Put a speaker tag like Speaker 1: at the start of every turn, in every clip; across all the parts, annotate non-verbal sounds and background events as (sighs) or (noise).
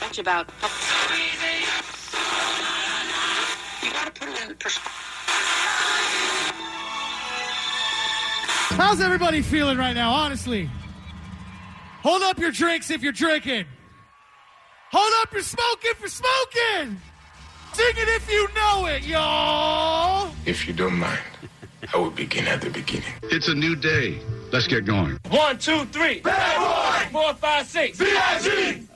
Speaker 1: much about breathing. You gotta put it in perspective.
Speaker 2: How's everybody feeling right now, honestly? Hold up your drinks if you're drinking. Hold up your smoking for smoking. Sing it if you know it, y'all.
Speaker 3: If you don't mind, I will begin at the beginning.
Speaker 4: It's a new day. Let's get going.
Speaker 5: One, two, three. Bad boy. Four, five, six. VIG.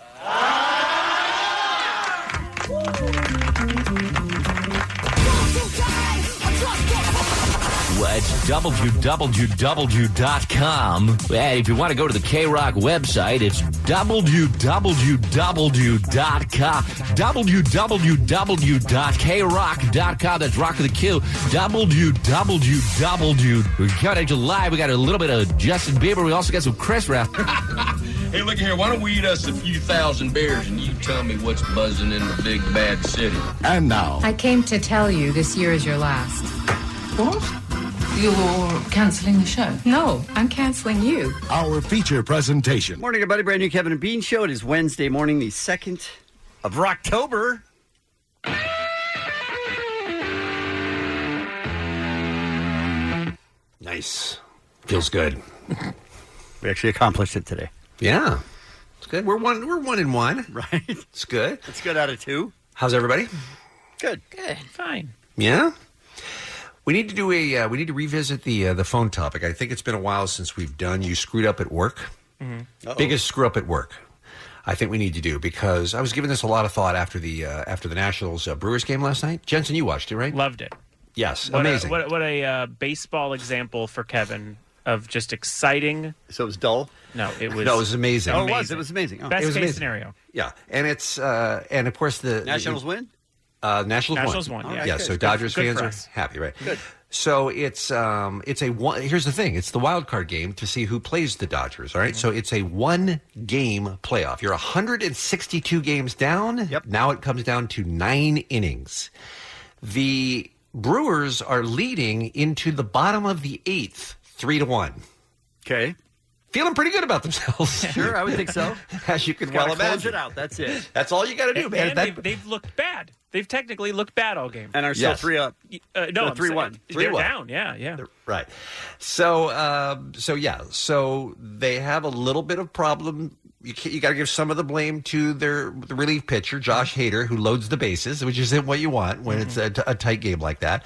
Speaker 6: Well, It's www.com. And if you want to go to the K Rock website, it's www.com. www.krock.com. That's Rock of the Q. www. We're coming at you live. We got a little bit of Justin Bieber. We also got some Chris Raff. (laughs)
Speaker 7: Hey, look here. Why don't we eat us a few thousand beers and you tell me what's buzzing in the big bad city?
Speaker 4: And now,
Speaker 8: I came to tell you this year is your last. What? You're cancelling the show? No, I'm cancelling you.
Speaker 4: our feature presentation.
Speaker 9: Morning, everybody. Brand new Kevin and Bean show. It is Wednesday morning, the 2nd of Rocktober.
Speaker 6: Nice. Feels good.
Speaker 9: We actually accomplished it today.
Speaker 6: Yeah. It's good. We're one we're one in one. (laughs) Right. It's good.
Speaker 9: It's good out of two.
Speaker 6: How's everybody?
Speaker 9: Good.
Speaker 6: Yeah. We need to do a uh, we need to revisit the uh, the phone topic. I think it's been a while since we've done you screwed up at work. Biggest screw up at work. I think we need to do because I was giving this a lot of thought after the uh, after the Nationals uh, Brewers game last night. Jensen, you watched it, right?
Speaker 5: Loved it.
Speaker 6: Yes,
Speaker 5: What A,
Speaker 6: amazing.
Speaker 5: what, what a uh, baseball example for Kevin of just exciting.
Speaker 9: So it was dull.
Speaker 5: No,
Speaker 6: (laughs)
Speaker 5: it was.
Speaker 6: no, it was amazing.
Speaker 9: Oh, it was. It was amazing. Oh.
Speaker 5: Best
Speaker 6: it was
Speaker 5: case
Speaker 6: amazing.
Speaker 5: scenario.
Speaker 6: Yeah, and it's uh, and of course the
Speaker 9: Nationals
Speaker 6: the,
Speaker 9: win.
Speaker 6: Uh, Nationals,
Speaker 5: Nationals
Speaker 6: won.
Speaker 5: won,
Speaker 6: Yeah,
Speaker 5: yeah.
Speaker 9: Okay,
Speaker 6: so
Speaker 9: good.
Speaker 6: Dodgers
Speaker 5: Good for
Speaker 6: fans
Speaker 5: us.
Speaker 6: are happy, right? Good. So it's um it's a one. Here's the thing: it's the wild card game to see who plays the Dodgers. All
Speaker 9: Mm-hmm.
Speaker 6: right? so it's a one game playoff. You're 162 games down.
Speaker 9: Yep.
Speaker 6: Now it comes down to nine innings. The Brewers are leading into the bottom of the eighth, three to one.
Speaker 9: Okay.
Speaker 6: Feeling pretty good about themselves.
Speaker 9: (laughs) Sure, I would think so.
Speaker 6: (laughs) as you can well
Speaker 9: Gotta close
Speaker 6: imagine.
Speaker 9: it out. That's it.
Speaker 6: That's all you got to do, man.
Speaker 5: and
Speaker 6: That-
Speaker 5: they've, they've looked bad. They've technically looked bad all game.
Speaker 9: And are still
Speaker 6: Yes.
Speaker 9: three up.
Speaker 5: Uh, no,
Speaker 9: Uh,
Speaker 5: I'm
Speaker 9: 3-1.
Speaker 5: saying
Speaker 6: 3-1.
Speaker 5: They're down. Yeah, yeah.
Speaker 6: Right. So, um, so yeah. So they have a little bit of problem. You, ca- you got to give some of the blame to their the relief pitcher, Josh
Speaker 5: Mm-hmm.
Speaker 6: Hader, who loads the bases, which isn't what you want when it's a, t- a tight game like that.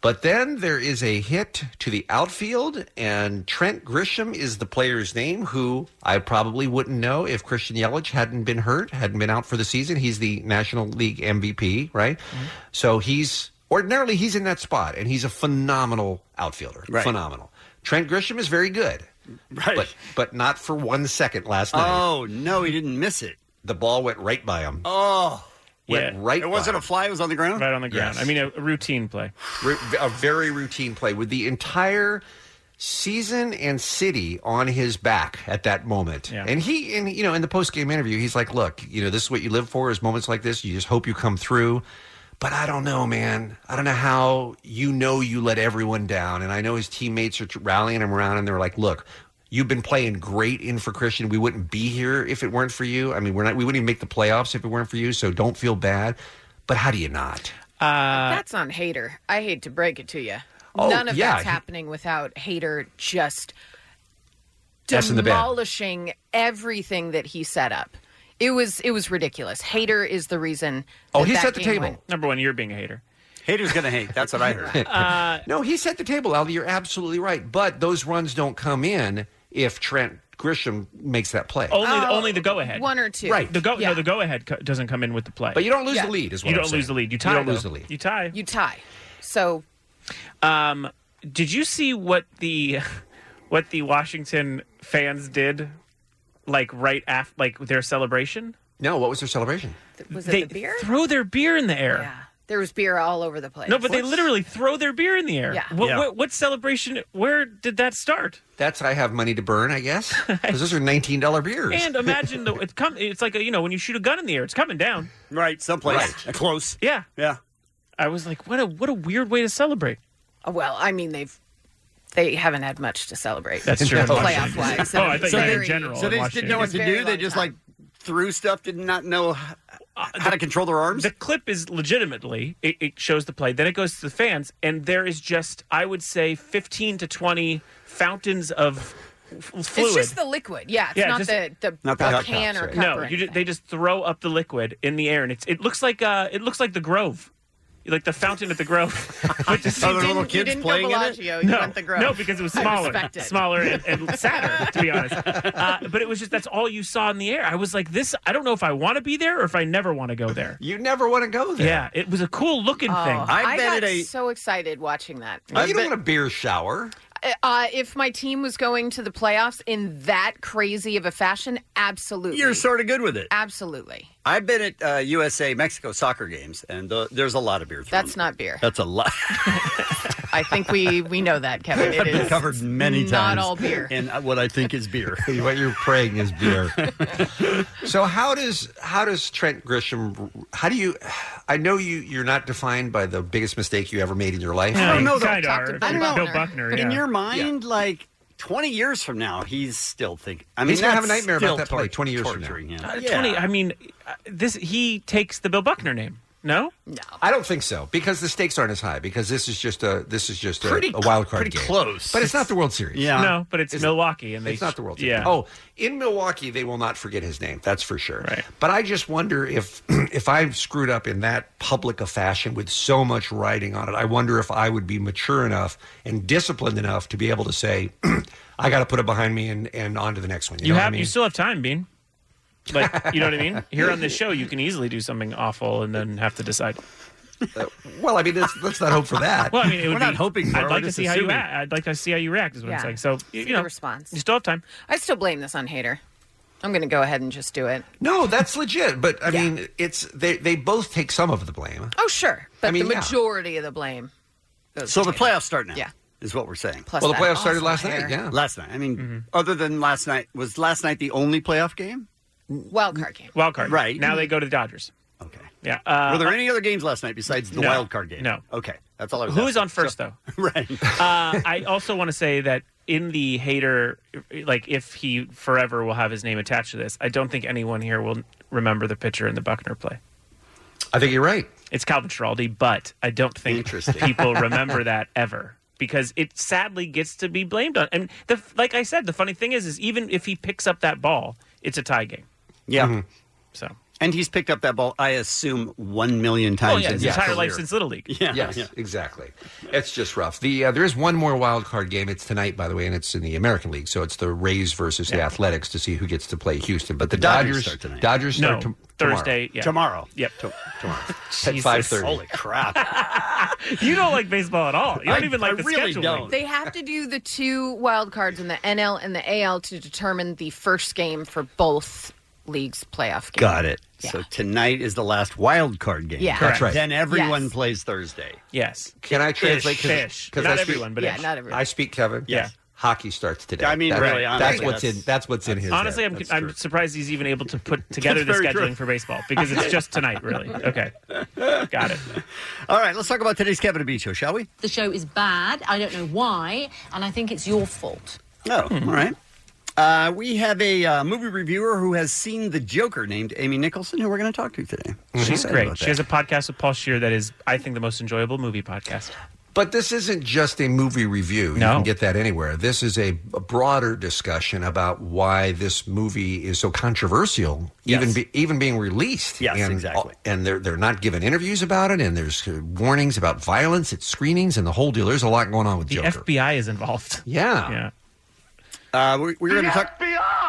Speaker 6: But then there is a hit to the outfield, and Trent Grisham is the player's name, who I probably wouldn't know if Christian Yelich hadn't been hurt, hadn't been out for the season. He's the National League MVP, right?
Speaker 5: Mm-hmm.
Speaker 6: So he's ordinarily he's in that spot, and he's a phenomenal outfielder,
Speaker 9: Right.
Speaker 6: phenomenal. Trent Grisham is very good,
Speaker 9: Right.
Speaker 6: but but not for one second last night.
Speaker 9: oh, no, he didn't miss it.
Speaker 6: The ball went right by him.
Speaker 9: Oh.
Speaker 5: Yeah.
Speaker 6: went right.
Speaker 9: It wasn't
Speaker 6: by
Speaker 9: a fly. It was on the ground.
Speaker 5: Right on the ground.
Speaker 6: Yes.
Speaker 5: I mean, a, a routine play.
Speaker 6: Ru- a very routine play with the entire season and city on his back at that moment.
Speaker 5: Yeah.
Speaker 6: And he and you know in the post game interview he's like, "Look, you know this is what you live for is moments like this. You just hope you come through." But I don't know, man. I don't know how you know you let everyone down. And I know his teammates are tr- rallying him around and they're like, "Look, You've been playing great in for Christian. We wouldn't be here if it weren't for you. I mean, we're not. We wouldn't even make the playoffs if it weren't for you. So don't feel bad. But how do you not?
Speaker 10: That's on Hater. I hate to break it to you.
Speaker 6: Uh, Oh,
Speaker 10: None of
Speaker 6: yeah.
Speaker 10: that's happening without Hater just
Speaker 6: That's in the band.
Speaker 10: demolishing everything that he set up. It was it was ridiculous. Hater is the reason.
Speaker 6: Oh,
Speaker 10: that
Speaker 6: he
Speaker 10: that
Speaker 6: set the
Speaker 10: game
Speaker 6: table.
Speaker 10: went-
Speaker 5: Number one, you're being a hater.
Speaker 9: Haters going to hate. That's what
Speaker 5: (laughs)
Speaker 9: I heard.
Speaker 5: Uh,
Speaker 6: No, he set the table, Aldi. You're absolutely right. But those runs don't come in if Trent Grisham makes that play.
Speaker 5: Only, only the go ahead.
Speaker 10: Oh, One or two.
Speaker 6: Right.
Speaker 5: The go.
Speaker 10: Yeah.
Speaker 5: Oh, No, the go ahead co- doesn't come in with the play.
Speaker 6: But you don't lose
Speaker 10: Yeah.
Speaker 6: the lead, is what
Speaker 5: You
Speaker 6: I'm
Speaker 5: don't lose the
Speaker 6: saying.
Speaker 5: lead. You tie.
Speaker 6: You don't
Speaker 5: though.
Speaker 6: lose the lead.
Speaker 5: You tie.
Speaker 10: You tie. So
Speaker 5: Um, did you see what the (laughs) what the Washington fans did, like right after, like their celebration?
Speaker 6: No, what was their celebration?
Speaker 10: Was it
Speaker 5: They
Speaker 10: the beer?
Speaker 5: throw their beer in the air.
Speaker 10: There was beer all over the place.
Speaker 5: No, but they literally throw their beer in the air.
Speaker 10: Yeah.
Speaker 5: What,
Speaker 6: Yeah.
Speaker 5: What, what celebration? Where did that start?
Speaker 6: That's I have money to burn, I guess.
Speaker 5: (laughs)
Speaker 6: Because those are nineteen dollar beers. (laughs)
Speaker 5: And imagine the it's come. It's like a, you know when you shoot a gun in the air, it's coming down.
Speaker 9: Right, someplace close.
Speaker 5: Yeah,
Speaker 9: yeah.
Speaker 5: I was like, what a what a weird way to celebrate.
Speaker 10: Oh, well, I mean, they've they haven't had much to celebrate.
Speaker 5: That's true. (laughs)
Speaker 10: (laughs)
Speaker 9: (laughs)
Speaker 10: Playoff wise.
Speaker 5: Oh, I thought you meant in
Speaker 9: they-
Speaker 5: general
Speaker 9: So they
Speaker 5: in
Speaker 9: just didn't know what to
Speaker 5: Washington.
Speaker 9: do. They just like threw stuff. Did not know h- how to control their arms.
Speaker 5: Uh, The clip is legitimately it, it shows the play. Then it goes to the fans, and there is just I would say fifteen to twenty fountains of f-
Speaker 10: It's
Speaker 5: fluid.
Speaker 10: just the liquid. Yeah, it's
Speaker 5: Yeah,
Speaker 10: not
Speaker 5: just-
Speaker 10: the, the, can or cup.
Speaker 5: no,
Speaker 10: or
Speaker 5: you ju- they just throw up the liquid in the air, and it's it looks like uh it looks like the Grove, like the fountain at the Grove. (laughs) Which is-
Speaker 10: Are there little You didn't- you kids didn't go playing in it? Bellagio, you
Speaker 5: no,
Speaker 10: went the Grove.
Speaker 5: no, because it was
Speaker 10: I
Speaker 5: smaller,
Speaker 10: respect it.
Speaker 5: smaller and, and sadder, to be
Speaker 10: (laughs)
Speaker 5: honest. Uh, but it was just that's all you saw in the air. I was like, this. I don't know if I want to be there or if I never want to go there.
Speaker 6: You never want to go there.
Speaker 5: Yeah, it was a cool looking
Speaker 10: Oh,
Speaker 5: thing.
Speaker 10: I, got so excited watching that.
Speaker 6: Oh, you don't want a beer shower.
Speaker 10: Uh, if my team was going to the playoffs in that crazy of a fashion, absolutely.
Speaker 9: You're sort of good with it.
Speaker 10: Absolutely.
Speaker 9: I've been at uh, USA Mexico soccer games, and the, there's a lot of beer. Thrown.
Speaker 10: That's not beer.
Speaker 9: That's a lot.
Speaker 10: I think we we know that, Kevin.
Speaker 9: (laughs)
Speaker 10: (laughs)
Speaker 9: I've
Speaker 10: It
Speaker 9: been
Speaker 10: is
Speaker 9: covered many
Speaker 10: not
Speaker 9: times.
Speaker 10: all beer.
Speaker 9: And what
Speaker 5: (laughs)
Speaker 9: I think is beer.
Speaker 6: what you're praying is beer. so how does how does Trent Grisham? How do you? I know you. You're not defined by the biggest mistake you ever made in your life.
Speaker 9: I don't know. though.
Speaker 5: kinda are.
Speaker 9: I don't
Speaker 5: Bill
Speaker 9: know.
Speaker 5: Buckner,
Speaker 9: In
Speaker 5: yeah.
Speaker 9: your mind, like 20 years from now, he's still thinking. I mean,
Speaker 6: He's gonna have
Speaker 9: that's
Speaker 6: a nightmare
Speaker 9: still
Speaker 6: about that play 20 years from now.
Speaker 9: torturing him.
Speaker 5: Uh, Twenty. I mean, uh, this he takes the Bill Buckner name. No,
Speaker 10: no.
Speaker 6: I don't think so because the stakes aren't as high because this is just a this is just a,
Speaker 5: Pretty
Speaker 6: a wild card
Speaker 5: cl- pretty
Speaker 6: game.
Speaker 5: close.
Speaker 6: but it's not the World Series.
Speaker 5: Yeah. No, but it's Milwaukee and they-
Speaker 6: it's not the World Series.
Speaker 5: yeah.
Speaker 6: Oh, in Milwaukee they will not forget his name. That's for sure. Right. But I just wonder if (clears throat) if I screwed up in that public a fashion with so much writing on it, I wonder if I would be mature enough and disciplined enough to be able to say, (clears throat) I got to put it behind me and and on to the next one. You,
Speaker 5: you
Speaker 6: know
Speaker 5: have
Speaker 6: what I
Speaker 5: you
Speaker 6: mean?
Speaker 5: still have time, Bean.
Speaker 6: (laughs)
Speaker 5: Like you know what I mean? Here on this show, you can easily do something awful and then have to decide.
Speaker 6: Uh, well, I mean, let's, let's not hope for that.
Speaker 5: Well, I mean, it would
Speaker 6: We're
Speaker 5: be,
Speaker 6: not hoping for it,
Speaker 5: I'd
Speaker 6: we're
Speaker 5: like to
Speaker 6: just
Speaker 5: see how you
Speaker 6: assuming.
Speaker 5: act. I'd like to see how you react. Is what
Speaker 10: Yeah.
Speaker 5: I'm saying. So you,
Speaker 10: See
Speaker 5: you
Speaker 10: the
Speaker 5: know,
Speaker 10: response.
Speaker 5: You still have time.
Speaker 10: I still blame this on Hater. I'm going to go ahead and just do it.
Speaker 6: No, that's legit. But I mean, it's they they both take some of the blame.
Speaker 10: Oh, sure. But
Speaker 6: I mean,
Speaker 10: the
Speaker 6: yeah.
Speaker 10: majority of the blame.
Speaker 9: So the playoffs start now.
Speaker 10: Yeah.
Speaker 9: Is what we're saying.
Speaker 10: Plus Well, the that playoffs started awesome last night, hair. yeah.
Speaker 9: Last night. I mean,
Speaker 5: Mm-hmm.
Speaker 9: other than last night, was last night the only playoff game?
Speaker 10: Wild card game.
Speaker 5: Wild card.
Speaker 9: Right.
Speaker 5: Now they go to the Dodgers. Okay. Yeah. Uh,
Speaker 9: Were there any other games last night besides the
Speaker 5: No.
Speaker 9: wild card game? No. Okay. That's all I was
Speaker 5: Who is
Speaker 9: asking.
Speaker 5: on first
Speaker 9: So-
Speaker 5: though?
Speaker 9: Right.
Speaker 5: uh, I also want to say that in the hater, like if he forever will have his name attached to this, I don't think anyone here will remember the pitcher in the Buckner play.
Speaker 6: I think you're right.
Speaker 5: It's Calvin Schiraldi, but I don't think
Speaker 6: (laughs)
Speaker 5: people remember that ever because it sadly gets to be blamed on. And the, like I said, the funny thing is, is even if he picks up that ball, it's a tie game.
Speaker 9: Yeah.
Speaker 5: So.
Speaker 9: And he's picked up that ball, I assume, one million times.
Speaker 5: Oh, yeah,
Speaker 9: in
Speaker 5: his
Speaker 9: his
Speaker 5: entire
Speaker 9: career.
Speaker 5: life since Little League.
Speaker 9: Yeah.
Speaker 6: yes,
Speaker 9: yeah.
Speaker 6: exactly. It's just rough. The uh, there is one more wild card game. It's tonight, by the way, and it's in the American League. So it's the Rays versus the Athletics to see who gets to play Houston. But the,
Speaker 9: The Dodgers
Speaker 6: Dodgers,
Speaker 9: start tonight.
Speaker 6: Dodgers
Speaker 5: No,
Speaker 6: start tom-
Speaker 5: Thursday.
Speaker 6: Tomorrow.
Speaker 5: Yeah. (laughs) Yep.
Speaker 6: tomorrow at
Speaker 5: Jesus.
Speaker 6: five thirty.
Speaker 5: Holy
Speaker 9: crap!
Speaker 5: (laughs) you don't like baseball at all. You don't
Speaker 6: I-
Speaker 5: even like
Speaker 6: I
Speaker 5: the
Speaker 6: really
Speaker 5: scheduling.
Speaker 6: don't.
Speaker 10: They have to do the two wild cards in the NL and the AL to determine the first game for both leagues' playoff game.
Speaker 9: Got it. So tonight is the last wild card game.
Speaker 10: Yeah. That's right.
Speaker 9: Then everyone
Speaker 10: Yes.
Speaker 9: plays Thursday.
Speaker 5: Yes.
Speaker 6: Can I translate?
Speaker 9: Ish.
Speaker 6: Because
Speaker 9: Not
Speaker 6: I speak,
Speaker 9: everyone, but Yeah, ish. not everyone.
Speaker 6: I speak Kevin.
Speaker 9: Yes.
Speaker 6: Hockey starts today.
Speaker 9: I mean,
Speaker 6: That-
Speaker 9: really,
Speaker 6: that's
Speaker 9: honestly,
Speaker 6: what's in.
Speaker 9: that's-
Speaker 6: That's what's in his. head.
Speaker 5: Honestly, I'm, I'm surprised he's even able to
Speaker 6: (laughs)
Speaker 5: put together the
Speaker 9: That's
Speaker 5: scheduling
Speaker 9: very true.
Speaker 5: for baseball because it's just tonight,
Speaker 9: (laughs)
Speaker 5: really. Okay. Got it.
Speaker 9: All right, let's talk about today's Kevin and Bean show, shall we?
Speaker 11: The show is bad. I don't know why, and I think it's your fault.
Speaker 9: Oh,
Speaker 5: Hmm.
Speaker 9: all right. Uh, we have a uh, movie reviewer who has seen The Joker named Amy Nicholson, who we're going to talk to today. I'm
Speaker 5: She's
Speaker 9: excited
Speaker 5: great.
Speaker 9: about
Speaker 5: She
Speaker 9: that.
Speaker 5: has a podcast with Paul Shear that is, I think, the most enjoyable movie podcast.
Speaker 6: But this isn't just a movie review. You
Speaker 5: No.
Speaker 6: can get that anywhere. This is a, a broader discussion about why this movie is so controversial,
Speaker 9: Yes.
Speaker 6: even be, even being released. Yes, and, exactly. And they're they're not given interviews about it, and there's uh, warnings about violence at screenings and the whole deal. There's a lot going on with
Speaker 5: The (laughs)
Speaker 6: Joker.
Speaker 5: FBI is involved.
Speaker 6: Yeah.
Speaker 5: Yeah.
Speaker 9: Uh, we're we're going to talk.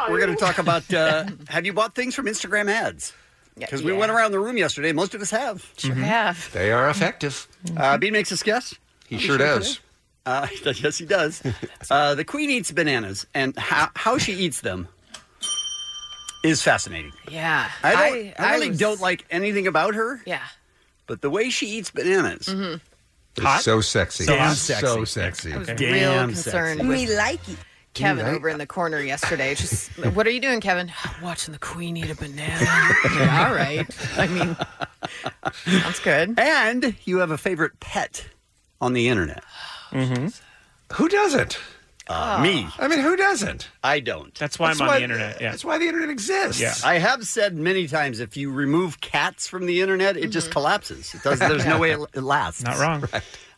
Speaker 9: We're going to talk about. Uh, have you bought things from Instagram ads? Because we went around the room yesterday. Most of us have. Mm-hmm.
Speaker 10: Sure have.
Speaker 6: They are effective.
Speaker 9: Uh, Bean makes us guess.
Speaker 6: He
Speaker 9: Are we
Speaker 6: sure does.
Speaker 9: today? Uh, (laughs) yes, he
Speaker 6: (laughs)
Speaker 9: does. Uh, the queen eats bananas, and how, how she eats them is fascinating.
Speaker 10: Yeah.
Speaker 9: I don't. I, really
Speaker 10: was-
Speaker 9: don't like anything about her,
Speaker 10: Yeah. Mm-hmm.
Speaker 9: but the way she eats bananas,
Speaker 6: It's so sexy.
Speaker 9: Damn sexy.
Speaker 6: So sexy.
Speaker 9: I was
Speaker 10: Real concerned.
Speaker 9: sexy.
Speaker 10: with
Speaker 9: We
Speaker 10: like Kevin
Speaker 6: We like-
Speaker 10: over in the corner yesterday. Just, what are you
Speaker 6: (laughs)
Speaker 10: doing, Kevin? Watching the Queen eat a banana. (laughs) yeah, all right. I mean, sounds good.
Speaker 9: And you have a favorite pet on the internet.
Speaker 5: Mm-hmm.
Speaker 6: Who doesn't?
Speaker 9: Uh,
Speaker 10: Ah.
Speaker 6: Oh.
Speaker 9: Me.
Speaker 6: I mean, who doesn't?
Speaker 9: I don't.
Speaker 5: That's why I'm on the internet. Yeah.
Speaker 6: That's why the internet exists.
Speaker 9: Yeah. I have said many times if you remove cats from the internet, it
Speaker 10: Mm-hmm.
Speaker 9: just collapses. It does, there's no way
Speaker 10: (laughs)
Speaker 9: it, it lasts.
Speaker 5: Not wrong.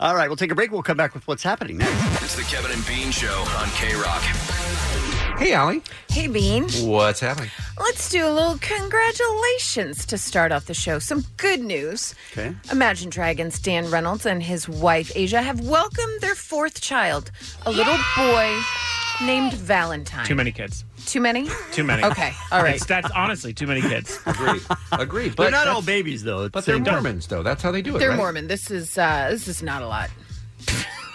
Speaker 9: All right, we'll take a break. We'll come back with what's happening next.
Speaker 12: It's the Kevin and Bean Show on K Rock.
Speaker 6: Hey, Allie.
Speaker 10: Hey, Bean.
Speaker 6: What's happening?
Speaker 10: Let's do a little congratulations to start off the show. Some good news.
Speaker 6: Okay.
Speaker 10: Imagine Dragons Dan Reynolds and his wife Asia have welcomed their fourth child, a little boy named Valentine.
Speaker 5: Too many kids.
Speaker 10: Too many?
Speaker 5: Too many.
Speaker 10: Okay. All right.
Speaker 5: It's, that's honestly too many kids.
Speaker 6: Agreed. Agreed.
Speaker 5: But
Speaker 9: They're not all
Speaker 5: that's-
Speaker 9: babies, though. It's
Speaker 6: But they're
Speaker 9: they don't-
Speaker 6: Mormons, though. That's how they do it.
Speaker 10: They're
Speaker 6: right?
Speaker 10: Mormon. This is uh, this is not a lot.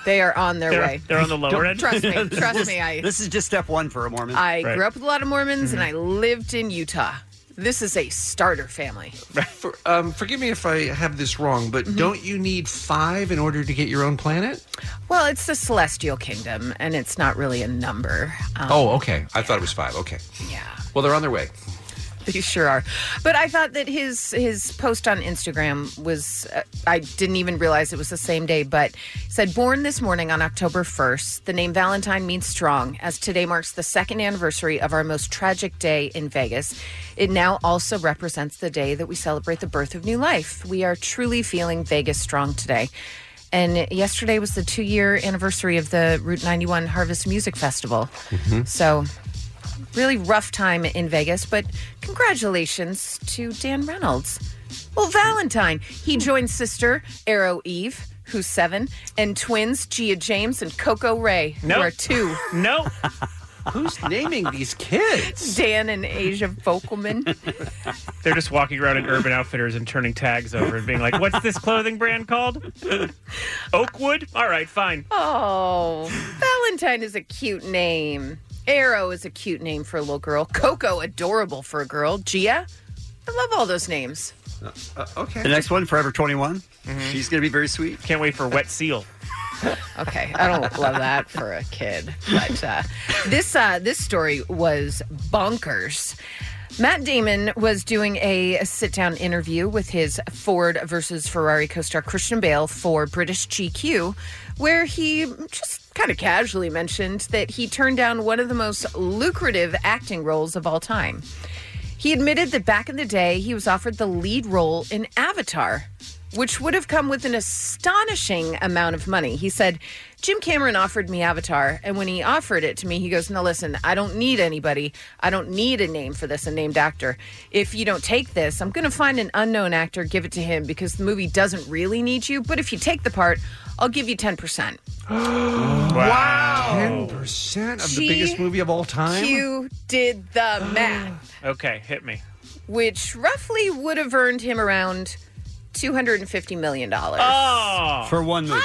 Speaker 10: They are on their
Speaker 6: They're-
Speaker 10: way.
Speaker 6: they're on the lower
Speaker 10: Don't-
Speaker 6: end?
Speaker 10: Trust me.
Speaker 9: (laughs) This
Speaker 10: Trust
Speaker 9: is-
Speaker 10: me. I
Speaker 9: This is just step one for a Mormon.
Speaker 10: I grew up with a lot of Mormons and I lived in Utah. This is a starter family.
Speaker 6: For, um, forgive me if I have this wrong, but
Speaker 5: Mm-hmm.
Speaker 6: don't you need five in order to get your own planet?
Speaker 10: Well, it's the celestial kingdom, and it's not really a number. Um,
Speaker 6: oh, okay. I thought it was five. Okay.
Speaker 10: Yeah.
Speaker 6: Well, they're on
Speaker 5: (gasps)
Speaker 6: their way.
Speaker 10: (laughs) They sure are. But I thought that his his post on Instagram was uh, I didn't even realize it was the same day, but he said born this morning on October 1st. The name Valentine means strong as today marks the second anniversary of our most tragic day in Vegas. It now also represents the day that we celebrate the birth of new life. We are truly feeling Vegas strong today. And yesterday was the two year anniversary of the Route 91 Harvest Music Festival. So, really rough time in Vegas, but congratulations to Dan Reynolds. Well, Valentine, he joined sister Arrow Eve, who's seven, and twins Gia James and Coco Ray,
Speaker 5: Nope.
Speaker 10: who are two.
Speaker 5: No.
Speaker 6: Who's naming these kids?
Speaker 10: Dan and Asia Vogelman.
Speaker 5: They're just walking around in Urban Outfitters and turning tags over and being like, "What's this clothing brand called? Oakwood? All right, fine."
Speaker 10: Oh, Valentine is a cute name. Arrow is a cute name for a little girl. Coco, adorable for a girl. Gia, I love all those names.
Speaker 6: okay.
Speaker 9: The next one, Forever 21. She's going to be very sweet.
Speaker 5: Can't wait for Wet Seal.
Speaker 10: Okay, I don't love that for a kid, but uh, this uh, this story was bonkers. Matt Damon was doing a sit down interview with his Ford versus Ferrari co star Christian Bale for British GQ, where he just kind of casually mentioned that he turned down one of the most lucrative acting roles of all time. He admitted that back in the day, he was offered the lead role in Avatar, which would have come with an astonishing amount of money. He said, Jim Cameron offered me Avatar, and when he offered it to me, he goes, Now listen, I don't need anybody. I don't need a name for this, a named actor. If you don't take this, I'm going to find an unknown actor, give it to him because the movie doesn't really need you. But if you take the part, I'll give you 10%.
Speaker 6: Ten percent of the biggest movie of all time.
Speaker 10: You did the math.
Speaker 5: Okay, hit me.
Speaker 10: which roughly would have earned him around $250 million. Ah.
Speaker 5: Oh.
Speaker 9: (laughs) For one movie.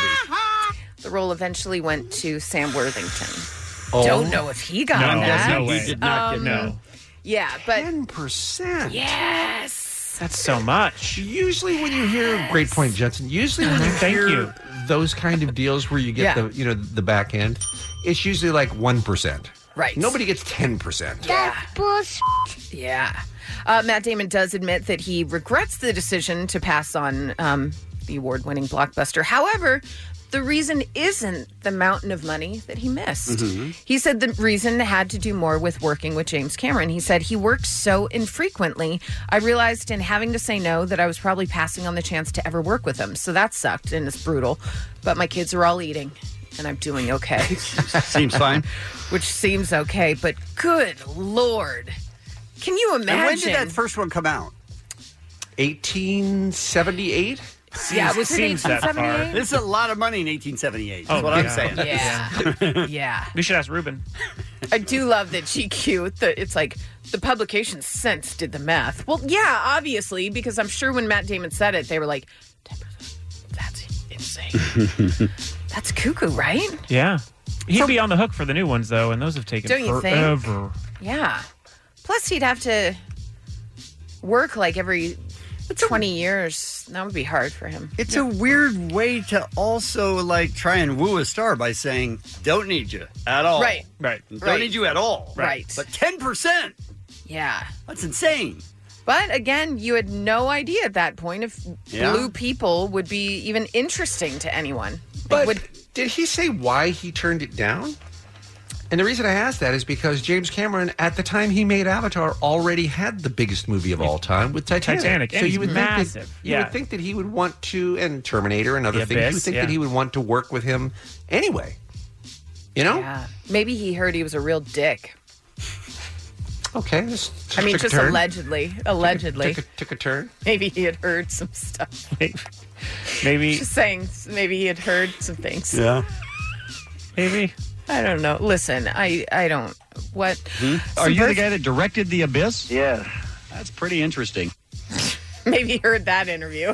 Speaker 10: The role eventually went to Sam Worthington.
Speaker 9: Oh.
Speaker 10: Don't know if he got
Speaker 9: No,
Speaker 10: that.
Speaker 9: no way. He did not get
Speaker 10: Um,
Speaker 9: that.
Speaker 10: Yeah, but
Speaker 6: 10%.
Speaker 10: Yes.
Speaker 5: That's so much.
Speaker 6: Usually, when you hear great point, Jensen. Usually, when you
Speaker 5: Thank
Speaker 6: hear
Speaker 5: you.
Speaker 6: those kind of deals where you get
Speaker 10: Uh-huh. Yeah.
Speaker 6: the you know the back end, it's usually like one percent.
Speaker 10: Right.
Speaker 6: Nobody gets ten percent.
Speaker 10: That's bullshit. Yeah. Uh, Matt Damon does admit that he regrets the decision to pass on um, the award winning blockbuster. However, the reason isn't the mountain of money that he missed.
Speaker 13: Mm-hmm.
Speaker 14: Mhm.
Speaker 10: He said the reason had to do more with working with James Cameron. He said he worked so infrequently. I realized in having to say no that I was probably passing on the chance to ever work with him. So that sucked and it's brutal. But my kids are all eating and I'm doing okay.
Speaker 9: Seems fine.
Speaker 10: (laughs) Which seems okay, but good lord. Can you imagine?
Speaker 9: And when did that first one come out?
Speaker 6: 1878?
Speaker 10: Yeah, it was in Seems that far. 1878.
Speaker 9: This is a lot of money in 1878. That's
Speaker 5: Oh,
Speaker 9: what I'm
Speaker 5: yeah.
Speaker 9: saying.
Speaker 10: Yeah. yeah.
Speaker 5: We should ask Ruben.
Speaker 10: I do love that GQ. The, it's like the publication sense did the math. Well, yeah, obviously, because I'm sure when Matt Damon said it, they were like, 10%. That's insane.
Speaker 5: (laughs)
Speaker 10: That's cuckoo, right?
Speaker 5: Yeah. He'd be on the hook for the new ones though, and those have taken
Speaker 10: Don't you think?
Speaker 5: forever.
Speaker 10: Yeah. Plus, he'd have to work like every 20 years. That would be hard for him.
Speaker 9: It's a weird way to also like try and woo a star by saying, "Don't need you at all."
Speaker 10: Right. Right.
Speaker 9: Don't
Speaker 10: Right.
Speaker 9: need you at all.
Speaker 10: Right.
Speaker 9: But ten percent.
Speaker 10: Yeah.
Speaker 9: That's insane.
Speaker 10: But again, you had no idea at that point if
Speaker 6: Yeah.
Speaker 10: blue people would be even interesting to anyone.
Speaker 6: But did he say why he turned it down? And the reason I asked that is because James Cameron, at the time he made Avatar, already had the biggest movie of all time with Titanic.
Speaker 5: Titanic, and it's
Speaker 6: Think
Speaker 5: massive.
Speaker 6: that, You
Speaker 5: Yeah.
Speaker 6: would think that he would want to, and Terminator and other
Speaker 5: The
Speaker 6: things. you would
Speaker 5: Abyss,
Speaker 6: think
Speaker 5: yeah.
Speaker 6: that he would want to work with him anyway. You know?
Speaker 10: Yeah. Maybe he heard he was a real dick.
Speaker 6: Okay. This
Speaker 10: I mean,
Speaker 6: took a
Speaker 10: just
Speaker 6: turn.
Speaker 10: allegedly. Allegedly.
Speaker 6: Took a, took a turn.
Speaker 10: Maybe he had heard some stuff.
Speaker 5: Maybe.
Speaker 10: (laughs) Just saying, maybe he had heard some things.
Speaker 5: Maybe.
Speaker 10: I don't know. Listen, I, I don't. What? (laughs)
Speaker 9: Hmm?
Speaker 14: Are
Speaker 10: Some
Speaker 14: you the
Speaker 10: birth-
Speaker 14: guy that directed The Abyss? Yes. That's pretty interesting.
Speaker 10: Maybe you heard that interview.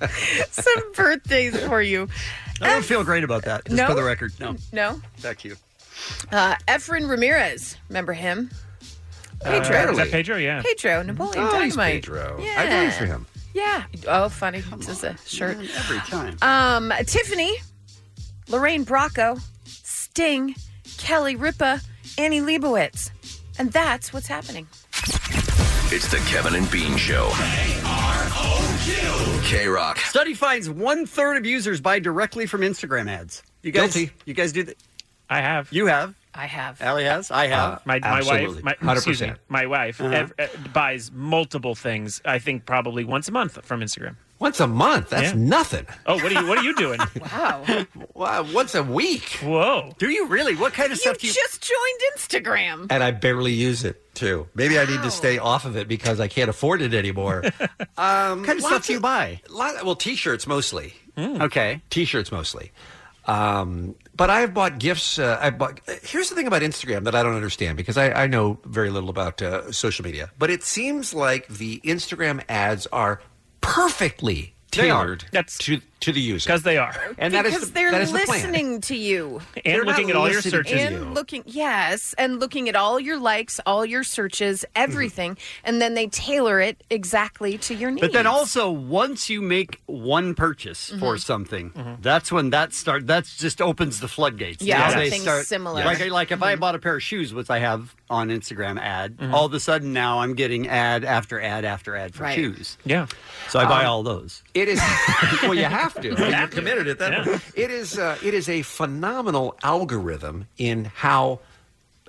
Speaker 10: (laughs) Some birthdays for you.
Speaker 9: I don't feel great about that. Just
Speaker 10: No?
Speaker 9: for the record, no.
Speaker 10: No?
Speaker 9: Thank you.
Speaker 10: Uh, Efren Ramirez. Remember him? Pedro.
Speaker 5: Uh, is that Pedro? Yeah.
Speaker 10: Pedro, Napoleon
Speaker 5: Oh, he's
Speaker 10: Dynamite.
Speaker 5: Pedro.
Speaker 10: Yeah.
Speaker 5: I voted for him.
Speaker 10: Yeah. Oh, funny. This is a shirt. (sighs)
Speaker 9: every time.
Speaker 10: Um, Tiffany, Lorraine Bracco, Sting, Kelly Ripa, Annie Leibovitz. And that's what's happening.
Speaker 12: It's the Kevin and Bean Show. K Rock.
Speaker 9: Study finds one third of users buy directly from Instagram ads. You guys, you guys do that.
Speaker 5: I have.
Speaker 9: You have.
Speaker 10: I have.
Speaker 9: Allie has. I
Speaker 6: Uh,
Speaker 9: have.
Speaker 5: my, my wife, my, excuse me, my wife
Speaker 9: Uh-huh.
Speaker 5: ev- uh, buys multiple things. I think probably once a month from Instagram.
Speaker 6: Once a month? That's nothing.
Speaker 5: Oh, what are you? What are you doing?
Speaker 10: wow.
Speaker 6: wow. Once a week?
Speaker 5: Whoa.
Speaker 9: Do you really? What kind of stuff do you?
Speaker 10: Just joined Instagram.
Speaker 6: and I barely use it too. Maybe I need to stay off of it because I can't afford it anymore. (laughs) um,
Speaker 9: kind of stuff do you buy?
Speaker 6: lot, well, t-shirts mostly.
Speaker 9: Okay,
Speaker 6: t-shirts mostly. Um, but I have bought gifts. Uh, I bought. Here's the thing about Instagram that I don't understand because I, I know very little about uh, social media. But it seems like the Instagram ads are perfectly
Speaker 5: They are.
Speaker 6: tailored to to the user because
Speaker 5: they are,
Speaker 6: and that
Speaker 10: because
Speaker 6: is the,
Speaker 10: they're
Speaker 6: that is the plan.
Speaker 10: listening to you
Speaker 6: (laughs) And They're looking not at all your listening to searches.
Speaker 10: and
Speaker 6: you.
Speaker 10: looking yes and looking at all your likes all your searches
Speaker 6: Mm-hmm.
Speaker 10: everything and then they tailor it exactly to your needs
Speaker 9: But then also, once you make one purchase for
Speaker 10: Mhm.
Speaker 9: something, that's when that start. That's just opens the floodgates.
Speaker 10: Yeah,
Speaker 9: Now
Speaker 10: something similar.
Speaker 9: Like, like if I bought a pair of shoes, which I have on Instagram ad, all of a sudden now I'm getting ad after ad after ad for
Speaker 6: Right.
Speaker 9: shoes.
Speaker 5: Yeah,
Speaker 9: so I buy
Speaker 6: Um,
Speaker 9: all those.
Speaker 6: It is (laughs) well, you have to.
Speaker 9: You
Speaker 6: I mean, You're
Speaker 9: have to.
Speaker 6: committed at that.
Speaker 9: Yeah.
Speaker 6: point. It is. Uh, it is a phenomenal algorithm in how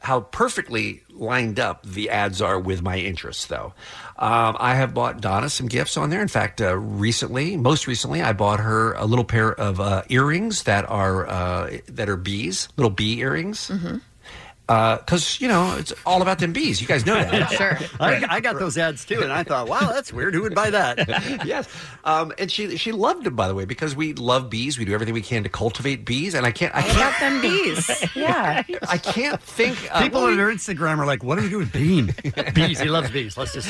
Speaker 6: how perfectly lined up the ads are with my interests. Though, um, I have bought Donna some gifts on there. In fact, uh, recently, most recently, I bought her a little pair of uh, earrings that are uh, that are bees, little bee earrings.
Speaker 10: Mm-hmm.
Speaker 6: Because you know it's all about them bees. You guys know
Speaker 10: (laughs)
Speaker 6: that.
Speaker 9: I, I got those ads too, and I thought, wow, that's weird. Who would buy that?
Speaker 6: (laughs) yes. Um, and she she loved it by the way because we love bees. We do everything we can to cultivate bees, and I can't I can't
Speaker 10: them bees
Speaker 6: (laughs)
Speaker 10: yeah
Speaker 6: I can't think. uh,
Speaker 9: People
Speaker 6: well,
Speaker 9: on their Instagram are like, "What do we do with Bean? (laughs) (laughs) bees. He loves bees. Let's just."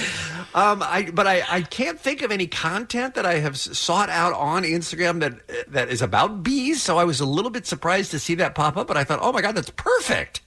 Speaker 6: Um, I but I, I can't think of any content that I have s- sought out on Instagram that that is about bees. So I was a little bit surprised to see that pop up, but I thought, oh my god, that's perfect.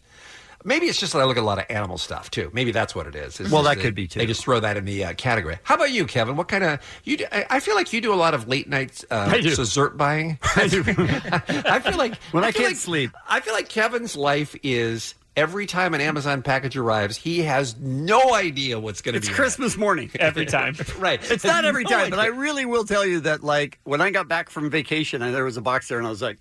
Speaker 6: Maybe it's just that I look at a lot of animal stuff too. Maybe that's what it is. It's
Speaker 9: Well,
Speaker 6: just
Speaker 9: that could be, too.
Speaker 6: They just throw that in the uh, category. How about you, Kevin? What kind of you? Do, I, I feel like you do a lot of late night uh,
Speaker 9: I do.
Speaker 6: dessert buying. I do. I feel like
Speaker 9: (laughs) When I
Speaker 6: feel
Speaker 9: can't
Speaker 6: like-
Speaker 9: sleep.
Speaker 6: I feel like Kevin's life is every time an Amazon package arrives, he has no idea what's going to be.
Speaker 9: It's
Speaker 6: in it.
Speaker 9: Christmas morning.
Speaker 6: (laughs)
Speaker 5: Every time.
Speaker 6: right.
Speaker 9: It's not every
Speaker 6: No
Speaker 9: time, but I
Speaker 6: idea.
Speaker 9: really will tell you that, like, when I got back from vacation, and there was a box there, and I was like,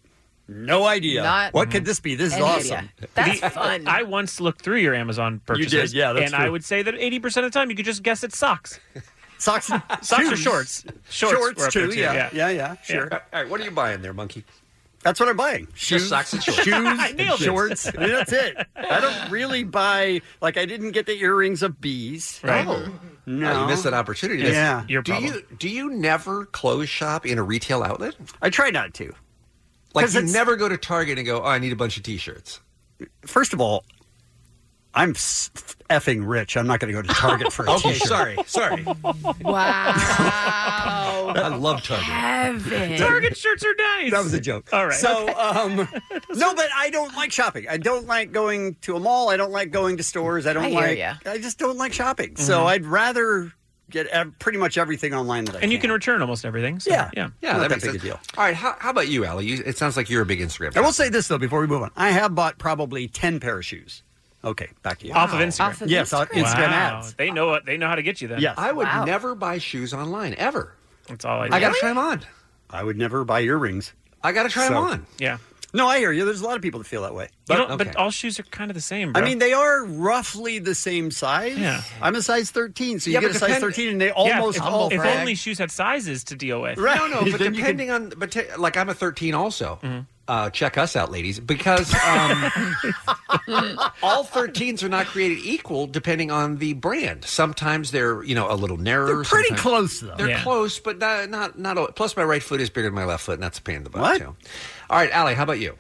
Speaker 9: no idea.
Speaker 5: Not
Speaker 9: what could this be? This is
Speaker 5: any
Speaker 9: awesome.
Speaker 5: idea. That's The- fun. I once looked through your Amazon purchases.
Speaker 9: You did, yeah. That's
Speaker 5: and
Speaker 9: true.
Speaker 5: I would say that eighty percent of the time you could just guess it's socks. (laughs)
Speaker 9: Socks,
Speaker 5: socks or
Speaker 9: shoes.
Speaker 5: shorts. Shorts,
Speaker 9: Shorts,
Speaker 5: were up
Speaker 9: too,
Speaker 5: there
Speaker 9: yeah. Yeah, yeah, sure.
Speaker 6: All right, what are you buying there, monkey?
Speaker 9: That's what I'm buying. Shoes,
Speaker 6: socks and
Speaker 9: (laughs)
Speaker 6: shorts.
Speaker 9: Shoes,
Speaker 6: (laughs) I
Speaker 9: and
Speaker 6: nailed it.
Speaker 9: shorts. I mean, (laughs) that's it. I don't really buy. Like, I didn't get the earrings of bees.
Speaker 6: Right. Oh.
Speaker 9: no,
Speaker 6: Oh, you missed an opportunity. That's
Speaker 9: Yeah,
Speaker 6: your do you do you never clothes shop in a retail outlet?
Speaker 9: I try not to.
Speaker 6: Like
Speaker 9: 'Cause
Speaker 6: you
Speaker 9: it's-
Speaker 6: never go to Target and go, "Oh, I need a bunch of t-shirts."
Speaker 9: First of all, I'm s- effing rich. I'm not going to go to Target (laughs) for a
Speaker 6: Okay,
Speaker 9: t-shirt.
Speaker 6: sorry, sorry.
Speaker 10: Wow.
Speaker 9: I love Target. (laughs)
Speaker 10: Kevin.
Speaker 5: Target shirts are nice.
Speaker 9: That was a joke.
Speaker 5: All right.
Speaker 9: So,
Speaker 5: (laughs)
Speaker 9: um, no, but I don't like shopping. I don't like going to a mall. I don't like going to stores. I don't
Speaker 5: I hear
Speaker 9: like.
Speaker 5: ya.
Speaker 9: I just don't like shopping.
Speaker 5: Mhm.
Speaker 9: So I'd rather get ev- pretty much everything online that I
Speaker 5: and you can return almost everything. So, yeah. Yeah.
Speaker 9: Yeah, that makes sense.
Speaker 6: All right, how, how about you, Allie? You, it sounds like you're a big Instagram.
Speaker 9: I will say this though before we move on. I have bought probably ten pair of shoes. Okay, back to you.
Speaker 5: Off of Instagram.
Speaker 9: yes, on Instagram
Speaker 5: Wow.
Speaker 9: ads.
Speaker 5: They know what they know how to get you then.
Speaker 9: Yes. I would Wow.
Speaker 6: never buy shoes online ever.
Speaker 5: That's all I.
Speaker 6: I gotta try them on.
Speaker 9: I would never buy earrings.
Speaker 6: I gotta try 'em on.
Speaker 5: Yeah.
Speaker 9: No, I hear you. There's a lot of people that feel that way.
Speaker 5: But, but all shoes are kind of the same. Bro.
Speaker 9: I mean, they are roughly the same size.
Speaker 5: Yeah.
Speaker 9: I'm a size 13, so you
Speaker 5: Yeah,
Speaker 9: get a
Speaker 5: but
Speaker 9: size
Speaker 5: depend-
Speaker 9: 13, and they
Speaker 5: Yeah,
Speaker 9: almost
Speaker 5: if,
Speaker 9: all
Speaker 5: if
Speaker 9: brag.
Speaker 5: only shoes had sizes to deal with.
Speaker 9: Right. (laughs)
Speaker 6: No, no, but
Speaker 9: Then you
Speaker 6: depending on, but ta like I'm a 13 also.
Speaker 5: Mm-hmm.
Speaker 6: Uh, check us out, ladies, because um, all 13s are not created equal (laughs) depending on the brand. Sometimes they're you know a little narrower.
Speaker 9: They're pretty
Speaker 6: sometimes-
Speaker 9: close, though.
Speaker 6: They're
Speaker 9: Yeah.
Speaker 6: close, but not not not. al- Plus, my right foot is bigger than my left foot, and that's a pain in the butt too. All right, Allie, how about you?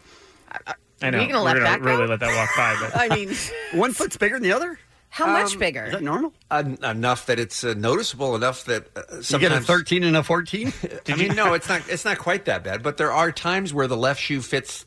Speaker 5: I know. We're gonna really let that walk (laughs) by. But
Speaker 9: I mean, one foot's bigger than the other.
Speaker 10: (laughs) How much bigger?
Speaker 9: Is that normal?
Speaker 6: En- enough that it's uh, noticeable enough that uh, sometimes
Speaker 9: You get a 13 and a 14.
Speaker 6: (laughs) I mean, no, it's not. It's not quite that bad. But there are times where the left shoe fits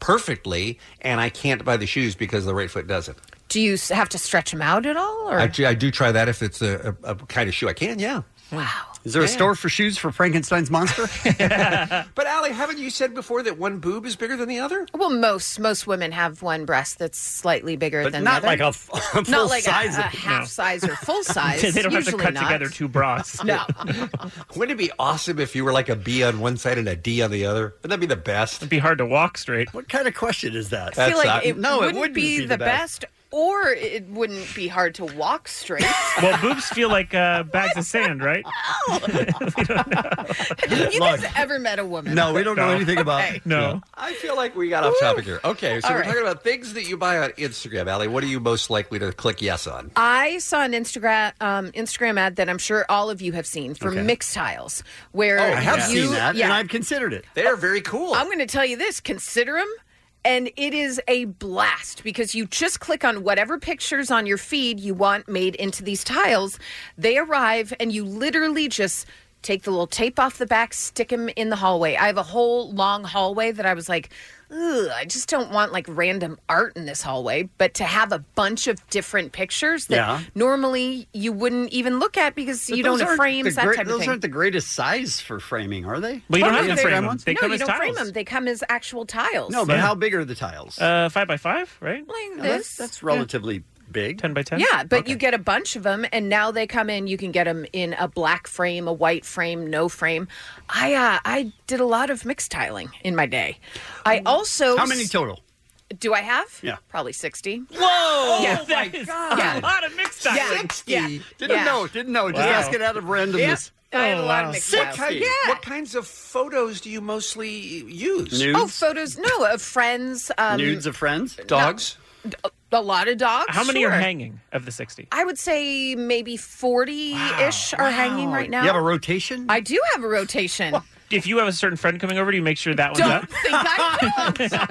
Speaker 6: perfectly, and I can't buy the shoes because the right foot doesn't.
Speaker 10: Do you s- have to stretch them out at all? Or
Speaker 6: I, do- I do try that if it's a, a, a kind of shoe I can. Yeah.
Speaker 10: wow.
Speaker 9: Is there a
Speaker 6: Yeah.
Speaker 9: store for shoes for Frankenstein's
Speaker 6: (laughs)
Speaker 9: monster?
Speaker 6: Uh, But Allie, haven't you said before that one boob is bigger than the other?
Speaker 10: Well, most most women have one breast that's slightly bigger
Speaker 6: But
Speaker 10: than
Speaker 6: not
Speaker 10: the
Speaker 6: like
Speaker 10: other.
Speaker 6: a f- (laughs) a full
Speaker 10: not like a-
Speaker 6: size
Speaker 10: a,
Speaker 6: of-
Speaker 10: half
Speaker 6: No.
Speaker 10: size or
Speaker 6: (laughs)
Speaker 10: full size.
Speaker 5: they don't have to
Speaker 10: Usually
Speaker 5: cut
Speaker 10: not.
Speaker 5: together two bras.
Speaker 10: No.
Speaker 6: Wouldn't it be awesome if you were like a B on one side and a D on the other? Wouldn't that be the best? uh, It'd
Speaker 5: be hard to walk straight.
Speaker 9: What kind of question is that?
Speaker 10: I feel like it wouldn't be, the best. or it wouldn't be hard to
Speaker 9: (laughs)
Speaker 10: walk straight.
Speaker 5: well, boobs feel like uh, bags of sand, right? (laughs)
Speaker 10: Have you guys ever met a woman?
Speaker 6: No.
Speaker 10: Okay.
Speaker 5: No.
Speaker 6: I feel like we (laughs) got off topic here. Okay, so
Speaker 10: All
Speaker 6: we're
Speaker 10: right.
Speaker 6: talking about things that you buy on Instagram, Allie. What are you most likely to click yes on?
Speaker 10: I saw an Instagram um, Instagram ad that I'm sure all of you have seen for
Speaker 6: Okay.
Speaker 10: mixed tiles, where
Speaker 9: Oh, I have
Speaker 10: you-
Speaker 9: seen that,
Speaker 10: yeah.
Speaker 9: and I've considered it.
Speaker 6: They are very cool.
Speaker 10: Oh, I'm going to tell you this consider them. And it is a blast because you just click on whatever pictures on your feed you want made into these tiles. They arrive and you literally just take the little tape off the back, stick them in the hallway. I have a whole long hallway that I was like, Ugh, I just don't want like random art in this hallway, but to have a bunch of different pictures that
Speaker 9: Yeah.
Speaker 10: normally you wouldn't even look at because
Speaker 9: But
Speaker 10: you
Speaker 9: those
Speaker 10: don't have
Speaker 9: aren't
Speaker 10: frames,
Speaker 9: the
Speaker 10: that
Speaker 9: great-
Speaker 10: type of
Speaker 9: Those
Speaker 10: thing.
Speaker 9: aren't the greatest size for framing, are they?
Speaker 5: Well, you don't
Speaker 9: Are
Speaker 5: have to frame 'em.
Speaker 9: ones?
Speaker 5: They
Speaker 10: no,
Speaker 5: come
Speaker 10: you
Speaker 5: as
Speaker 10: don't frame
Speaker 5: tiles.
Speaker 10: them. They come as actual tiles.
Speaker 9: No, but how big are the tiles?
Speaker 5: Uh, five by five, right?
Speaker 10: Like
Speaker 9: Now, That's,
Speaker 10: this.
Speaker 9: that's relatively big.
Speaker 5: Ten by ten.
Speaker 10: Yeah, but you get a bunch of them, and now they come in. You can get them in a black frame, a white frame, no frame. I uh, I did a lot of mixed tiling in my day. I also
Speaker 9: How many total?
Speaker 10: do I have?
Speaker 9: Yeah. Oh
Speaker 10: probably sixty.
Speaker 9: Whoa!
Speaker 10: Yeah.
Speaker 5: that is
Speaker 10: Yeah.
Speaker 5: a lot of mixed tiles.
Speaker 10: Yeah. Yeah.
Speaker 9: Didn't
Speaker 10: Yeah.
Speaker 9: know. Didn't know. Just
Speaker 6: Wow.
Speaker 9: asking out of randomness.
Speaker 10: I
Speaker 5: Oh,
Speaker 10: had a lot of mixed
Speaker 6: What,
Speaker 10: tiles.
Speaker 6: kind,
Speaker 10: Yeah.
Speaker 6: what kinds of photos do you mostly use?
Speaker 10: Oh, photos? No, of friends. Um,
Speaker 9: Nudes of friends?
Speaker 6: Dogs?
Speaker 10: A lot of dogs.
Speaker 5: How many are
Speaker 10: sure.
Speaker 5: hanging of the sixty?
Speaker 10: I would say maybe forty-ish are hanging right now.
Speaker 9: rotation?
Speaker 10: I do have a rotation.
Speaker 5: If you have a certain friend coming over, do you make sure that one's
Speaker 10: Don't
Speaker 5: up?
Speaker 10: (laughs) think I don't.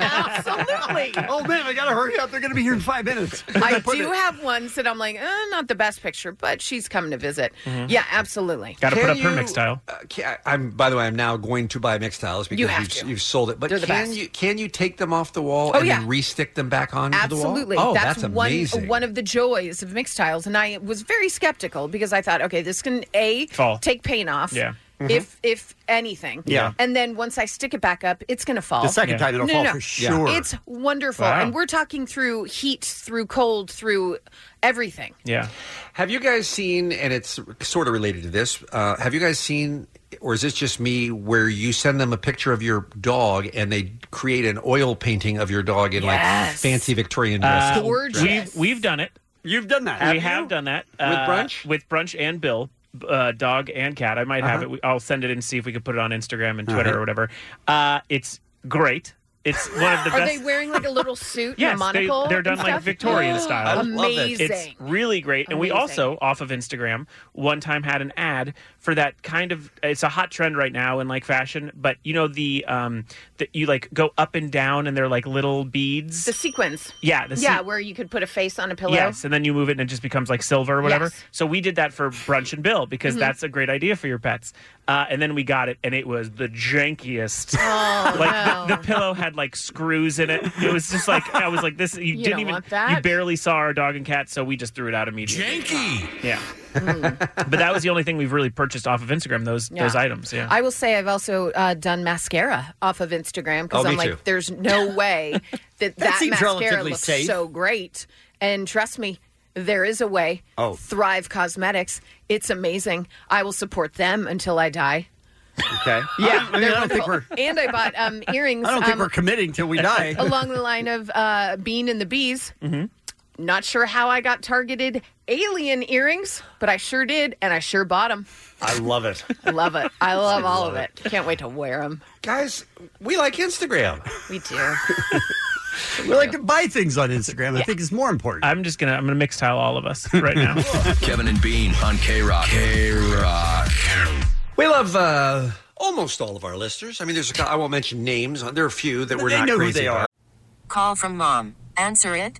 Speaker 10: Absolutely.
Speaker 9: Oh man, I gotta hurry up. They're gonna be here in five minutes.
Speaker 10: I do have ones that I'm like, eh, not the best picture, but she's coming to visit.
Speaker 6: Mhm.
Speaker 10: Yeah, absolutely.
Speaker 6: Gotta put Can up her you-
Speaker 5: Mixed tile.
Speaker 6: Uh, ca- I- I'm. By the way, I'm now going to buy mixed tiles because
Speaker 10: You
Speaker 6: you
Speaker 10: have
Speaker 6: have
Speaker 10: to.
Speaker 6: you've, you've sold it. But
Speaker 10: They're the
Speaker 6: can
Speaker 10: best.
Speaker 6: you can you take them off the wall
Speaker 10: Oh,
Speaker 6: and
Speaker 10: yeah.
Speaker 6: then restick them back on
Speaker 10: Absolutely.
Speaker 6: the wall? Oh,
Speaker 10: that's,
Speaker 6: that's
Speaker 10: one
Speaker 6: amazing.
Speaker 10: one of the joys of mixed tiles. And I was very skeptical because I thought, okay, this can A
Speaker 6: Fall.
Speaker 10: take paint off.
Speaker 6: Yeah. Mm-hmm.
Speaker 10: If if anything.
Speaker 6: Yeah.
Speaker 10: And then once I stick it back up, it's gonna fall.
Speaker 9: The second Yeah. time it'll
Speaker 10: No,
Speaker 9: fall
Speaker 10: no, no.
Speaker 9: for sure.
Speaker 10: It's wonderful.
Speaker 6: Wow.
Speaker 10: And we're talking through heat, through cold, through everything.
Speaker 5: Yeah.
Speaker 6: Have you guys seen? And it's sort of related to this. Uh, have you guys seen? Or is this just me where you send them a picture of your dog and they create an oil painting of your dog in like
Speaker 5: Yes.
Speaker 6: fancy Victorian
Speaker 12: Um,
Speaker 6: dress?
Speaker 5: Uh, We've, we've done it.
Speaker 9: You've done that.
Speaker 5: we have done that uh,
Speaker 6: With brunch?
Speaker 5: with brunch and Bill, uh, dog and cat. I might have
Speaker 6: Uh-huh.
Speaker 9: Uh-huh.
Speaker 5: it. We- I'll send it and see if we can put it on Instagram and
Speaker 6: All
Speaker 5: Twitter
Speaker 6: right.
Speaker 5: or whatever. Uh, it's great. It's one of the
Speaker 10: Are
Speaker 5: best.
Speaker 10: they wearing like a little suit and a
Speaker 5: Yes, they,
Speaker 10: monocle?
Speaker 5: they're done
Speaker 10: and
Speaker 5: like
Speaker 10: stuff? (gasps)
Speaker 5: Victorian style.
Speaker 10: Amazing.
Speaker 5: It's really great. And we
Speaker 10: Amazing.
Speaker 5: also, off of Instagram, one time had an ad for that kind of. It's a hot trend right now in like fashion, but you know the um that you like go up and down, and they're like little beads.
Speaker 10: the sequins.
Speaker 5: yeah, the
Speaker 10: yeah,
Speaker 5: se-
Speaker 10: where you could put a face on a pillow.
Speaker 5: Yes, and then you move it and it just becomes like silver or whatever.
Speaker 10: Yes.
Speaker 5: So we did that for brunch and Bill because
Speaker 10: Mhm.
Speaker 5: that's a great idea for your pets. Uh, and then we got it, and it was the jankiest.
Speaker 10: Oh,
Speaker 5: (laughs) like the, the pillow had like screws in it. It was just like I was like this. You,
Speaker 10: You
Speaker 5: didn't
Speaker 10: don't
Speaker 5: even.
Speaker 10: want that.
Speaker 5: You barely saw our dog and cat, so we just threw it out immediately. Janky. Yeah. but that was the only thing we've really purchased off of Instagram. Those
Speaker 10: Mm. Yeah.
Speaker 5: those items. Yeah.
Speaker 10: I will say I've also uh, done mascara off of Instagram because
Speaker 5: Oh, me
Speaker 10: I'm like,
Speaker 5: too.
Speaker 10: there's
Speaker 5: (laughs)
Speaker 10: no way that that,
Speaker 9: seems
Speaker 10: mascara
Speaker 9: relatively
Speaker 10: looks
Speaker 9: safe.
Speaker 10: so great. And trust me, there is a way.
Speaker 9: Oh.
Speaker 10: Thrive Cosmetics. It's amazing. I will support them until I die.
Speaker 9: Okay.
Speaker 10: Yeah,
Speaker 9: I, mean, I don't think we're.
Speaker 10: and I bought
Speaker 5: (laughs)
Speaker 10: um, earrings.
Speaker 9: I don't think
Speaker 10: um,
Speaker 9: we're committing till we die.
Speaker 10: along the line of uh, Bean and the Bees.
Speaker 5: Mm-hmm.
Speaker 10: Not sure how I got targeted alien earrings, but I sure did, and I sure bought them.
Speaker 6: I love it.
Speaker 10: Love it. (laughs) I love all of it. Can't wait to wear them.
Speaker 6: Guys, we like Instagram.
Speaker 10: We (laughs) do.
Speaker 9: We like to buy things on Instagram. I think it's more important.
Speaker 5: I'm just gonna I'm gonna mix tile all of us right
Speaker 9: (laughs)
Speaker 5: now.
Speaker 12: (laughs) Kevin and Bean on K Rock. K Rock.
Speaker 6: We love uh, almost all of our listeners. I mean, there's a, cou- I won't mention names. There are a few that
Speaker 12: But
Speaker 6: we're
Speaker 12: they
Speaker 6: not
Speaker 12: know who
Speaker 6: crazy
Speaker 12: they
Speaker 6: about.
Speaker 12: are.
Speaker 15: Call from mom. Answer it.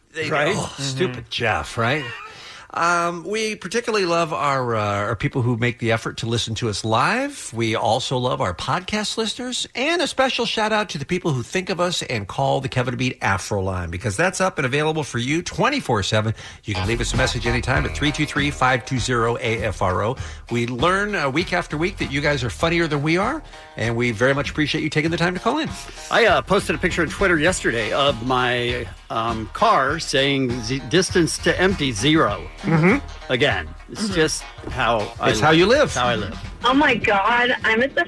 Speaker 6: right? Stupid Jeff, right? Um, we particularly love our uh, our people who make the effort to listen to us live. We also love our podcast listeners, and a special shout out to the people who think of us and call the Kevin to Beat Afro line because that's up and available for you twenty four seven. You can leave us a message anytime at 323-520-AFRO. We learn uh, week after week that you guys are funnier than we are, and we very much appreciate you taking the time to call in.
Speaker 9: I uh, posted a picture on Twitter yesterday of my um, car saying z- distance to empty 0 Mm-hmm. Again, it's just how I
Speaker 6: It's how you live.
Speaker 9: How I live.
Speaker 16: Oh my God, I'm at the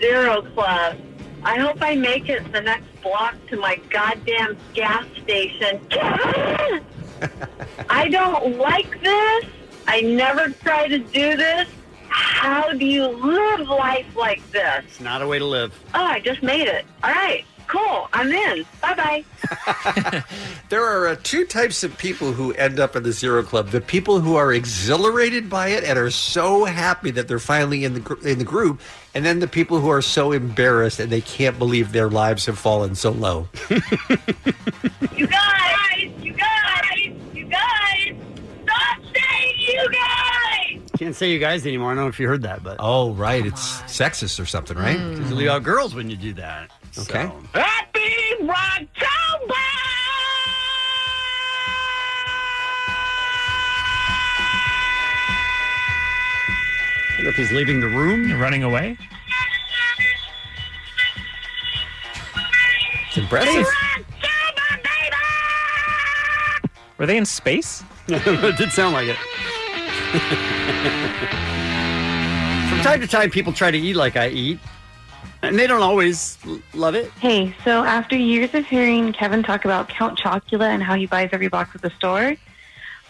Speaker 16: Zero Club. I hope I make it the next block to my goddamn gas station. (laughs) I don't like this. I never try to do this. How do you live life like this?
Speaker 9: It's not a way to live.
Speaker 16: Oh, I just made it. All right, cool. I'm in. Bye bye.
Speaker 6: There are uh, two types of people who end up in the Zero Club: the people who are exhilarated by it and are so happy that they're finally in the gr- in the group, and then the people who are so embarrassed and they can't believe their lives have fallen so low.
Speaker 16: You guys, you guys, you guys, stop saying you guys.
Speaker 9: Can't say you guys anymore. I don't know if you heard that, but
Speaker 6: oh, right, it's sexist or something, right?
Speaker 9: Because you leave out girls when you do that.
Speaker 6: Okay.
Speaker 16: Happy Rocktober!
Speaker 9: I don't know if he's leaving the room. You're
Speaker 5: running away.
Speaker 6: It's impressive.
Speaker 5: Were they in space?
Speaker 9: (laughs) it did sound like it. (laughs) From time to time, people try to eat like I eat, and they don't always l- love it.
Speaker 17: Hey, so after years of hearing Kevin talk about Count Chocula and how he buys every box at the store,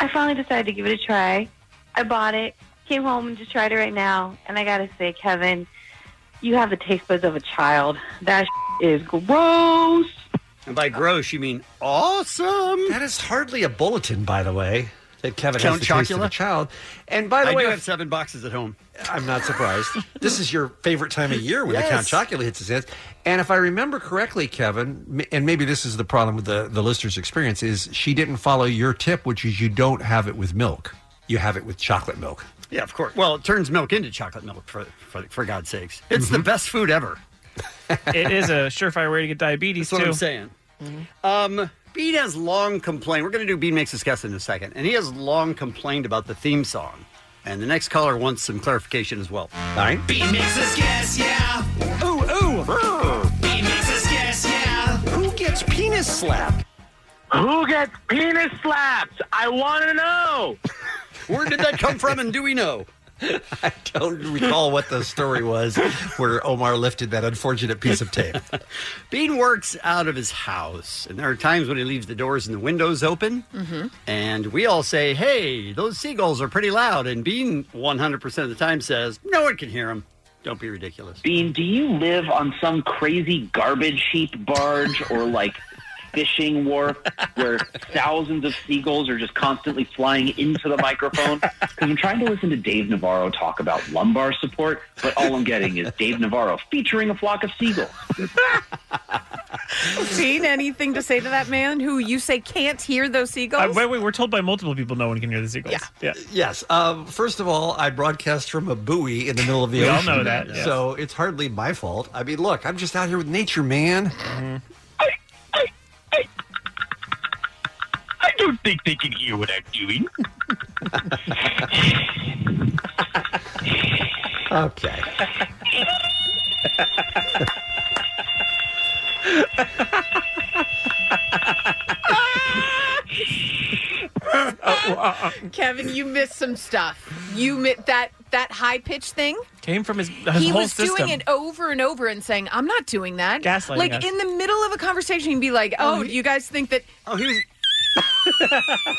Speaker 17: I finally decided to give it a try. I bought it, came home, and just tried it right now. And I gotta say, Kevin, you have the taste buds of a child. That (laughs) is gross.
Speaker 9: And by gross, you mean awesome.
Speaker 6: That is hardly a bulletin, by the way. That Kevin
Speaker 9: Count
Speaker 6: has the taste of
Speaker 9: Chocula?
Speaker 6: a child. And by the
Speaker 9: I
Speaker 6: way,
Speaker 9: do have seven boxes at home.
Speaker 6: I'm not
Speaker 9: (laughs)
Speaker 6: surprised. this is your favorite time of year when
Speaker 9: Yes.
Speaker 6: the Count Chocula hits his hands. And if I remember correctly, Kevin, m- and maybe this is the problem with the, the listener's experience, is she didn't follow your tip, which is you don't have it with milk. You have it with chocolate milk.
Speaker 9: Yeah, of course. Well, it turns milk into chocolate milk for for, for God's sakes. It's
Speaker 6: Mm-hmm.
Speaker 9: the best food ever.
Speaker 5: it is a surefire way to get diabetes.
Speaker 9: That's what
Speaker 5: too.
Speaker 9: I'm saying. Um, Bean has long complained. We're going to do Bean makes his guess in a second, and he has long complained about the theme song. And the next caller wants some clarification as well. All right.
Speaker 18: Bean makes us guess, yeah. Ooh, ooh. Bean makes us guess, yeah. Who gets penis
Speaker 19: penis slap?
Speaker 18: Who gets penis slapped? I want to (laughs) know.
Speaker 9: Where did that come from, and do we know?
Speaker 6: I don't recall what the story was (laughs) where Omar lifted that unfortunate piece of tape.
Speaker 9: (laughs) Bean works out of his house, and there are times when he leaves the doors and the windows open.
Speaker 10: Mm-hmm.
Speaker 9: And we all say, hey, those seagulls are pretty loud. And Bean, 100% of the time, says, no one can hear them. Don't be ridiculous.
Speaker 18: Bean, do you live on some crazy garbage heap barge or like fishing wharf where thousands of seagulls are just constantly flying into the microphone? Because I'm trying to listen to Dave Navarro talk about lumbar support, but all I'm getting is Dave Navarro featuring a flock of seagulls.
Speaker 10: Dean, anything to say to that man who you say can't hear those
Speaker 5: Uh,
Speaker 10: seagulls?
Speaker 5: wait, wait, we're told by multiple people no one can hear the seagulls. Yeah.
Speaker 6: Yes. Um, first of all, I broadcast from a buoy in the middle of the
Speaker 5: We all
Speaker 6: ocean.
Speaker 5: know that, yes.
Speaker 6: So it's hardly my fault. I mean, look, I'm just out here with nature, man.
Speaker 18: Mm-hmm. I don't think they can hear what I'm (laughs) doing. (laughs)
Speaker 6: Okay.
Speaker 10: (laughs) Kevin, you missed some stuff. You mi- that that high pitched thing.
Speaker 5: Came from his, his
Speaker 10: he
Speaker 5: whole
Speaker 10: was
Speaker 5: system.
Speaker 10: doing it over and over and saying, "I'm not doing that."
Speaker 5: Gaslighting
Speaker 10: Like
Speaker 5: us.
Speaker 10: in the middle of a conversation, he'd be like, "Oh, you guys think that?"
Speaker 9: Oh, he was.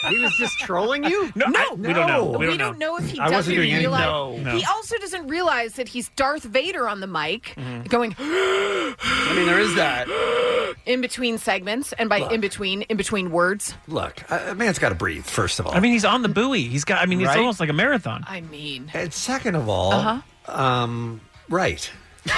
Speaker 9: he was just trolling you.
Speaker 5: No,
Speaker 10: no,
Speaker 9: we don't know. We don't
Speaker 10: know. if he
Speaker 9: I
Speaker 10: doesn't
Speaker 9: wasn't doing any-
Speaker 10: realize.
Speaker 9: No. No.
Speaker 10: He also doesn't realize that he's Darth Vader on the mic, going (gasps)
Speaker 9: I mean, there is that.
Speaker 10: in between segments, and by in between, in between words.
Speaker 6: Look, a a man's got to breathe, first of all.
Speaker 5: I mean, he's on the buoy. He's got. I mean, it's
Speaker 6: Right?
Speaker 5: almost like a marathon.
Speaker 10: I mean, uh-huh.
Speaker 6: and second of all, um, right.
Speaker 9: (laughs)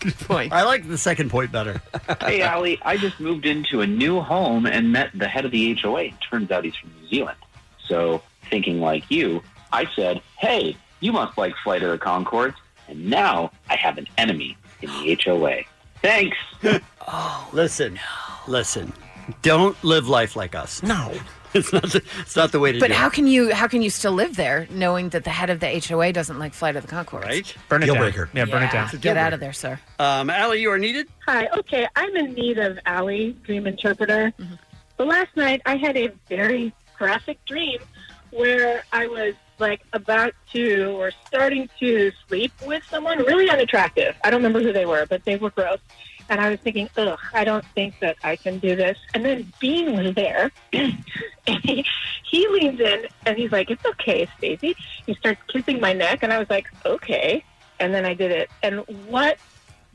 Speaker 18: Good point.
Speaker 9: I like the second point
Speaker 10: (laughs)
Speaker 9: better.
Speaker 18: hey, Ali, I just moved into a new home and met the head of the HOA. Turns out he's from New Zealand. So, thinking like you, I said, hey, you must like Flight of the Concords. And now I have an enemy in the HOA. Thanks.
Speaker 10: Oh,
Speaker 9: Listen, listen. Don't live life like us.
Speaker 6: No,
Speaker 9: (laughs) it's not. The, it's not the way to
Speaker 10: But
Speaker 9: do
Speaker 10: how
Speaker 9: it.
Speaker 10: can you how can you still live there knowing that the head of the HOA doesn't like Flight of the Concords?
Speaker 9: Right?
Speaker 5: Burn it
Speaker 9: Deal
Speaker 5: down.
Speaker 9: breaker.
Speaker 5: Yeah, burn it
Speaker 10: Yeah,
Speaker 5: down.
Speaker 10: Get out of there, sir.
Speaker 9: Um, Allie, you are needed.
Speaker 16: Hi. Okay, I'm in need of Allie, dream interpreter. But last night I had a very graphic dream where I was like about to or starting to sleep with someone really unattractive. I don't remember who they were, but they were gross. And I was thinking, ugh, I don't think that I can do this. And then Bean was there. (clears throat) and he, he leans in and he's like, it's okay, Stacey. He starts kissing my neck. And I was like, okay. And then I did it. And what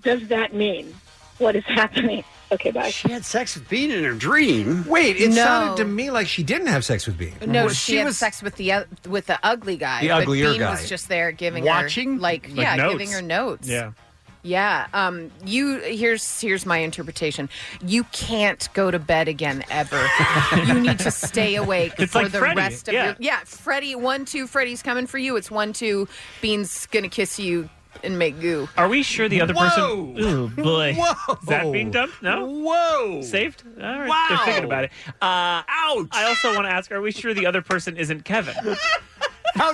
Speaker 16: does that mean? What is happening? Okay, bye.
Speaker 9: She had sex with Bean in her dream.
Speaker 6: Wait, it
Speaker 10: No.
Speaker 6: sounded to me like she didn't have sex with Bean.
Speaker 10: No,
Speaker 6: Mm-hmm. Well,
Speaker 10: she, had sex with the uh, with the ugly guy.
Speaker 6: The
Speaker 10: but
Speaker 6: uglier
Speaker 10: Bean
Speaker 6: guy.
Speaker 10: was just there giving
Speaker 6: Watching?
Speaker 10: her like,
Speaker 6: Like
Speaker 10: yeah,
Speaker 6: notes.
Speaker 10: giving her notes. Yeah. Um, you here's here's my interpretation. You can't go to bed again
Speaker 5: (laughs)
Speaker 10: ever. you need to stay awake
Speaker 5: It's
Speaker 10: for
Speaker 5: like
Speaker 10: the
Speaker 5: Freddy,
Speaker 10: rest of
Speaker 5: yeah.
Speaker 10: your Yeah, Freddy one two Freddy's coming for you. It's one two Bean's gonna kiss you and make goo.
Speaker 5: Are we sure the other
Speaker 10: Whoa!
Speaker 5: person? Oh boy!
Speaker 10: Whoa!
Speaker 5: Is that being dumped? No.
Speaker 9: Whoa!
Speaker 5: Saved? All right.
Speaker 10: Wow!
Speaker 5: They're thinking about it. Uh, Ouch! I also want to ask: Are we sure the other person isn't Kevin?
Speaker 9: (laughs) How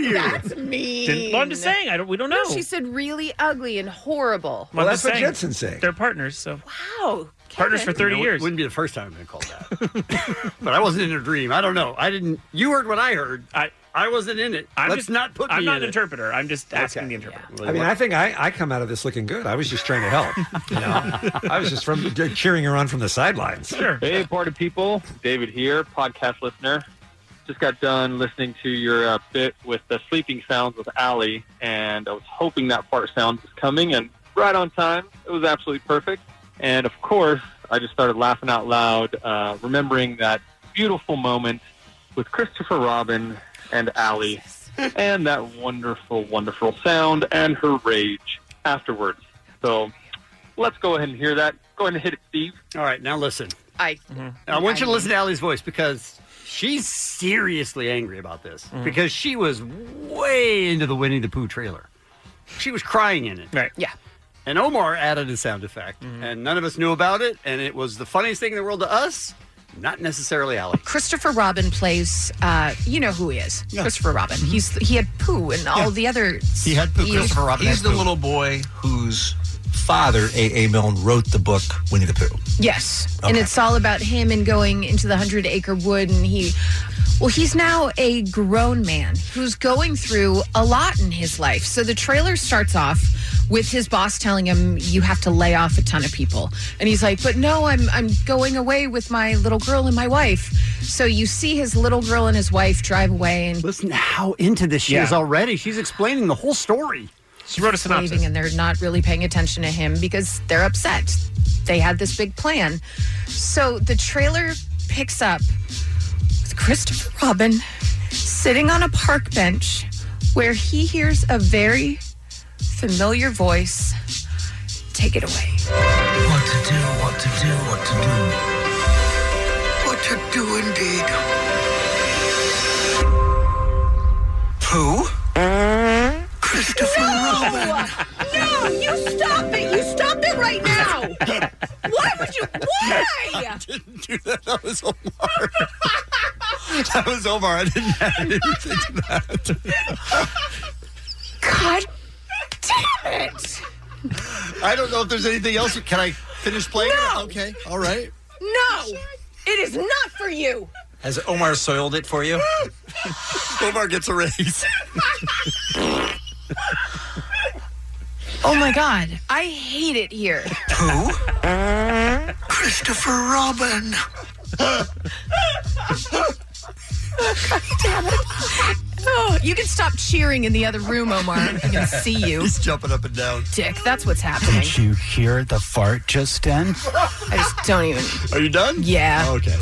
Speaker 5: (laughs)
Speaker 9: you?
Speaker 10: That's mean.
Speaker 5: Didn't- well, I'm just saying. I don't. We don't know.
Speaker 10: No, she said really ugly and horrible.
Speaker 5: Well, that's what Jensen said. They're partners, so
Speaker 10: Wow.
Speaker 5: partners for
Speaker 10: Kevin.
Speaker 5: thirty
Speaker 9: You know, it
Speaker 5: years.
Speaker 9: Wouldn't be the first time I've been called that. (laughs) but I wasn't in a dream. I don't know. I didn't. You heard what I heard.
Speaker 5: I
Speaker 9: I wasn't in it.
Speaker 5: I'm
Speaker 9: Let's
Speaker 5: just
Speaker 9: not put.
Speaker 5: I'm
Speaker 9: me
Speaker 5: not
Speaker 9: in
Speaker 5: an
Speaker 9: it.
Speaker 5: interpreter. I'm just asking the interpreter.
Speaker 6: I mean, I think I, I come out of this looking good. I was just trying to help. You know, I was just from cheering her on from the sidelines.
Speaker 13: Hey, party people. David here, podcast listener. Just got done listening to your uh, bit with the sleeping sounds with Allie, and I was hoping that fart sound was coming, and right on time. It was absolutely perfect. And of course, I just started laughing out loud, uh, remembering that beautiful moment with Christopher Robin and Allie, and that wonderful, wonderful sound and her rage afterwards. So let's go ahead and hear that. Go ahead and hit it, Steve.
Speaker 9: All right, now listen.
Speaker 10: I.
Speaker 5: Mm-hmm.
Speaker 9: I want you to listen to Allie's voice because she's seriously angry about this because she was way into the Winnie the Pooh trailer. She was crying in it.
Speaker 5: Right.
Speaker 10: Yeah.
Speaker 9: And Omar added a sound effect, and none of us knew about it, and it was the funniest thing in the world to us, not necessarily Allie.
Speaker 10: Christopher Robin plays, uh, you know who he is. Christopher Robin. He's he had Pooh and all the other.
Speaker 6: He had
Speaker 10: eels.
Speaker 6: He's the little boy whose father, A.A. Milne, wrote the book Winnie the Pooh.
Speaker 10: Yes. And it's all about him and going into the 100 acre wood. And he, well, he's now a grown man who's going through a lot in his life. So the trailer starts off with his boss telling him, You have to lay off a ton of people. And he's like, But no, I'm, I'm going away with my little girl and my wife. So you see his little girl and his wife drive away. And
Speaker 9: Listen to how into this she
Speaker 10: Yeah.
Speaker 9: is already. She's explaining the whole story. (laughs)
Speaker 5: She wrote a
Speaker 10: leaving and they're not really paying attention to him because they're upset. They had this big plan. So the trailer picks up with Christopher Robin sitting on a park bench where he hears a very familiar voice. Take it away.
Speaker 20: What to do, what to do, what to do. What to do indeed. Pooh? Christopher Robin.
Speaker 10: No, you stop it. You stop it right now. Why
Speaker 9: (laughs)
Speaker 10: would you? Why?
Speaker 6: Dude, that, that was Omar. that was Omar. I didn't have anything to that.
Speaker 10: God damn it.
Speaker 6: I don't know if there's anything else. Can I finish playing? it? Okay. All right.
Speaker 10: No, it is not for you.
Speaker 6: Has Omar soiled it for you? (laughs) Omar gets a raise.
Speaker 10: Oh my God. I hate it here.
Speaker 20: Who? Christopher Robin.
Speaker 10: Damn it. Oh, you can stop cheering in the other room, Omar. I can see
Speaker 9: (laughs)
Speaker 10: you.
Speaker 6: He's jumping up and down.
Speaker 10: Dick, that's what's happening.
Speaker 14: Did you hear the fart just then?
Speaker 10: I just don't even.
Speaker 6: Are you done?
Speaker 10: Yeah.
Speaker 6: Okay.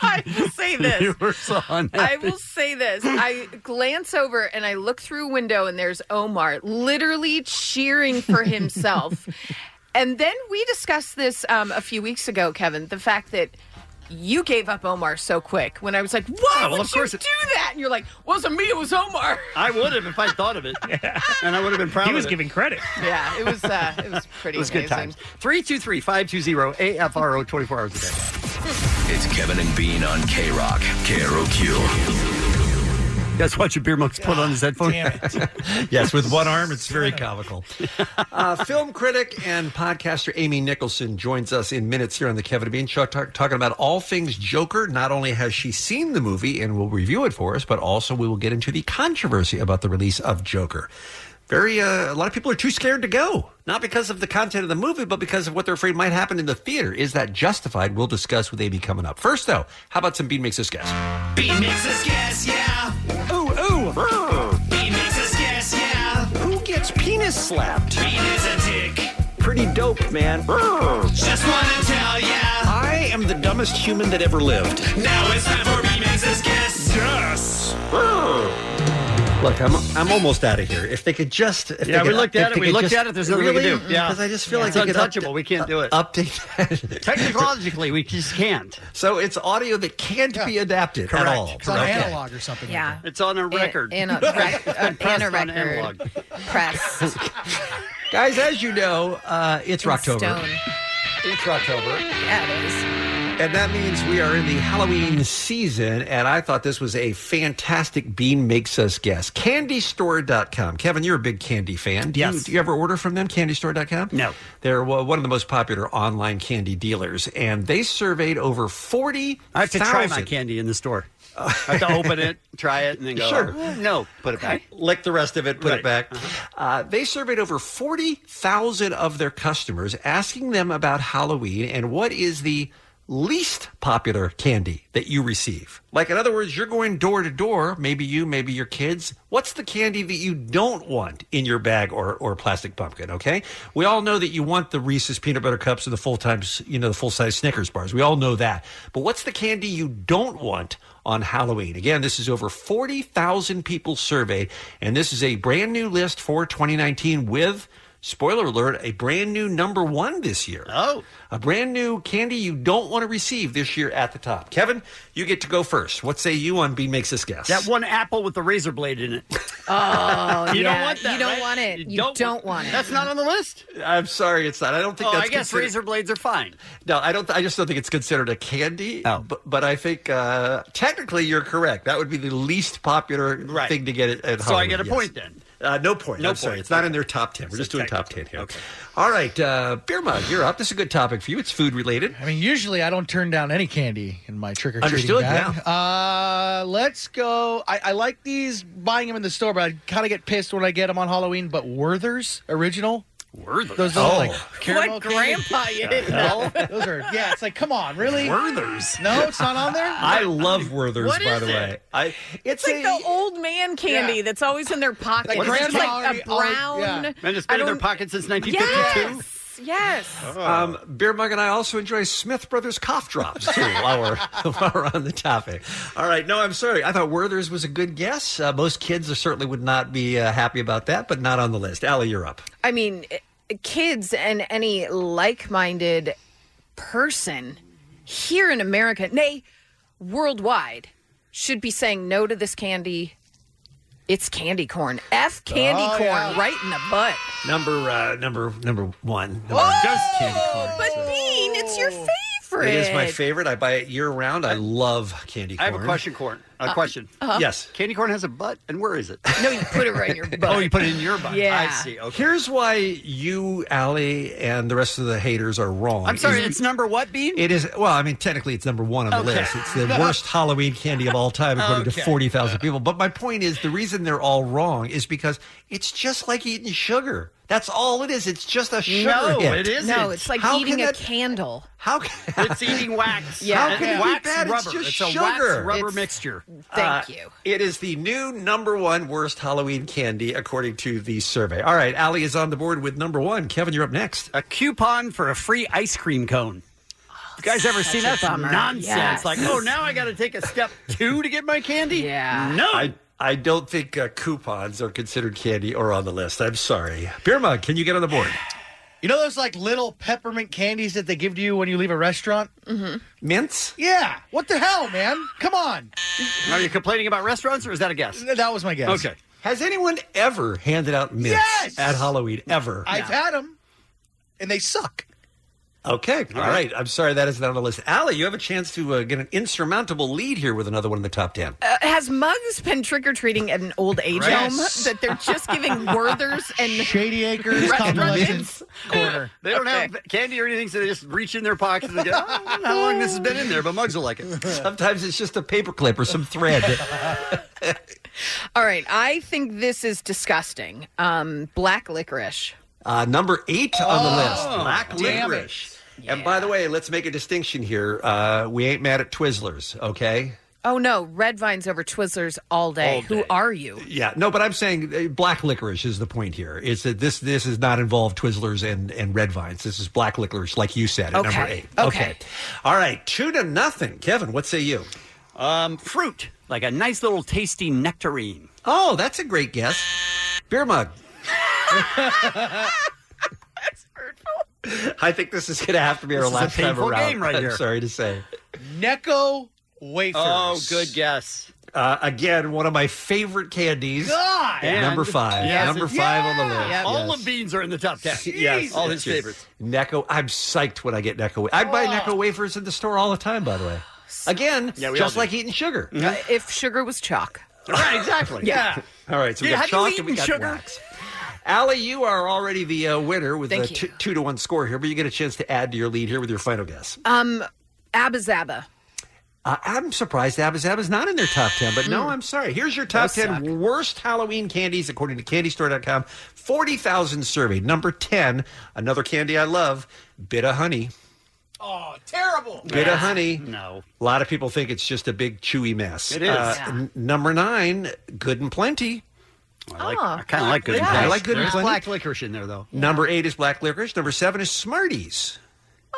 Speaker 10: I will say
Speaker 2: (laughs)
Speaker 10: this.
Speaker 9: Oh, were so on
Speaker 10: I will say this. I glance over and I look through a window, and there's Omar literally cheering
Speaker 9: (laughs)
Speaker 10: for himself. and then we discussed this um, a few weeks ago, Kevin. The fact that you gave up Omar so quick when I was like, "Why
Speaker 9: Oh, well,
Speaker 10: would
Speaker 9: of course
Speaker 10: you
Speaker 9: it-
Speaker 10: do that?" And you're like, "Wasn't me. It was Omar."
Speaker 9: I would have if I thought of it, and I would have been proud.
Speaker 5: He
Speaker 9: of
Speaker 5: was
Speaker 9: it.
Speaker 5: giving credit.
Speaker 10: Yeah, it was. Uh, it was pretty
Speaker 9: It was
Speaker 10: amazing.
Speaker 9: good times. 323 520 AFRO 24 hours a day.
Speaker 12: It's Kevin and Bean on K Rock, K R O Q.
Speaker 9: That's what your beer monks put on his headphone. (laughs)
Speaker 6: yes, with one arm, it's very comical. uh, film critic and podcaster Amy Nicholson joins us in minutes here on the Kevin and Bean Show, talk, talking about all things Joker. Not only has she seen the movie and will review it for us, but also we will get into the controversy about the release of Joker. Very, uh, a lot of people are too scared to go, not because of the content of the movie, but because of what they're afraid might happen in the theater. Is that justified? We'll discuss with Amy coming up. First, though, how about some Bean Makes Us Guess?
Speaker 20: Bean makes us guess, yeah. Ooh, ooh. Bean makes us guess, yeah. Who gets penis slapped? Bean is a dick.
Speaker 21: Pretty dope, man.
Speaker 20: Just wanna tell ya.
Speaker 21: I am the dumbest human that ever lived.
Speaker 20: Now it's time for Bean makes us guess. Yes.
Speaker 10: Oh,
Speaker 9: (laughs)
Speaker 6: Look, I'm I'm almost out of here. If they could just, if
Speaker 9: Yeah,
Speaker 6: they
Speaker 9: we
Speaker 6: could-
Speaker 9: looked
Speaker 6: if
Speaker 9: at it.
Speaker 6: they
Speaker 9: We
Speaker 6: could
Speaker 9: looked
Speaker 6: just-
Speaker 9: at it. There's nothing we
Speaker 6: Really?
Speaker 9: can do. Yeah,
Speaker 6: because I just feel
Speaker 9: Yeah.
Speaker 6: like
Speaker 9: it's
Speaker 6: they could
Speaker 9: untouchable. we can't do it.
Speaker 6: update that.
Speaker 9: Technologically, we just can't.
Speaker 6: So it's audio that can't be adapted
Speaker 9: Correct.
Speaker 6: at all.
Speaker 9: It's on
Speaker 6: Okay.
Speaker 9: analog
Speaker 10: or something. Yeah.
Speaker 9: It's on a record.
Speaker 10: In, a,
Speaker 9: (laughs)
Speaker 10: rec- uh, in a
Speaker 9: on analog.
Speaker 10: record. Press.
Speaker 6: (laughs) Guys, as you know, uh, it's
Speaker 10: In
Speaker 6: Rocktober.
Speaker 10: stone.
Speaker 6: It's Rocktober.
Speaker 10: Yeah, it is.
Speaker 6: And that means we are in the Halloween season, and I thought this was a fantastic Bean Makes Us Guess. CandyStore.com. Kevin, you're a big candy fan. Do You,
Speaker 9: Yes.
Speaker 6: do you ever order from them, CandyStore.com? No. They're well, one of the most popular online candy dealers, and they surveyed over 40,000.
Speaker 9: I have to try my candy in the store. I have to open it, try it, and then go.
Speaker 6: Sure.
Speaker 9: "Oh, No, put it back.
Speaker 6: Lick the rest of it, put
Speaker 9: Right.
Speaker 6: it back. Uh, they surveyed over 40,000 of their customers, asking them about Halloween and what is the least popular candy that you receive. Like, in other words, you're going door to door, maybe you, maybe your kids. What's the candy that you don't want in your bag or, or plastic pumpkin, okay? We all know that you want the Reese's peanut butter cups or the full times, you know, the full size Snickers bars. We all know that. But what's the candy you don't want on Halloween. Again, this is over 40,000 people surveyed, and this is a brand new list for 2019 with, spoiler alert, a brand new number one this year. Oh. A brand new candy you don't want to receive this year at the top. Kevin, you get to go first. What say you on Bean Makes This Guess?
Speaker 9: That one apple with the razor blade in it.
Speaker 10: (laughs) Oh,
Speaker 9: You don't
Speaker 10: yeah.
Speaker 9: want that,
Speaker 10: You don't
Speaker 9: right?
Speaker 10: want it. You, don't, want it.
Speaker 9: That's not on the list.
Speaker 6: I'm sorry, it's not. I don't think
Speaker 9: oh,
Speaker 6: that's
Speaker 9: I guess
Speaker 6: considered-
Speaker 9: razor blades are fine.
Speaker 6: No, I don't. I just don't think it's considered a candy. But, but I think uh, technically you're correct. That would be the least popular
Speaker 9: Right.
Speaker 6: thing to get at, at
Speaker 9: so I
Speaker 6: Halloween,
Speaker 9: get a
Speaker 6: yes.
Speaker 9: point then.
Speaker 6: Uh, no point.
Speaker 9: No
Speaker 6: I'm sorry.
Speaker 9: point.
Speaker 6: It's not in their top 10. We're just doing top 10 here. Okay. All right. Uh, Beer Mug, you're up. This is a good topic for you. It's food related.
Speaker 2: I mean, usually I don't turn down any candy in my trick or treating
Speaker 6: Understood,
Speaker 2: bag. Uh, let's go. I, I like these buying them in the store, but I kind of get pissed when I get them on Halloween. But Werther's original.
Speaker 6: Werther's.
Speaker 2: Those are
Speaker 20: Oh.
Speaker 2: like caramel
Speaker 20: What
Speaker 2: candy.
Speaker 20: grandpa you didn't know.
Speaker 2: Those are yeah. It's like come on, really?
Speaker 6: Werther's.
Speaker 2: No, it's not on there.
Speaker 6: I love Werther's,
Speaker 2: What
Speaker 6: by
Speaker 2: is
Speaker 6: the
Speaker 2: it?
Speaker 6: way. I,
Speaker 10: It's like the old man candy
Speaker 9: Yeah.
Speaker 10: that's always in their pocket.
Speaker 9: Like
Speaker 10: It's just like a
Speaker 9: grandpa
Speaker 10: brown.
Speaker 9: And it's
Speaker 10: I
Speaker 9: been in their
Speaker 10: don't-
Speaker 9: pocket since 1952.
Speaker 10: Yes. Yes.
Speaker 6: Um, Beer Mug and I also enjoy Smith Brothers cough drops (laughs) too while we're, while we're on the topic. All right. No, I'm sorry. I thought Werther's was a good guess. Uh, most kids are- certainly would not be uh, happy about that, but not on the list. Allie, you're up.
Speaker 10: I mean, i- kids and any like minded person here in America, nay, worldwide, should be saying no to this candy. It's candy corn. F candy
Speaker 6: Oh,
Speaker 10: corn
Speaker 6: yeah.
Speaker 10: right in the butt.
Speaker 6: Number uh, number number one. Number candy corn.
Speaker 10: But Bean, it's your favorite.
Speaker 6: It is my favorite. I buy it year round. I love candy
Speaker 9: I
Speaker 6: corn.
Speaker 9: have a question, Corn. A
Speaker 6: Uh,
Speaker 9: question.
Speaker 6: uh-huh. Yes.
Speaker 9: Candy corn has a butt, and where is it?
Speaker 10: (laughs) No, you put it right in your
Speaker 9: (laughs)
Speaker 10: butt.
Speaker 9: Oh, you put it in your butt.
Speaker 10: Yeah.
Speaker 9: I see. Okay.
Speaker 6: Here's why you, Allie, and the rest of the haters are wrong.
Speaker 9: I'm sorry,
Speaker 6: Is-
Speaker 9: it's number what, Bean?
Speaker 6: It is well. I mean, technically, it's number one on the
Speaker 9: Okay.
Speaker 6: list. It's the
Speaker 9: (laughs)
Speaker 6: worst Halloween candy of all time, according
Speaker 9: Okay.
Speaker 6: to forty thousand people. But my point is, the reason they're all wrong is because it's just like eating sugar. That's all it is. It's just a sugar.
Speaker 10: no,
Speaker 6: hit.
Speaker 10: it isn't. No, it's like
Speaker 6: How
Speaker 10: eating
Speaker 6: can
Speaker 10: a
Speaker 6: that-
Speaker 10: candle.
Speaker 6: How (laughs)
Speaker 10: (laughs)
Speaker 9: It's eating wax.
Speaker 10: Yeah.
Speaker 9: How
Speaker 10: How
Speaker 9: can
Speaker 10: can
Speaker 9: yeah.
Speaker 10: it be
Speaker 9: wax
Speaker 10: bad? It's
Speaker 9: rubber?
Speaker 10: just
Speaker 9: a wax
Speaker 6: sugar.
Speaker 9: rubber
Speaker 6: It's-
Speaker 9: mixture.
Speaker 6: Uh, It is the new number one worst Halloween candy according to the survey. All right, Allie is on the board with number one. Kevin, you're up next.
Speaker 9: A coupon for a free ice cream cone. You guys ever (laughs) seen that?
Speaker 6: bummer.
Speaker 9: Nonsense.
Speaker 6: Yes.
Speaker 9: Like, oh, now I got to take a step two to get my candy?
Speaker 10: Yeah.
Speaker 9: No.
Speaker 6: I, I don't think uh, coupons are considered candy or on the list. I'm sorry. Beer mug, can you get on the board?
Speaker 2: You know those like little peppermint candies that they give to you when you leave a restaurant? Mm-hmm.
Speaker 6: Mints?
Speaker 2: Yeah. What the hell, man? Come on.
Speaker 9: Are you complaining about restaurants, or is that a guess?
Speaker 2: That was my guess.
Speaker 9: Okay.
Speaker 6: Has anyone ever handed out mints
Speaker 9: (laughs)
Speaker 2: Yes!
Speaker 6: at Halloween? Ever?
Speaker 2: I've had them, and they suck.
Speaker 6: Okay. All right. I'm sorry that is not on the list. Allie, you have a chance to uh, get an insurmountable lead here with another one in the top 10.
Speaker 10: Uh, has Muggs been trick or treating at an old age
Speaker 6: Right.
Speaker 10: home Um, that they're just
Speaker 6: (laughs)
Speaker 2: (laughs)
Speaker 10: giving Werthers and
Speaker 2: Shady Acres,
Speaker 10: Right.
Speaker 2: Convalescent Corner.
Speaker 9: They don't have candy or anything, so they just reach in their pockets and go, "Oh, I don't know how long this has been in there, but Mugs will like it.
Speaker 6: (laughs) Sometimes it's just a paperclip or some thread. (laughs)
Speaker 10: All right, I think this is disgusting. Um, black licorice.
Speaker 6: Uh, number eight on the
Speaker 10: Oh,
Speaker 6: list, black
Speaker 10: damn
Speaker 6: licorice. And by the way, let's make a distinction here. Uh, we ain't mad at Twizzlers, okay?
Speaker 10: Oh no, red vines over Twizzlers all day.
Speaker 6: All
Speaker 10: Who are you?
Speaker 6: Yeah, no, but I'm saying uh, black licorice is the point here. Is that this this is not involved Twizzlers and and red vines. This is black licorice, like you said, at
Speaker 9: Okay,
Speaker 6: number eight.
Speaker 9: okay.
Speaker 6: all right, two to nothing. Kevin, what say you?
Speaker 9: Um, fruit, like a nice little tasty nectarine.
Speaker 6: Oh, that's a great guess.
Speaker 9: (laughs)
Speaker 6: Beer mug. (laughs) I think this is going to have to be our
Speaker 9: This is a
Speaker 6: last time
Speaker 9: painful
Speaker 6: around.
Speaker 9: game right
Speaker 6: I'm
Speaker 9: here.
Speaker 6: sorry to say.
Speaker 2: Necco wafers.
Speaker 9: Oh, good guess.
Speaker 6: Uh, again, one of my favorite candies.
Speaker 9: God!
Speaker 6: And number five.
Speaker 9: Yes,
Speaker 6: number
Speaker 9: it's-
Speaker 6: five on the list.
Speaker 9: Yeah, All
Speaker 6: Yes.
Speaker 9: the beans are in the top ten.
Speaker 6: Yes,
Speaker 9: all his
Speaker 6: yes.
Speaker 9: favorites.
Speaker 6: Necco. I'm psyched when I get Necco. I
Speaker 10: Oh.
Speaker 6: buy Necco wafers in the store all the time. By the way, again,
Speaker 9: Yeah, we all
Speaker 6: just
Speaker 9: do.
Speaker 6: like eating sugar.
Speaker 10: Uh, if sugar was chalk.
Speaker 9: Right, exactly.
Speaker 10: Yeah.
Speaker 6: (laughs) All right. So we
Speaker 10: Yeah,
Speaker 6: got
Speaker 10: have you
Speaker 6: chalk and we
Speaker 10: eaten
Speaker 6: got
Speaker 10: sugar?
Speaker 6: wax. Allie, you are already the uh, winner with a
Speaker 10: Thank
Speaker 6: two, two to one score here, but you get a chance to add to your lead here with your final guess.
Speaker 10: Um, abazaba.
Speaker 6: Uh, I'm surprised Abba Zabba's not in their top 10, but
Speaker 9: Hmm.
Speaker 6: no,
Speaker 10: Mm.
Speaker 6: I'm sorry. Here's your top
Speaker 10: Those
Speaker 6: 10
Speaker 10: suck.
Speaker 6: worst Halloween candies according to candystore.com. 40,000 surveyed. Number 10, another candy I love, bit of honey.
Speaker 2: Oh, terrible.
Speaker 6: Bit of honey.
Speaker 9: No.
Speaker 6: A lot of people think it's just a big chewy mess. Uh,
Speaker 9: It is. Yeah.
Speaker 6: n- number nine, good and plenty.
Speaker 9: I like, I kind of like good.
Speaker 6: Yeah,
Speaker 9: and
Speaker 6: I
Speaker 9: plenty.
Speaker 6: like good and
Speaker 9: Oh, There's
Speaker 6: plenty.
Speaker 9: black licorice in there though.
Speaker 6: Number eight is black licorice. Number seven is Smarties.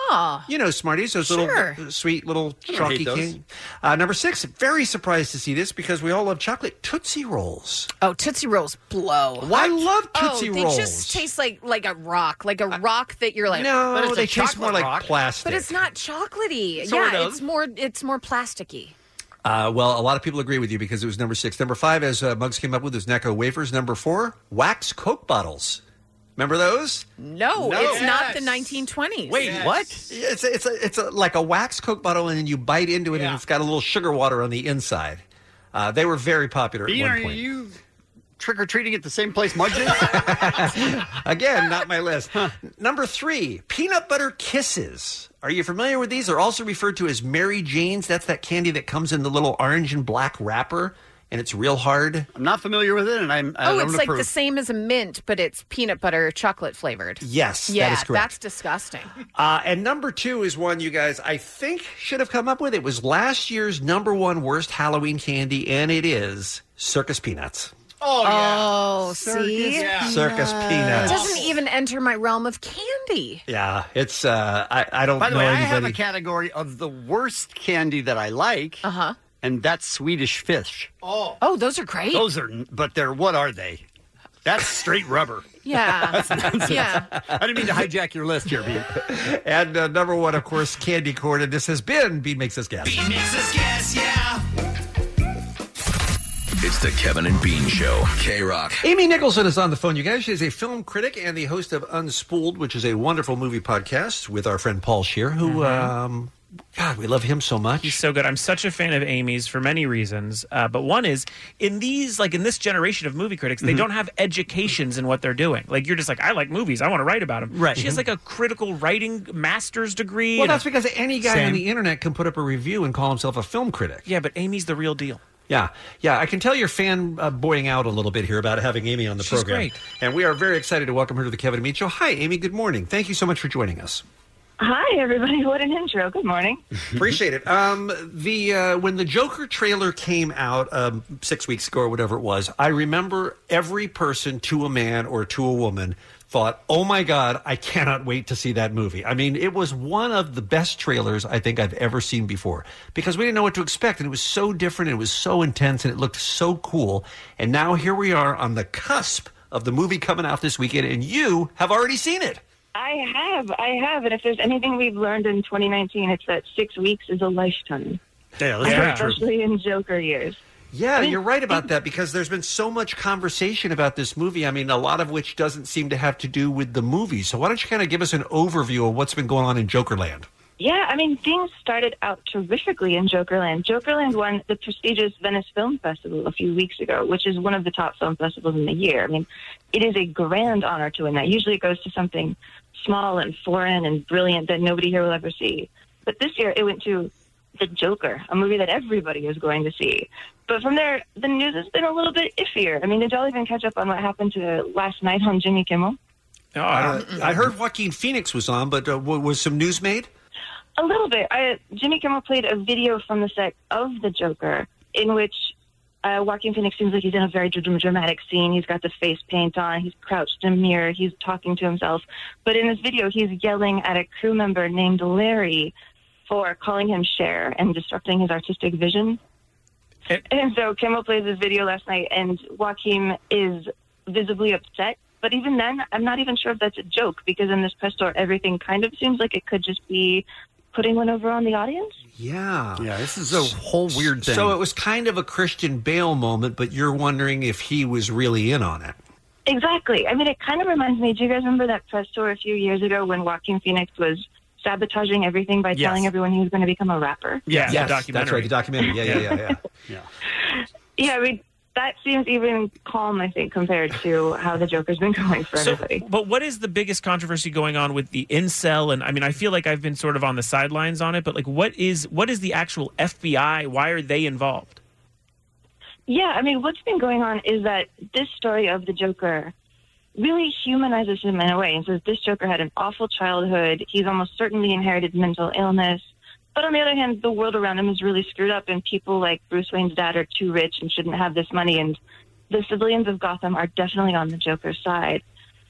Speaker 10: Oh.
Speaker 6: You know Smarties, those
Speaker 10: Sure.
Speaker 6: little uh, sweet little
Speaker 9: I don't hate
Speaker 6: chalky
Speaker 9: those.
Speaker 6: candy. Uh, number six, very surprised to see this because we all love chocolate Tootsie Rolls.
Speaker 10: Oh, Tootsie Rolls blow.
Speaker 6: I love Tootsie
Speaker 10: oh,
Speaker 6: Rolls. Uh,
Speaker 10: They just taste like like a rock, like a rock that you're like.
Speaker 6: No, But it's a they taste chocolate more like rock. plastic.
Speaker 10: But it's not chocolatey.
Speaker 6: Sort
Speaker 10: yeah,
Speaker 6: of.
Speaker 10: it's more it's more plasticky.
Speaker 6: Uh, well, a lot of people agree with you because it was number six. Number five, as uh, Muggs came up with, is Necco wafers. Number four, wax Coke bottles. Remember those?
Speaker 10: No,
Speaker 6: No.
Speaker 10: Oh, it's not the 1920s.
Speaker 6: Wait, what? It's a, it's a, it's a, like a wax Coke bottle, and then you bite into it, and it's got a little sugar water on the inside. Uh, they were very popular at
Speaker 9: Bean,
Speaker 6: one
Speaker 9: are
Speaker 6: point.
Speaker 9: you trick or treating at the same place Mudge is?
Speaker 6: (laughs) Again, not my list. Number three, peanut butter kisses. Are you familiar with these? They're also referred to as Mary Jane's. That's that candy that comes in the little orange and black wrapper, and it's real hard.
Speaker 9: I'm not familiar with it, and I'm.
Speaker 10: oh, it's like the same as a mint, but it's peanut butter chocolate flavored.
Speaker 6: Yes, that
Speaker 10: yeah,
Speaker 6: is correct.
Speaker 10: that's disgusting.
Speaker 6: (laughs) Uh, and number two is one you guys, I think, should have come up with. It was last year's number one worst Halloween candy, and it is Circus Peanuts.
Speaker 10: Oh, yeah. see?
Speaker 6: Circus peanuts.
Speaker 10: It doesn't even enter my realm of candy.
Speaker 6: Yeah, it's. Uh, I I don't
Speaker 9: By the
Speaker 6: know
Speaker 9: way, I
Speaker 6: anybody.
Speaker 9: have a category of the worst candy that I like. Uh huh. And that's Swedish fish.
Speaker 10: Oh. Uh-huh. Oh, those are great.
Speaker 9: Those are, but they're what are they? That's straight rubber.
Speaker 10: (laughs)
Speaker 9: (laughs)
Speaker 10: Yeah.
Speaker 9: That's nonsense.
Speaker 10: yeah.
Speaker 9: I didn't mean to hijack your list here, Bean.
Speaker 6: (laughs) and uh, number one, of course, candy corn. And this has been Bean makes us guess.
Speaker 20: Bean makes us guess, yeah.
Speaker 12: It's the Kevin and Bean Show. K Rock.
Speaker 6: Amy Nicholson is on the phone, you guys. She is a film critic and the host of Unspooled, which is a wonderful movie podcast with our friend Paul Shear, who, um, God, we love him so much.
Speaker 5: Mm-hmm. He's so good. I'm such a fan of Amy's for many reasons, uh, but one is in these like in this generation of movie critics, they
Speaker 6: Mhm.
Speaker 5: don't have educations in what they're doing. Like you're just like, I like movies, I want to write about them.
Speaker 6: Right. Mm-hmm.
Speaker 5: She has like a critical writing master's
Speaker 9: Mm-hmm.
Speaker 5: degree.
Speaker 6: Well,
Speaker 5: and a-
Speaker 6: that's because any guy on
Speaker 5: Same.
Speaker 6: the internet can put up a review and call himself a film critic.
Speaker 5: yeah, but Amy's the real deal.
Speaker 6: Yeah, yeah. I can tell you're fan uh, boying out a little bit here about having Amy on the
Speaker 5: She's
Speaker 6: program.
Speaker 5: great.
Speaker 6: And we are very excited to welcome her to the Kevin and Mead Show. Hi, Amy. Good morning. Thank you so much for joining us.
Speaker 1: Hi, everybody. (laughs) What an intro. Good morning.
Speaker 6: Appreciate it. Um, the uh, when the Joker trailer came out um, six weeks ago or whatever it was, I remember every person to a man or to a woman thought, "Oh my God, I cannot wait to see that movie." I mean, it was one of the best trailers I think I've ever seen before because we didn't know what to expect, and it was so different, and it was so intense, and it looked so cool. And now here we are on the cusp of the movie coming out this weekend, and you have already seen it.
Speaker 1: I have. I have. And if there's anything we've learned in 2019, it's that six weeks is a lifetime,
Speaker 6: Yeah,
Speaker 1: especially in Joker years.
Speaker 6: Yeah, you're right about that because there's been so much conversation about this movie. I mean, a lot of which doesn't seem to have to do with the movie. So why don't you kind of give us an overview of what's been going on in Jokerland?
Speaker 1: Yeah, I mean, things started out terrifically in Jokerland. Jokerland won the prestigious Venice Film Festival a few weeks ago, which is one of the top film festivals in the year. I mean, it is a grand honor to win that. Usually it goes to something small and foreign and brilliant that nobody here will ever see. But this year it went to The Joker, a movie that everybody is going to see. But from there, the news has been a little bit iffier. I mean, did y'all even catch up on what happened to last night on Jimmy Kimmel?
Speaker 6: Uh, I heard Joaquin Phoenix was on, but uh, w- was some news made?
Speaker 1: A little bit. I, Jimmy Kimmel played a video from the set of The Joker in which uh, Joaquin Phoenix seems like he's in a very dr- dramatic scene. He's got the face paint on. He's crouched in a mirror. He's talking to himself. But in this video, he's yelling at a crew member named Larry for calling him Cher and disrupting his artistic vision. (laughs) and so Kimmel plays this video last night, and Joaquin is visibly upset. But even then, I'm not even sure if that's a joke because in this press tour, everything kind of seems like it could just be putting one over on the audience.
Speaker 6: Yeah.
Speaker 9: Yeah, this is a whole weird thing.
Speaker 6: So it was kind of a Christian Bale moment, but you're wondering if he was really in on it.
Speaker 1: Exactly. I mean, it kind of reminds me. Do you guys remember that press tour a few years ago when Joaquin Phoenix was sabotaging everything by
Speaker 6: Yes.
Speaker 1: telling everyone he was going to become a rapper?
Speaker 6: Yeah,
Speaker 5: the
Speaker 6: that's right. The documentary. Yeah, yeah, yeah, yeah.
Speaker 1: Yeah, I mean, that seems even calm, I think, compared to how the Joker's been (laughs) going for
Speaker 5: So,
Speaker 1: everybody.
Speaker 5: but what is the biggest controversy going on with the incel? And I mean, I feel like I've been sort of on the sidelines on it, but like, what is what is the actual FBI? Why are they involved?
Speaker 1: Yeah, I mean, what's been going on is that this story of the Joker really humanizes him in a way and says this Joker had an awful childhood. He's almost certainly inherited mental illness. But on the other hand, the world around him is really screwed up, and people like Bruce Wayne's dad are too rich and shouldn't have this money. And the civilians of Gotham are definitely on the Joker's side.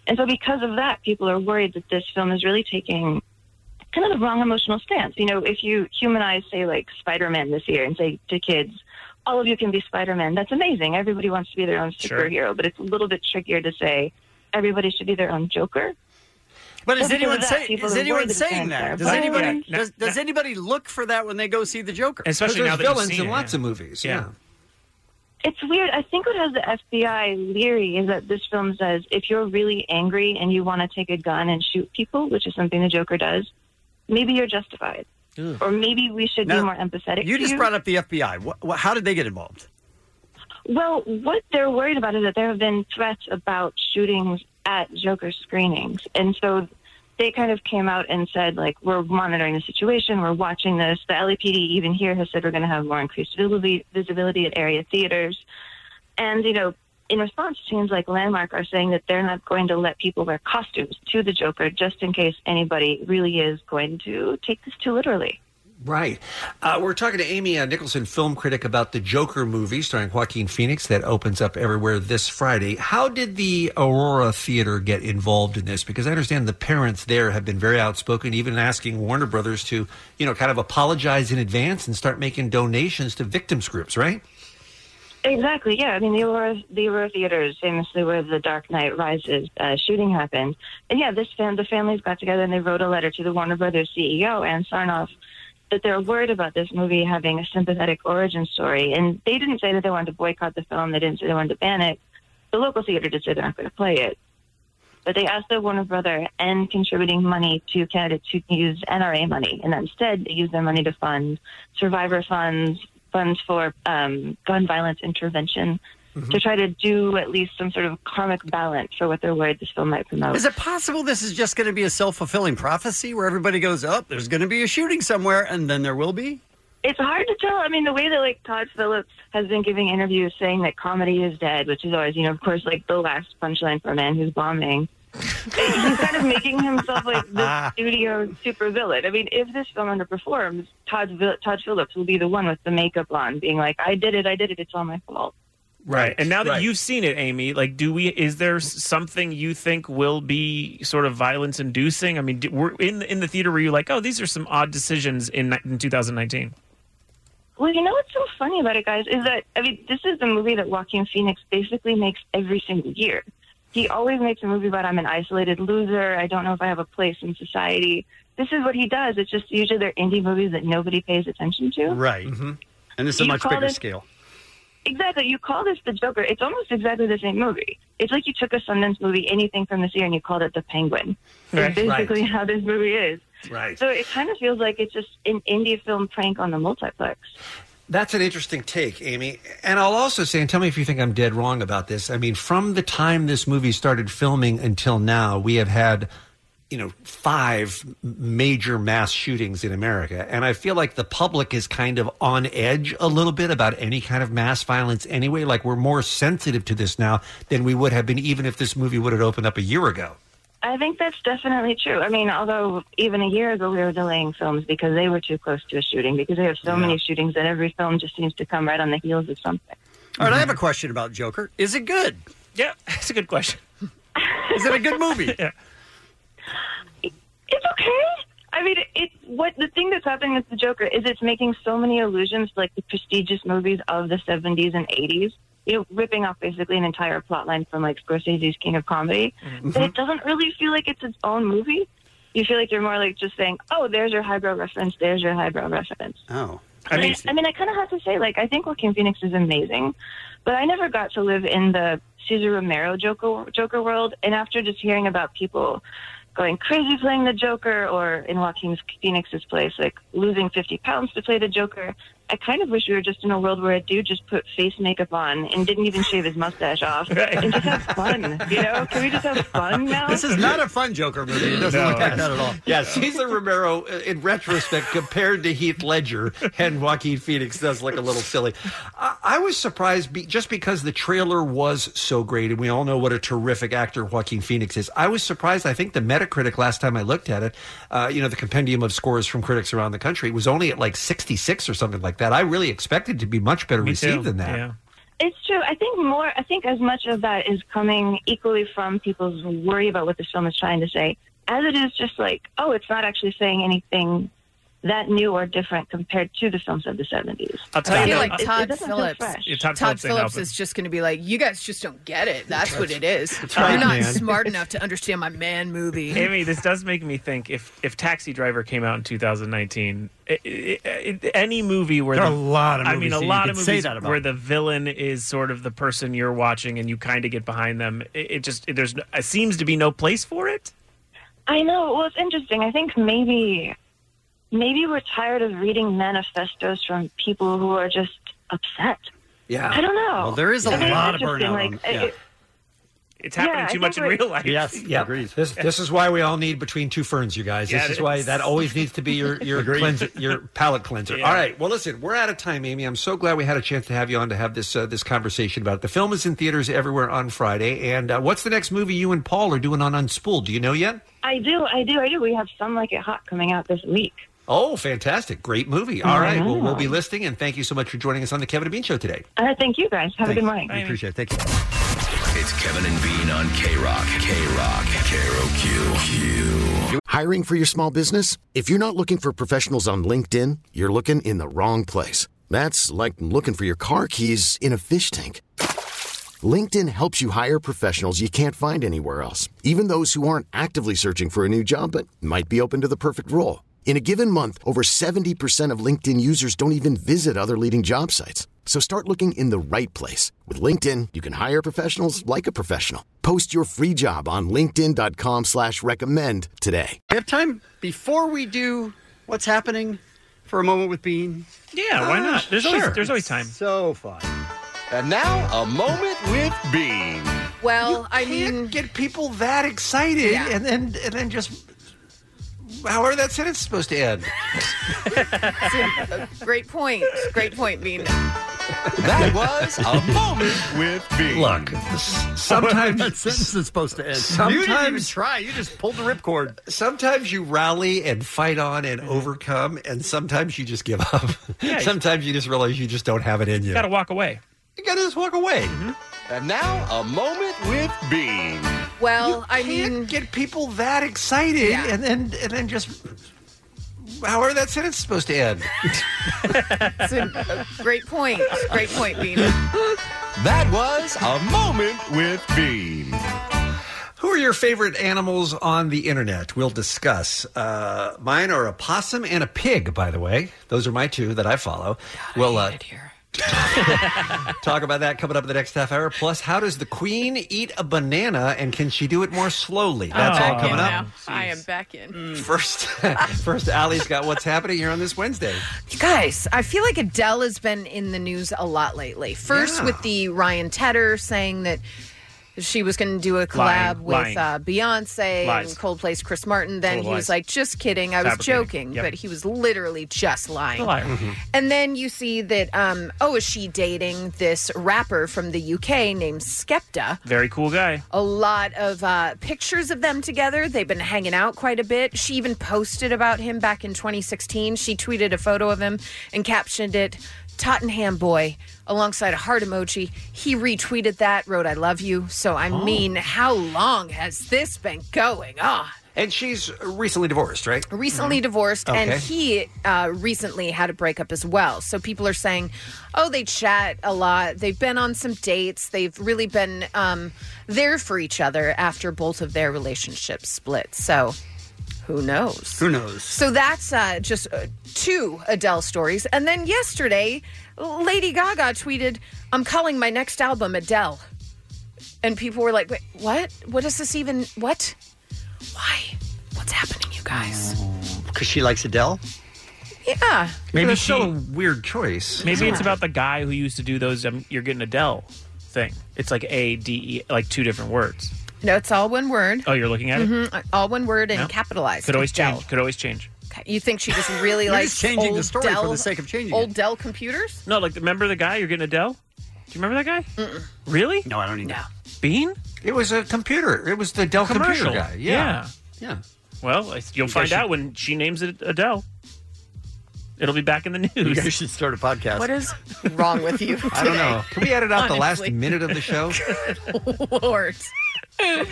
Speaker 1: And so, because of that, people are worried that this film is really taking kind of the wrong emotional stance. You know, if you humanize, say, like Spider Man this year and say to kids, all of you can be Spider Man, that's amazing. Everybody wants to be their own
Speaker 5: Sure.
Speaker 1: superhero, but it's a little bit trickier to say everybody should be their own Joker.
Speaker 9: But is
Speaker 1: Well, because
Speaker 9: anyone,
Speaker 1: of that,
Speaker 9: say,
Speaker 1: people
Speaker 9: is
Speaker 1: are
Speaker 9: anyone
Speaker 1: worried it's
Speaker 9: saying
Speaker 1: gonna
Speaker 9: that?
Speaker 1: be
Speaker 9: Does
Speaker 1: bad.
Speaker 9: anybody
Speaker 1: Yeah.
Speaker 9: does, does anybody look for that when they go see the Joker?
Speaker 6: Especially Because now there's that you've villains seen in it, lots yeah. of movies, Yeah. yeah.
Speaker 1: It's weird. I think what has the FBI leery is that this film says if you're really angry and you want to take a gun and shoot people, which is something the Joker does, maybe you're justified. Or maybe we should be
Speaker 9: Now,
Speaker 1: more empathetic.
Speaker 9: You
Speaker 1: to
Speaker 9: just brought up the FBI. What, what, how did they get involved?
Speaker 1: Well, what they're worried about is that there have been threats about shootings at Joker screenings. And so they kind of came out and said, like, we're monitoring the situation, we're watching this. The LAPD, even here, has said we're going to have more increased visibility, visibility at area theaters. And, you know, in response, teams like Landmark are saying that they're not going to let people wear costumes to the Joker just in case anybody really is going to take this too literally.
Speaker 6: Right. Uh, we're talking to Amy uh, Nicholson, film critic, about the Joker movie starring Joaquin Phoenix that opens up everywhere this Friday. How did the Aurora Theater get involved in this? Because I understand the parents there have been very outspoken, even asking Warner Brothers to, you know, kind of apologize in advance and start making donations to victims groups, right?
Speaker 1: Exactly. Yeah. I mean, the Aurora, the Aurora Theater is famously where the Dark Knight Rises uh, shooting happened, and yeah, this fam- the families got together and they wrote a letter to the Warner Brothers CEO Ann Sarnoff that they're worried about this movie having a sympathetic origin story, and they didn't say that they wanted to boycott the film. They didn't say they wanted to ban it. The local theater just said they're not going to play it. But they asked their Warner Brother and contributing money to candidates who use NRA money, and instead they used their money to fund survivor funds, funds for um, gun violence intervention to try to do at least some sort of karmic balance for what they're worried this film might promote.
Speaker 9: Is it possible this is just going to be a self fulfilling prophecy where everybody goes, oh, there's going to be a shooting somewhere, and then there will be?
Speaker 1: It's hard to tell. I mean, the way that like Todd Phillips has been giving interviews saying that comedy is dead, which is always, you know, of course, like the last punchline for a man who's bombing. He's kind of making himself like the studio super villain. I mean, if this film underperforms, Todd Vil- Todd Phillips will be the one with the makeup on, being like, "I did it, I did it. It's all my fault."
Speaker 5: Right. And now that
Speaker 1: Right.
Speaker 5: you've seen it, Amy, like, do we? Is there s- something you think will be sort of violence inducing? I mean, do, we're in in the theater where you're like, oh, these are some odd decisions in, ni- in 2019.
Speaker 1: Well, you know what's so funny about it, guys, is that I mean, this is the movie that Joaquin Phoenix basically makes every single year. He always makes a movie about I'm an isolated loser. I don't know if I have a place in society. This is what he does. It's just usually they're indie movies that nobody pays attention to.
Speaker 9: Right. Mm-hmm. And this is a
Speaker 1: You
Speaker 9: much
Speaker 1: call
Speaker 9: bigger
Speaker 1: this-
Speaker 9: scale.
Speaker 1: Exactly. You call this the Joker. It's almost exactly the same movie. It's like you took a Sundance movie, anything from this year, and you called it The Penguin.
Speaker 20: Right.
Speaker 1: That's basically
Speaker 20: Right.
Speaker 1: how this movie is.
Speaker 6: Right.
Speaker 1: So it kind of feels like it's just an indie film prank on the multiplex.
Speaker 6: That's an interesting take, Amy. And I'll also say, and tell me if you think I'm dead wrong about this. I mean, from the time this movie started filming until now, we have had, you know, five major mass shootings in America. And I feel like the public is kind of on edge a little bit about any kind of mass violence anyway. Like we're more sensitive to this now than we would have been even if this movie would have opened up a year ago.
Speaker 1: I think that's definitely true. I mean, although even a year ago we were delaying films because they were too close to a shooting, because they have so many shootings that every film just seems to come right on the heels of something.
Speaker 9: All right, I have a question about Joker. Is it good?
Speaker 5: Yeah, (laughs) that's a good question.
Speaker 9: (laughs) Is it a
Speaker 5: (laughs)
Speaker 9: good movie?
Speaker 1: It's okay. I mean, it's what the thing that's happening with the Joker is it's making so many allusions to like the prestigious movies of the 70s and 80s, you know, ripping off basically an entire plot line from like Scorsese's King of Comedy. That it doesn't really feel like it's its own movie. You feel like you're more like just saying, oh, there's your highbrow reference, there's your highbrow reference.
Speaker 9: Oh.
Speaker 1: I mean, I, mean, I kind of have to say, like, I think Joaquin Phoenix is amazing, but I never got to live in the Cesar Romero Joker, Joker world. And after just hearing about people going crazy playing the Joker, or in Joaquin Phoenix's place, like losing 50 pounds to play the Joker, I kind of wish we were just in a world where a dude just put face makeup on and didn't even shave his mustache (laughs) off and just have fun. (laughs) You know, can we just have fun now?
Speaker 9: This is not a fun Joker movie. It doesn't
Speaker 6: No.
Speaker 9: look like that at all.
Speaker 6: (laughs) Yeah, Cesar Romero, uh, in retrospect, compared to Heath Ledger and Joaquin Phoenix, does look a little silly. I, I was surprised be- just because the trailer was so great, and we all know what a terrific actor Joaquin Phoenix is. I was surprised. I think the Metacritic last time I looked at it, uh, you know, the compendium of scores from critics around the country was only at like 66 or something like that. I really expected to be much better received than that.
Speaker 1: It's true. I think more. I think as much of that is coming equally from people's worry about what this film is trying to say, as it is just like, oh, it's not actually saying anything that new or different compared to the films of the seventies.
Speaker 5: I'll tell you
Speaker 10: feel
Speaker 5: now-
Speaker 10: like Todd Phillips.
Speaker 5: Yeah,
Speaker 10: Todd,
Speaker 5: Todd Phillips ain't
Speaker 10: Phillips
Speaker 5: helping.
Speaker 10: is just going to be like, "You guys just don't get it. That's what it is.
Speaker 5: That's
Speaker 10: You're
Speaker 5: right,
Speaker 10: not
Speaker 5: man."
Speaker 10: smart enough to understand my man movie."
Speaker 5: (laughs) Amy, this does make me think if if Taxi Driver came out in 2019, i i i any movie where
Speaker 3: There are
Speaker 5: the-
Speaker 3: a lot of
Speaker 5: I
Speaker 3: movies
Speaker 5: mean, a
Speaker 3: that you
Speaker 5: lot
Speaker 3: could
Speaker 5: of
Speaker 3: say
Speaker 5: movies
Speaker 3: that about.
Speaker 5: where the villain is sort of the person you're watching and you kind of get behind them. It, it just there's no, it seems to be no place for it.
Speaker 1: I know. Well, it's interesting. I think maybe, maybe we're tired of reading manifestos from people who are just upset.
Speaker 6: Yeah.
Speaker 1: I don't know.
Speaker 9: Well, there is a
Speaker 1: I think it's
Speaker 9: lot of
Speaker 1: interesting,
Speaker 9: burnout
Speaker 1: like,
Speaker 9: on-
Speaker 1: I-
Speaker 9: yeah.
Speaker 1: it-
Speaker 5: It's happening
Speaker 1: Yeah, I
Speaker 5: too much in
Speaker 1: think
Speaker 5: real life.
Speaker 6: Yes, yeah. This this is why we all need between two ferns, you guys.
Speaker 5: Yeah,
Speaker 6: this
Speaker 5: it
Speaker 6: is why
Speaker 5: is.
Speaker 6: that always needs to be
Speaker 5: (laughs)
Speaker 6: your your
Speaker 5: Agreed.
Speaker 6: cleanser, your palate cleanser.
Speaker 5: Yeah.
Speaker 6: All right. Well, listen, we're out of time, Amy. I'm so glad we had a chance to have you on to have this uh, this conversation about it. The film is in theaters everywhere on Friday. And uh, what's the next movie you and Paul are doing on Unspooled? Do you know yet?
Speaker 1: I do, I do, I do. We have some like it hot coming out this week.
Speaker 6: Oh, fantastic! Great movie. All right. Well, we'll be listening, and thank you so much for joining us on the Kevin and Bean Show today.
Speaker 1: All right, Uh, thank you guys. Have a
Speaker 6: Thanks.
Speaker 1: good morning.
Speaker 6: We appreciate it. Thank you.
Speaker 12: It's Kevin and Bean on K Rock. K Rock. K R O Q.
Speaker 3: Hiring for your small business? If you're not looking for professionals on LinkedIn, you're looking in the wrong place. That's like looking for your car keys in a fish tank. LinkedIn helps you hire professionals you can't find anywhere else, even those who aren't actively searching for a new job but might be open to the perfect role. In a given month, over 70% of LinkedIn users don't even visit other leading job sites. So start looking in the right place. With LinkedIn, you can hire professionals like a professional. Post your free job on linkedin.com slash recommend today.
Speaker 9: We have time before we do what's happening for a moment with Bean.
Speaker 5: Yeah, why not? There's always- there's always time.
Speaker 9: So fun.
Speaker 6: And now a moment with Bean.
Speaker 10: Well, I
Speaker 6: mean, get people that excited, and then and then just however that sentence is supposed to end.
Speaker 10: Great point. Great point, Bean.
Speaker 6: (laughs) That was a moment with Bean. Look, (laughs)
Speaker 5: (laughs)
Speaker 6: sometimes
Speaker 9: that sentence is supposed to end. you didn't even
Speaker 6: Sometimes-
Speaker 9: try. You just pulled the ripcord.
Speaker 6: Sometimes you rally and fight on and overcome, and sometimes you just give up.
Speaker 5: Yeah.
Speaker 6: (laughs) sometimes you just realize you just don't have it in you.
Speaker 5: Got to walk away.
Speaker 6: You gotta just walk away. And now a moment with Bean.
Speaker 10: Well, I mean,
Speaker 6: get people that excited, and then and then just however that sentence is supposed to end.
Speaker 10: It's a great point. Great point, Bean.
Speaker 6: That was a moment with Bean. Who are your favorite animals on the internet? We'll discuss. Uh, mine are a possum and a pig, by the way. Those are my two that I follow. we'll uh, (laughs) talk about that coming up in the next half hour. Plus, how does the queen eat a banana and can she do it more
Speaker 10: Oh,
Speaker 6: slowly? That's all coming up. Mm.
Speaker 10: I am back
Speaker 6: (laughs)
Speaker 10: in.
Speaker 6: First, first, Allie's got what's happening here on this Wednesday.
Speaker 10: You guys, I feel like Adele has been in the news a lot lately. First,
Speaker 6: Yeah.
Speaker 10: with the Ryan Tedder saying that she was going to do a collab
Speaker 20: Lying,
Speaker 10: with
Speaker 20: lying.
Speaker 10: Uh, Beyonce
Speaker 20: Lies.
Speaker 10: and Coldplay's Chris Martin. Then
Speaker 20: Total
Speaker 10: he
Speaker 20: lies.
Speaker 10: was like, just kidding. I was
Speaker 20: Fabricating.
Speaker 10: joking.
Speaker 20: Yep.
Speaker 10: But he was literally just lying.
Speaker 20: liar.
Speaker 10: And then you see that, um, oh, is she dating this rapper from the UK named Skepta?
Speaker 5: Very cool guy.
Speaker 10: a lot of uh, pictures of them together. They've been hanging out quite a bit. She even posted about him back in 2016. She tweeted a photo of him and captioned it Tottenham boy alongside a heart emoji. He retweeted that, wrote, I love you. So, I
Speaker 6: Oh.
Speaker 10: mean, how long has this been going on?
Speaker 6: And she's recently divorced, right?
Speaker 10: Ah. recently divorced
Speaker 6: Mm-hmm. Okay.
Speaker 10: and he uh, recently had a breakup as well so people are saying oh they chat a lot they've been on some dates they've really been um, there for each other after both of their relationships split so who knows
Speaker 9: Who knows?
Speaker 10: so that's uh, just uh, two Adele stories and then yesterday lady gaga tweeted i'm calling my next album adele and people were like wait what what is this even what why what's happening you guys
Speaker 9: Because she likes Adele.
Speaker 10: yeah.
Speaker 5: Maybe
Speaker 9: That's still
Speaker 5: she-
Speaker 9: a
Speaker 6: weird choice.
Speaker 5: Maybe
Speaker 10: Yeah.
Speaker 5: it's about the guy who used to do those. Um, you're getting Adele thing. It's like A D E, like two different words.
Speaker 10: No, it's all one word.
Speaker 5: Oh, you're looking at it.
Speaker 10: Mhm. All one word and
Speaker 5: Yeah.
Speaker 10: capitalized.
Speaker 5: Could always
Speaker 10: Dell.
Speaker 5: change. Could always change.
Speaker 10: You think
Speaker 5: (laughs)
Speaker 10: she just really
Speaker 5: You're
Speaker 10: likes
Speaker 5: just changing the
Speaker 10: old
Speaker 5: story for
Speaker 10: Dell-
Speaker 5: the sake of changing
Speaker 10: old Dell computers?
Speaker 5: No, like remember the guy you're getting Adele? Do you remember that guy? Really?
Speaker 9: No, I don't even
Speaker 5: know. Bean?
Speaker 6: It was a computer. It was the Dell computer
Speaker 5: commercial
Speaker 6: guy. Yeah.
Speaker 9: yeah.
Speaker 5: Well, I- you'll
Speaker 9: guys
Speaker 5: find
Speaker 9: should-
Speaker 5: out when she names it Adele. It'll be back in the news.
Speaker 9: (laughs) You guys should start a podcast.
Speaker 10: What is wrong
Speaker 6: (laughs)
Speaker 10: with you?
Speaker 9: (laughs) I don't know.
Speaker 10: today?
Speaker 9: Can we edit out the last
Speaker 10: Honestly.
Speaker 9: minute of the show?
Speaker 10: (laughs)
Speaker 5: (laughs)
Speaker 10: Good Lord. okay.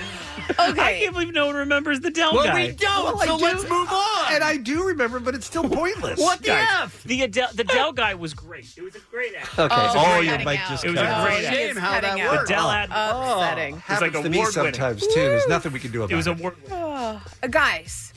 Speaker 5: I can't believe no one remembers the Dell
Speaker 6: Well,
Speaker 5: guy.
Speaker 6: we don't, so let's move on. And I do remember, but it's still pointless.
Speaker 5: What the
Speaker 6: Guys.
Speaker 5: F? The Adele, the Dell guy was great. It was a great act.
Speaker 6: Okay.
Speaker 5: It was a
Speaker 6: Oh,
Speaker 5: great
Speaker 6: your
Speaker 5: act.
Speaker 6: mic just
Speaker 5: It was
Speaker 6: cut
Speaker 5: a
Speaker 6: out.
Speaker 5: great
Speaker 6: Oh,
Speaker 5: act.
Speaker 6: shame how that
Speaker 5: The
Speaker 6: worked.
Speaker 5: Dell ad
Speaker 10: Upsetting.
Speaker 6: It's
Speaker 5: Oh,
Speaker 6: like
Speaker 5: Happens
Speaker 6: a
Speaker 5: to me
Speaker 6: me
Speaker 5: sometimes,
Speaker 6: sometimes too. There's nothing we can do about it.
Speaker 5: was award.
Speaker 10: Oh, (sighs) guys,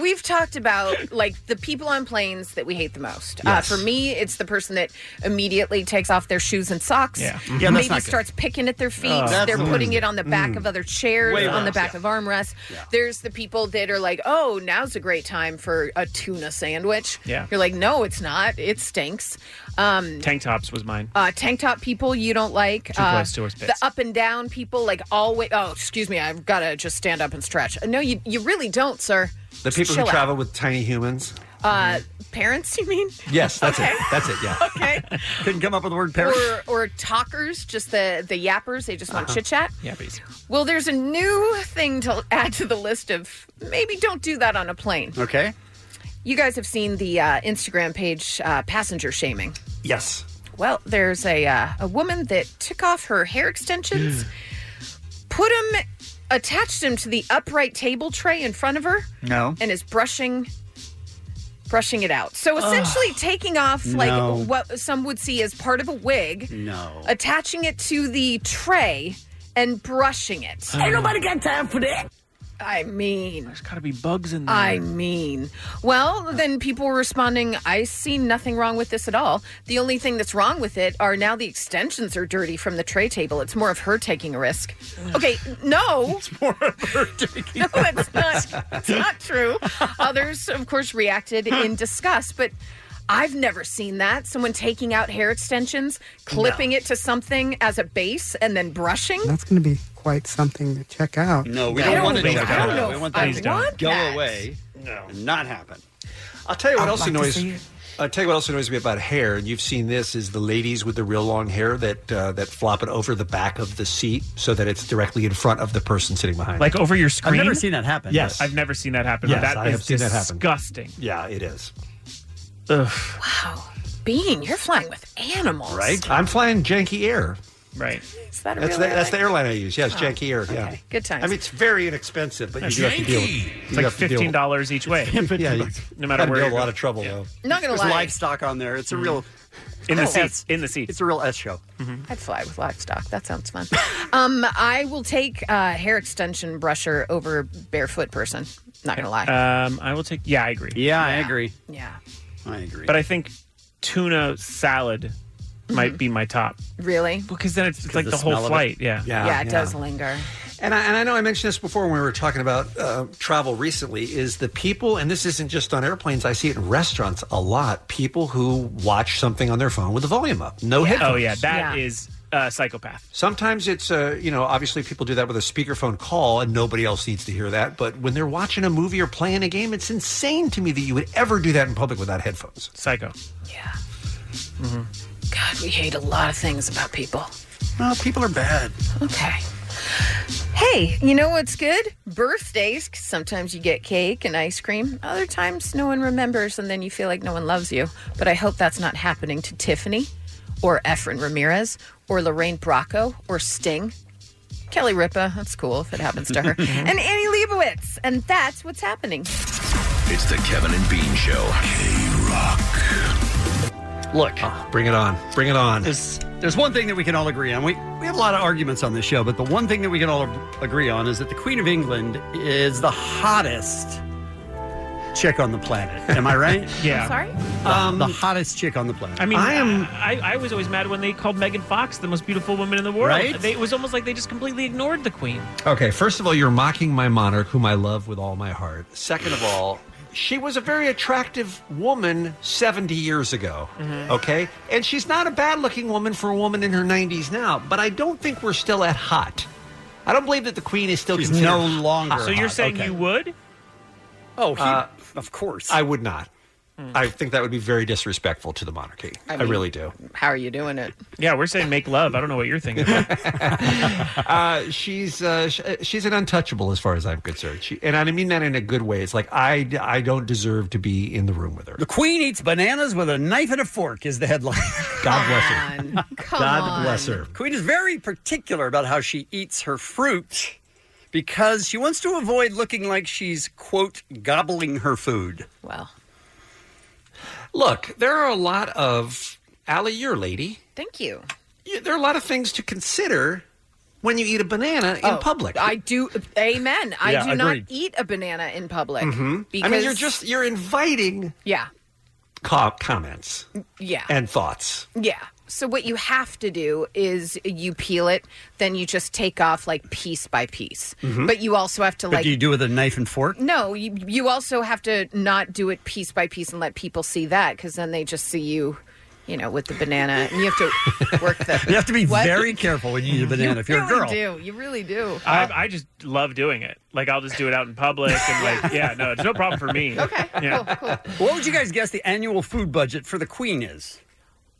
Speaker 10: we've talked about like the people on planes that we hate the most.
Speaker 20: Yes.
Speaker 10: Uh, for me, it's the person that immediately takes off their shoes and socks.
Speaker 20: Yeah. Yeah, that's
Speaker 10: maybe
Speaker 20: not good.
Speaker 10: starts picking at their feet.
Speaker 20: Oh, that's
Speaker 10: They're
Speaker 20: the
Speaker 10: putting
Speaker 20: worst.
Speaker 10: it on the back
Speaker 20: Mm.
Speaker 10: of other chairs,
Speaker 20: Way
Speaker 10: on the
Speaker 20: worse,
Speaker 10: back of armrests. There's the people that are like, "Oh, now's a great time for a tuna sandwich."
Speaker 20: Yeah.
Speaker 10: You're like, "No, it's not. It stinks." Um,
Speaker 5: Tank tops was mine.
Speaker 10: uh, tank top people you don't like.
Speaker 5: Triple
Speaker 10: uh,
Speaker 5: S Tour Space.
Speaker 10: the up and down people, like always. Oh, excuse me, I've got to just stand up and stretch. Uh, No, you you really don't, sir.
Speaker 6: The
Speaker 10: Just
Speaker 6: people who
Speaker 10: chill out.
Speaker 6: travel with tiny humans.
Speaker 10: Uh, parents, you mean?
Speaker 6: Yes, that's it. That's it. Yeah.
Speaker 10: (laughs) Okay.
Speaker 9: Couldn't come up with the word parrot.
Speaker 10: or, or talkers, just the, the yappers. They just want
Speaker 9: Uh-huh.
Speaker 10: chit chat.
Speaker 5: Yeah, please.
Speaker 10: Well, there's a new thing to add to the list of maybe don't do that on a plane.
Speaker 9: Okay.
Speaker 10: You guys have seen the uh, Instagram page uh, passenger shaming.
Speaker 9: Yes.
Speaker 10: Well, there's a uh, a woman that took off her hair extensions, put them, attached them to the upright table tray in front of her,
Speaker 9: No.
Speaker 10: and is brushing brushing it out. So essentially, taking off
Speaker 9: No.
Speaker 10: like what some would see as part of a wig,
Speaker 9: No.
Speaker 10: attaching it to the tray and brushing it.
Speaker 9: Ain't nobody
Speaker 10: got time for that. I mean, there's
Speaker 5: got to be bugs in
Speaker 10: there. I
Speaker 9: Mm.
Speaker 10: mean, well, then people were responding, I see nothing wrong with this at all. The only thing that's wrong with it are now the extensions are dirty from the tray table. It's more of her taking a risk. Okay, no.
Speaker 9: (laughs)
Speaker 10: It's
Speaker 9: more of her taking
Speaker 10: No, it's not, it's not true. Others, of course,
Speaker 9: (laughs)
Speaker 10: reacted in disgust, but. I've never seen that. Someone taking out hair extensions, clipping it to something as a base, and then brushing.
Speaker 7: That's going to be quite something to check out.
Speaker 9: No, we
Speaker 10: I
Speaker 9: don't,
Speaker 10: don't
Speaker 9: want to
Speaker 10: think-
Speaker 9: check
Speaker 10: I
Speaker 9: out.
Speaker 10: don't know
Speaker 9: We
Speaker 10: if
Speaker 9: want
Speaker 10: I
Speaker 9: that to
Speaker 10: want
Speaker 9: go
Speaker 10: that.
Speaker 9: away. No. Not happen.
Speaker 6: I'll tell you what
Speaker 9: I'd
Speaker 6: else
Speaker 9: like to see
Speaker 6: annoys.
Speaker 9: it.
Speaker 6: I'll tell you what else annoys me about hair, and you've seen this, is the ladies with the real long hair that uh, that flop it over the back of the seat so that it's directly in front of the person sitting behind.
Speaker 5: Like
Speaker 6: them.
Speaker 5: over your screen.
Speaker 6: Yes,
Speaker 5: I've never seen that happen.
Speaker 6: Yes,
Speaker 5: but that
Speaker 6: I
Speaker 5: is
Speaker 6: have seen that happen.
Speaker 5: disgusting.
Speaker 6: Yeah, it is.
Speaker 5: Ugh.
Speaker 10: Bean, you're flying with animals.
Speaker 6: Right? I'm flying janky air.
Speaker 5: Right.
Speaker 10: Is that a
Speaker 6: That's
Speaker 10: real
Speaker 6: the,
Speaker 10: airline?
Speaker 6: that's the airline I use. Yes,
Speaker 10: Oh,
Speaker 6: janky air. Yeah.
Speaker 10: Good times.
Speaker 6: I mean, it's very inexpensive, but you do have to deal. With,
Speaker 5: Janky!
Speaker 6: you
Speaker 5: It's like
Speaker 6: have to deal with-
Speaker 5: $15 each way.
Speaker 6: (laughs) yeah, you-
Speaker 5: (laughs) No matter
Speaker 6: gotta
Speaker 5: where
Speaker 6: deal
Speaker 5: you
Speaker 6: a lot
Speaker 5: go.
Speaker 6: of trouble though.
Speaker 10: Not gonna
Speaker 9: There's
Speaker 10: lie.
Speaker 9: livestock on there. It's a real
Speaker 5: in the
Speaker 10: Oh.
Speaker 5: seats. In the seats. Mm-hmm.
Speaker 9: It's a real S show.
Speaker 10: I'd fly with livestock. That sounds fun. (laughs) um, I will take uh, hair extension brusher over barefoot person. Not gonna lie.
Speaker 5: Um, I will take. Yeah, I agree.
Speaker 9: Yeah, I agree.
Speaker 10: yeah.
Speaker 9: I agree.
Speaker 5: But I think tuna salad might be my top
Speaker 10: Really?
Speaker 5: because then it's, it's like the,
Speaker 6: the smell
Speaker 5: whole
Speaker 6: of it.
Speaker 5: flight. Yeah.
Speaker 6: Yeah,
Speaker 10: yeah, it does linger.
Speaker 6: And I, and I know I mentioned this before when we were talking about uh, travel recently is the people, and this isn't just on airplanes, I see it in restaurants a lot, people who watch something on their phone with the volume up. No
Speaker 5: Yeah.
Speaker 6: headphones.
Speaker 5: Oh yeah, that is a psychopath.
Speaker 6: Sometimes it's, uh, you know, obviously people do that with a speakerphone call and nobody else needs to hear that. But when they're watching a movie or playing a game, it's insane to me that you would ever do that in public without headphones.
Speaker 5: Psycho. Mm-hmm.
Speaker 10: God, we hate a lot of things about people.
Speaker 9: No, people are bad.
Speaker 10: Okay. Hey, you know what's good? Birthdays. 'cause sometimes you get cake and ice cream. Other times, no one remembers, and then you feel like no one loves you. But I hope that's not happening to Tiffany, or Efren Ramirez, or Lorraine Bracco, or Sting. Kelly Ripa. That's cool if it happens
Speaker 9: (laughs)
Speaker 10: to her. and Annie Leibovitz. And that's what's happening.
Speaker 12: It's the Kevin and Bean Show. K Rock.
Speaker 9: Look,
Speaker 6: Ah, bring it on. Bring it on.
Speaker 9: There's, there's one thing that we can all agree on. We, we have a lot of arguments on this show, but the one thing that we can all ag- agree on is that the Queen of England is the hottest chick on the planet. Am I
Speaker 6: (laughs)
Speaker 9: right?
Speaker 5: Yeah. I'm sorry?
Speaker 9: The,
Speaker 6: Um,
Speaker 9: the hottest chick on the planet.
Speaker 5: I mean,
Speaker 6: uh,
Speaker 5: I, I was always mad when they called Megan Fox the most beautiful woman in the world.
Speaker 9: Right?
Speaker 5: They, it was almost like they just completely ignored the queen.
Speaker 6: Okay, first of all, you're mocking my monarch, whom I love with all my heart. Second of all, she was a very attractive woman 70 years ago.
Speaker 20: Mhm.
Speaker 6: Okay? And she's not a bad looking woman for a woman in her 90s now, but I don't think we're still at hot. I don't believe that the queen is still
Speaker 9: She's
Speaker 6: considered
Speaker 9: no longer
Speaker 6: hot.
Speaker 9: So you're hot, saying okay. you
Speaker 5: would?
Speaker 9: Oh, he-
Speaker 6: Uh,
Speaker 9: of course.
Speaker 6: I would not. I think that would be very disrespectful to the monarchy.
Speaker 10: I
Speaker 6: I,
Speaker 10: mean-
Speaker 6: really do.
Speaker 10: How are you doing it?
Speaker 5: Yeah, we're saying make love. I don't know what you're thinking.
Speaker 6: (laughs) uh, she's uh, sh- she's an untouchable as far as I'm concerned. She, and I mean that in a good way. It's like I, I don't deserve to be in the room with her.
Speaker 9: The Queen eats bananas with a knife and a fork is the headline.
Speaker 6: (laughs) God bless her. (laughs) God bless her.
Speaker 9: Queen is very particular about how she eats her fruit because she wants to avoid looking like she's quote gobbling her food.
Speaker 10: Well,
Speaker 6: Look, there are a lot of Allie, you're a lady.
Speaker 10: Thank you.
Speaker 6: Yeah, There are a lot of things to consider when you eat a banana in
Speaker 10: Oh,
Speaker 6: public.
Speaker 10: I do. Amen. I
Speaker 6: Yeah,
Speaker 10: do not
Speaker 6: agreed.
Speaker 10: eat a banana in public.
Speaker 9: Mm-hmm.
Speaker 6: Mhm. I
Speaker 10: Because,
Speaker 6: mean, you're just you're inviting
Speaker 10: Yeah.
Speaker 6: co- comments
Speaker 10: Yeah.
Speaker 6: and thoughts.
Speaker 10: Yeah. So what you have to do is you peel it, then you just take off like piece by piece.
Speaker 9: Mhm.
Speaker 10: But you also have to
Speaker 9: But
Speaker 10: like
Speaker 9: do you do it with a knife and fork?
Speaker 10: no, you, you also have to not do it piece by piece and let people see that because then they just see you you know, with the banana. And you have to work the.
Speaker 9: You have to be
Speaker 10: What?
Speaker 9: very careful when you eat a banana (laughs) if you're a
Speaker 10: really
Speaker 9: girl.
Speaker 10: do. You really do.
Speaker 5: I, I just love doing it. Like I'll just do it out in public and like yeah, no, it's no problem for me. Okay. Yeah.
Speaker 9: What would you guys guess the annual food budget for the Queen is,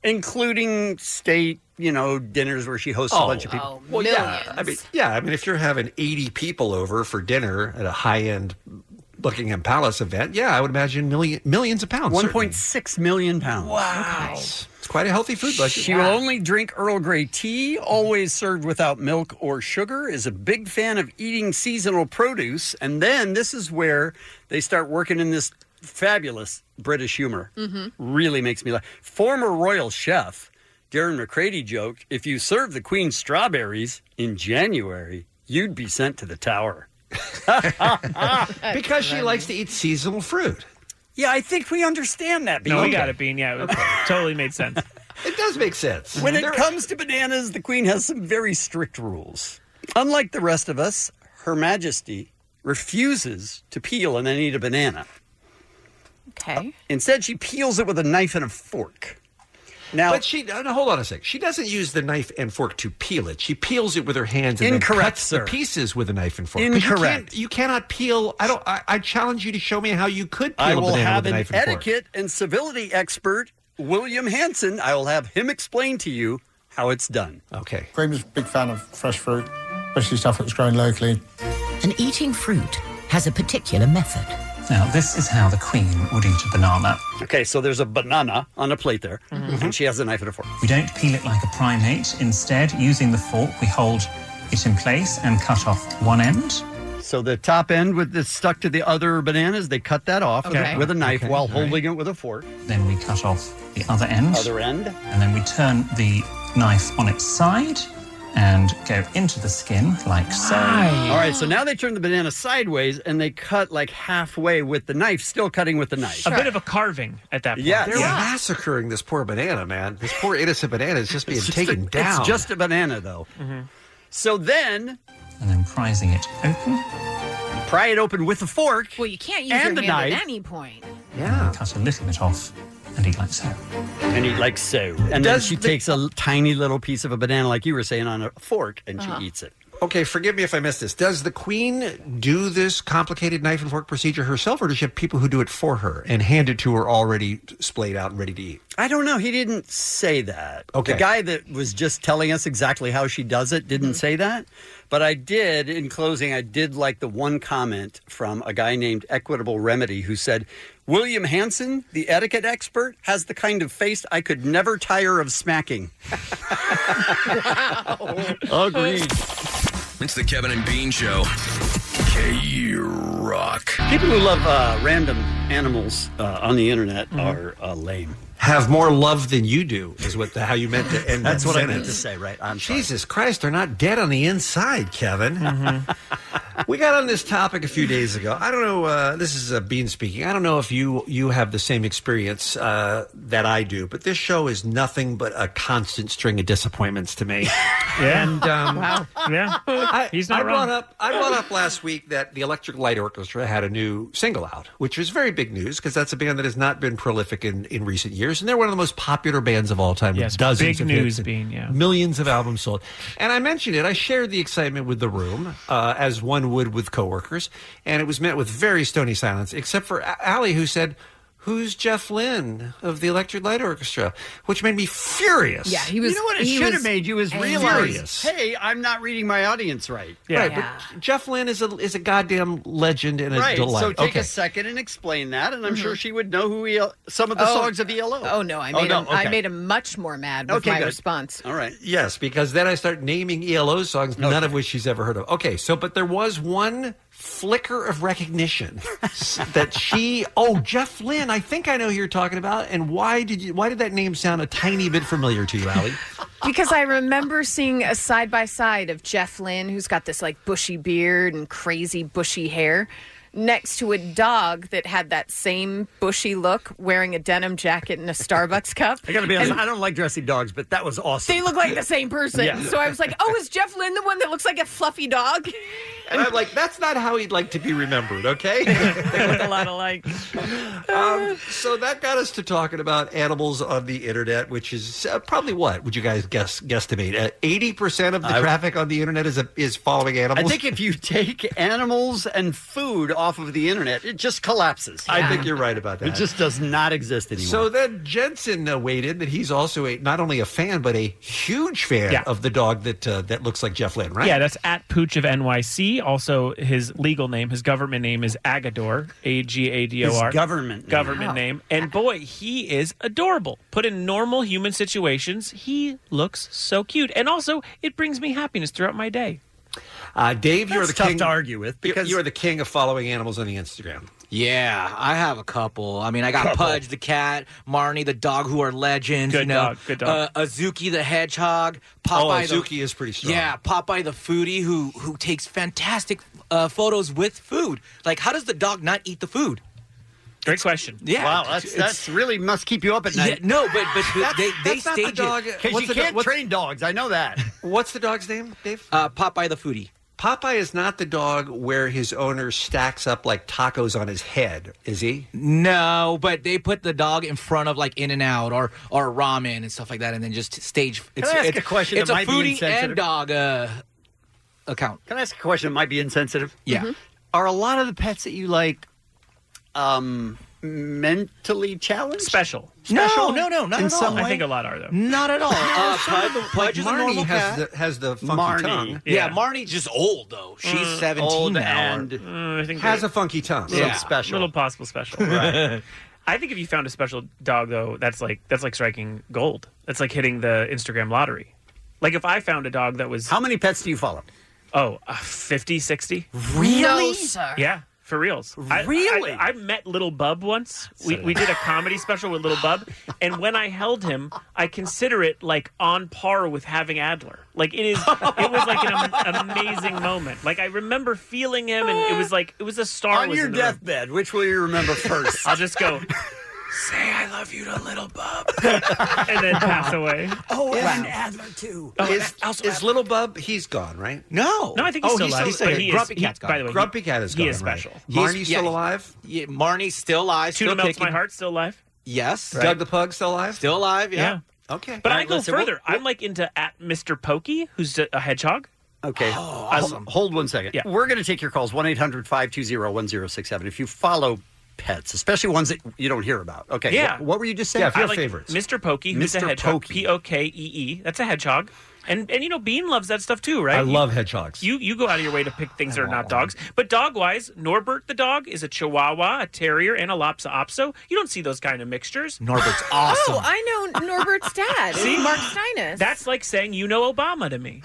Speaker 9: including state, you know, dinners where she hosts a bunch of people?
Speaker 6: Oh, well, yeah. I mean, yeah. I mean, if you're having 80 people over for dinner at a high-end Buckingham Palace event, yeah, I would imagine million, millions of pounds.
Speaker 9: One point six million pounds. Wow,
Speaker 6: it's quite a healthy food budget.
Speaker 9: She will only drink Earl Grey tea, always served without milk or sugar, is a big fan of eating seasonal produce. And then this is where they start working in this fabulous British humor.
Speaker 2: Mm-hmm.
Speaker 10: Mm-hmm.
Speaker 20: Mhm.
Speaker 9: Really makes me laugh. Former royal chef Darren McCready joked if you serve the Queen strawberries in January, you'd be sent to the tower.
Speaker 6: Ah.
Speaker 10: (laughs)
Speaker 2: Uh,
Speaker 6: because she likes to eat seasonal fruit.
Speaker 9: Yeah, I think we understand that.
Speaker 5: No, we
Speaker 9: Bean.
Speaker 5: got it, Bean. Yeah, it totally made sense.
Speaker 6: It does make sense.
Speaker 9: When it
Speaker 5: There-
Speaker 9: comes to bananas, the Queen has some very strict rules. Unlike the rest of us, Her Majesty refuses to peel and then eat a banana.
Speaker 10: Okay.
Speaker 9: Instead, she peels it with a knife and a fork. Now,
Speaker 6: but she no, no, hold on a sec. She doesn't use the knife and fork to peel it. She peels it with her hands. And then
Speaker 9: Incorrect,
Speaker 6: cuts
Speaker 9: sir.
Speaker 6: The pieces with a knife and fork. But You,
Speaker 9: Incorrect.
Speaker 6: can't- you cannot peel. I don't. I, I challenge you to show me how you could peel
Speaker 9: I
Speaker 6: a
Speaker 9: will
Speaker 6: banana
Speaker 9: have
Speaker 6: with a
Speaker 9: an
Speaker 6: knife and fork.
Speaker 9: etiquette and civility expert, William Hanson. I will have him explain to you how it's done.
Speaker 6: Okay.
Speaker 8: Graham's a big fan of fresh fruit, especially stuff that's grown locally.
Speaker 22: And eating fruit has a particular method.
Speaker 9: Now, this is how the Queen would eat a banana. Okay, so there's a banana on a plate there,
Speaker 6: Mm-hmm.
Speaker 22: Mhm.
Speaker 9: and she has a knife and a fork.
Speaker 23: We don't peel it like a primate. Instead, using the fork, we hold it in place and cut off one end.
Speaker 9: So the top end with that's stuck to the other bananas, they cut that off
Speaker 23: Okay.
Speaker 9: with a knife
Speaker 23: Okay,
Speaker 9: while
Speaker 23: all right.
Speaker 9: holding it with a fork.
Speaker 23: Then we cut off the other end.
Speaker 9: Other end.
Speaker 23: And then we turn the knife on its side and go into the skin like so.
Speaker 9: All right, so now they turn the banana sideways and they cut like halfway with the knife, still cutting with the knife.
Speaker 5: A bit of a carving at that point.
Speaker 9: Yes.
Speaker 6: They're massacring this poor banana, man. This poor innocent banana is just being
Speaker 9: just
Speaker 6: taken
Speaker 9: a-
Speaker 6: down.
Speaker 9: It's just a banana, though.
Speaker 5: Mm-hmm.
Speaker 9: So then.
Speaker 23: And then prizing it open.
Speaker 9: Pry it open with a fork.
Speaker 10: Well, you can't use
Speaker 9: and
Speaker 10: your
Speaker 9: a knife.
Speaker 10: hand at any point.
Speaker 9: Yeah.
Speaker 23: Ah, Cut a little bit off and eat like so.
Speaker 9: And eat like so. And then she takes a l- tiny little piece of a banana, like you were saying, on a fork, and
Speaker 6: Uh-huh.
Speaker 9: she eats it.
Speaker 6: Okay, forgive me if I missed this. Does the Queen do this complicated knife and fork procedure herself, or does she have people who do it for her and hand it to her already splayed out and ready to eat?
Speaker 9: I don't know. He didn't say that.
Speaker 6: Okay.
Speaker 9: The guy that was just telling us exactly how she does it didn't say that. But I did, in closing, I did like the one comment from a guy named Equitable Remedy who said, William Hanson, the etiquette expert, has the kind of face I could never tire of smacking. Agreed.
Speaker 12: It's the Kevin and Bean Show. K Rock.
Speaker 9: People who love uh, random animals uh, on the internet are uh, lame.
Speaker 6: Mm-hmm. Have more love than you do is what the, how you meant to end.
Speaker 9: That's
Speaker 6: that
Speaker 9: what I
Speaker 6: sentence.
Speaker 9: meant to say, right? I'm sorry.
Speaker 6: Jesus Christ, they're not dead on the inside, Kevin.
Speaker 9: Mm-hmm.
Speaker 6: (laughs) we got on this topic a few days ago. I don't know. Uh, this is uh, Bean speaking. I don't know if you you have the same experience uh, that I do, but this show is nothing but a constant string of disappointments
Speaker 9: (laughs)
Speaker 6: to me.
Speaker 5: Yeah. (laughs)
Speaker 6: And, um,
Speaker 5: Yeah.
Speaker 6: (laughs) I,
Speaker 5: He's not
Speaker 6: I
Speaker 5: wrong.
Speaker 6: brought up I
Speaker 5: (laughs)
Speaker 6: brought up last week that the Electric Light Orchestra had a new single out, which is very big news because that's a band that has not been prolific in, in recent years, and they're one of the most popular bands of all time
Speaker 5: Yes,
Speaker 6: with dozens
Speaker 5: big
Speaker 6: of
Speaker 5: news,
Speaker 6: hits and
Speaker 5: Bean, yeah.
Speaker 6: millions of albums sold. And I mentioned it. I shared the excitement with the room, uh, as one would with coworkers, and it was met with very stony silence, except for A- Allie, who said. Who's Jeff Lynne of the Electric Light Orchestra? Which made me furious.
Speaker 9: Yeah, he was-
Speaker 6: You know what it
Speaker 9: he
Speaker 6: should have
Speaker 9: was
Speaker 6: made you is
Speaker 9: angry.
Speaker 6: realize,
Speaker 9: hey, I'm not reading my audience right.
Speaker 6: Right, but Jeff Lynne is a is a goddamn legend and a
Speaker 9: right.
Speaker 6: delight.
Speaker 9: So take
Speaker 6: okay.
Speaker 9: a second and explain that, and I'm
Speaker 6: Mm-hmm.
Speaker 9: sure she would know who he, some of the
Speaker 10: Mm-hmm. Oh.
Speaker 9: songs of ELO.
Speaker 10: Oh no, I
Speaker 9: Oh,
Speaker 10: made
Speaker 9: no,
Speaker 10: him. I
Speaker 9: okay.
Speaker 10: made him much more mad with
Speaker 9: Okay,
Speaker 10: my
Speaker 9: good.
Speaker 10: response.
Speaker 9: All right.
Speaker 6: Yes, because then I start naming ELO songs, none of which she's ever heard of. Okay, so but there was one flicker of
Speaker 10: (laughs)
Speaker 6: recognition s- that she oh Jeff Lynne, I think I know who you're talking about. And why did you why did that name sound a tiny bit familiar to
Speaker 9: (laughs)
Speaker 6: you, Allie?
Speaker 10: Because I remember seeing a side by side of Jeff Lynne, who's got this like bushy beard and crazy bushy hair, next to a dog that had that same bushy look, wearing a denim jacket and a Starbucks cup.
Speaker 9: I got to be honest,
Speaker 10: And
Speaker 9: I don't like dressing dogs, but that was awesome.
Speaker 10: they look like the same person.
Speaker 9: Yeah.
Speaker 10: So I was like, oh, is Jeff Lynne the one that looks like a fluffy dog?
Speaker 6: And I'm like, that's not how he'd like to be
Speaker 5: (laughs)
Speaker 6: remembered, okay?
Speaker 5: a lot of like.
Speaker 6: (laughs) Um, so that got us to talking about animals on the internet, which is uh, probably what would you guys guess guesstimate? Uh, Eighty percent of the
Speaker 9: I-
Speaker 6: traffic on the internet is a, is following
Speaker 9: I
Speaker 6: animals.
Speaker 9: think if you take animals and food off of the internet, it just collapses.
Speaker 6: I think you're right about that.
Speaker 9: It just does not exist anymore.
Speaker 6: So then Jensen uh, weighed in that he's also a not only a fan but a huge fan
Speaker 5: Yeah.
Speaker 6: of the dog that uh, that looks like Jeff Lynne, right?
Speaker 5: Yeah, that's at Pooch of NYC. Also, his legal name, his government name is Agador, A G A D O R.
Speaker 9: His government name.
Speaker 5: government
Speaker 9: Wow.
Speaker 5: name. And boy, he is adorable. Put in normal human situations, he looks so cute. And also, it brings me happiness throughout my day.
Speaker 6: Uh, Dave, you're
Speaker 5: That's
Speaker 6: the
Speaker 5: tough
Speaker 6: king
Speaker 5: to
Speaker 9: argue with
Speaker 6: because you're the king of following animals on the Instagram.
Speaker 15: Yeah, I have a couple. I mean, I got Pudge the cat, Marnie the dog, who are legends.
Speaker 6: Good
Speaker 15: you know,
Speaker 6: dog, good dog. Oh,
Speaker 15: Uh, Azuki the hedgehog, Popeye. the-
Speaker 6: Azuki is pretty strong.
Speaker 15: Yeah, Popeye the foodie, who who takes fantastic uh, photos with food. Like, how does the dog not eat the food?
Speaker 5: Great question.
Speaker 15: Yeah,
Speaker 9: wow, that's
Speaker 15: it's-
Speaker 9: that's really must keep you up at
Speaker 15: Yeah,
Speaker 9: night.
Speaker 15: no, but but, but they they stage it
Speaker 9: because you can't train dogs. I know that.
Speaker 6: What's the dog's name, Dave?
Speaker 15: Uh, Popeye the foodie.
Speaker 6: Popeye is not the dog where his owner stacks up like tacos on his head, is he?
Speaker 15: No, but they put the dog in front of like In and Out or or ramen and stuff like that, and then just stage.
Speaker 9: Can I ask a question
Speaker 15: It's
Speaker 9: that
Speaker 15: a
Speaker 9: might be
Speaker 15: foodie and
Speaker 9: insensitive?
Speaker 15: dog uh, account.
Speaker 9: Can I ask a question that might be insensitive?
Speaker 15: Yeah.
Speaker 9: Are a lot of the pets that you like um mentally challenged?
Speaker 5: Special.
Speaker 15: No, no, no, not
Speaker 9: in
Speaker 15: at all.
Speaker 9: some way?
Speaker 15: I think a
Speaker 5: lot are though.
Speaker 15: Not (laughs) at all. Uh, Pudge, Pudge is a
Speaker 6: Marnie
Speaker 15: normal
Speaker 6: has
Speaker 15: cat.
Speaker 6: the has the funky
Speaker 15: Marnie.
Speaker 6: tongue.
Speaker 15: Yeah. Marnie's just old though. She's seventeen now.
Speaker 5: Mm, I think
Speaker 6: has
Speaker 5: they-
Speaker 6: a funky tongue.
Speaker 5: Little special. Little possible special. Right. I think if you found a special dog though, that's like that's like striking gold. That's like hitting the Instagram lottery. Like if I found a dog that was
Speaker 9: How many pets do you follow?
Speaker 5: Oh, uh, 50, 60.
Speaker 15: Really? No, sir.
Speaker 5: Yeah. For reals. I-
Speaker 15: Really?
Speaker 5: I, I, met Little Bub once. We, we did a comedy special with Little Bub. And when I held him, I consider it like on par with having Adler. Like it is, it was like an am- amazing moment. Like I remember feeling him and it was like, it was a star
Speaker 9: On
Speaker 5: was
Speaker 9: your
Speaker 5: in the room.
Speaker 9: deathbed, which will you remember first?
Speaker 5: I'll just
Speaker 9: (laughs)
Speaker 5: go,
Speaker 15: Say I love you to little Bub.
Speaker 5: and then
Speaker 6: (laughs)
Speaker 5: pass away.
Speaker 15: Oh,
Speaker 6: and Wow.
Speaker 15: Adler too.
Speaker 6: is, is little Bub? He's gone, right?
Speaker 15: No,
Speaker 5: No, I think he's
Speaker 6: oh,
Speaker 5: still
Speaker 6: he's
Speaker 5: alive,
Speaker 6: Still,
Speaker 5: but
Speaker 6: alive.
Speaker 5: he is-
Speaker 6: Grumpy
Speaker 5: he-
Speaker 6: Cat's gone.
Speaker 5: by the way, he-
Speaker 6: Grumpy Cat is
Speaker 5: he
Speaker 6: gone.
Speaker 5: is
Speaker 6: right?
Speaker 5: special.
Speaker 6: Marnie's
Speaker 15: He's-
Speaker 6: still
Speaker 15: yeah.
Speaker 6: alive.
Speaker 15: Yeah, Marnie's still alive.
Speaker 5: Tuna
Speaker 15: Still
Speaker 5: Melts
Speaker 15: kicking.
Speaker 5: My Heart, still alive.
Speaker 15: Yes.
Speaker 5: Right.
Speaker 6: Doug the Pug still alive.
Speaker 15: Still alive. Yeah.
Speaker 6: Okay.
Speaker 5: But
Speaker 9: All
Speaker 5: I
Speaker 9: right,
Speaker 5: go
Speaker 9: listen, we'll-
Speaker 5: further. I'm like into at Mr. Pokey, who's a a hedgehog.
Speaker 10: Oh,
Speaker 9: Okay.
Speaker 5: awesome.
Speaker 9: Hold, hold one second. We're going to take your calls 1 800 520 1067. If you follow pets, especially ones that you don't hear about. Okay.
Speaker 5: Yeah.
Speaker 9: What, what were you just saying?
Speaker 5: I like Mr. Pokey, who's a
Speaker 9: Mr.
Speaker 5: hedgehog.
Speaker 9: Pokey.
Speaker 5: P O K E E. That's a hedgehog. And and you know, Bean loves that stuff too, right?
Speaker 6: I
Speaker 5: You-
Speaker 6: love hedgehogs.
Speaker 5: You you go out of your way to pick things that are not dogs. But dog wise, Norbert the dog is a Chihuahua, a Terrier, and a Lhasa Apso. You don't see those kind of mixtures.
Speaker 15: Norbert's
Speaker 10: Oh, I know Norbert's dad.
Speaker 5: See?
Speaker 10: It's Mark Steinis.
Speaker 5: That's like saying you know Obama to me.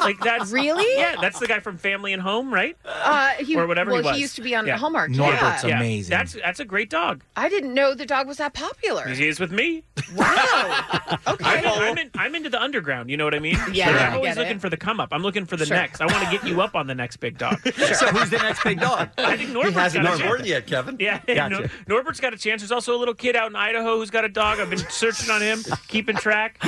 Speaker 5: like that's
Speaker 10: Really?
Speaker 5: Yeah, that's the guy from Family and Home, right?
Speaker 10: uh, he,
Speaker 5: or whatever
Speaker 10: Well,
Speaker 5: he
Speaker 10: he,
Speaker 5: was.
Speaker 10: used to be on
Speaker 5: Yeah.
Speaker 10: Hallmark. yeah.
Speaker 15: amazing.
Speaker 5: That's that's a great dog.
Speaker 10: I didn't know the dog was that popular.
Speaker 5: He is with me. (laughs) Wow. okay. I'm, in, I'm, in, I'm into the underground. You know what I mean?
Speaker 10: Yeah,
Speaker 5: Like,
Speaker 10: I
Speaker 5: I'm always
Speaker 10: get it.
Speaker 5: looking for the come up. I'm looking for the
Speaker 10: Sure.
Speaker 5: next. I want to get you up on the next big dog.
Speaker 9: So who's the next big dog?
Speaker 5: (laughs) I think Norbert's
Speaker 9: hasn't
Speaker 5: got
Speaker 9: been
Speaker 5: a
Speaker 9: born
Speaker 5: chance.
Speaker 9: yet, Kevin.
Speaker 5: Yeah, (laughs)
Speaker 9: Gotcha.
Speaker 5: Nor- Norbert's got a chance. There's also a little kid out in Idaho who's got a dog. I've been searching on him, keeping track.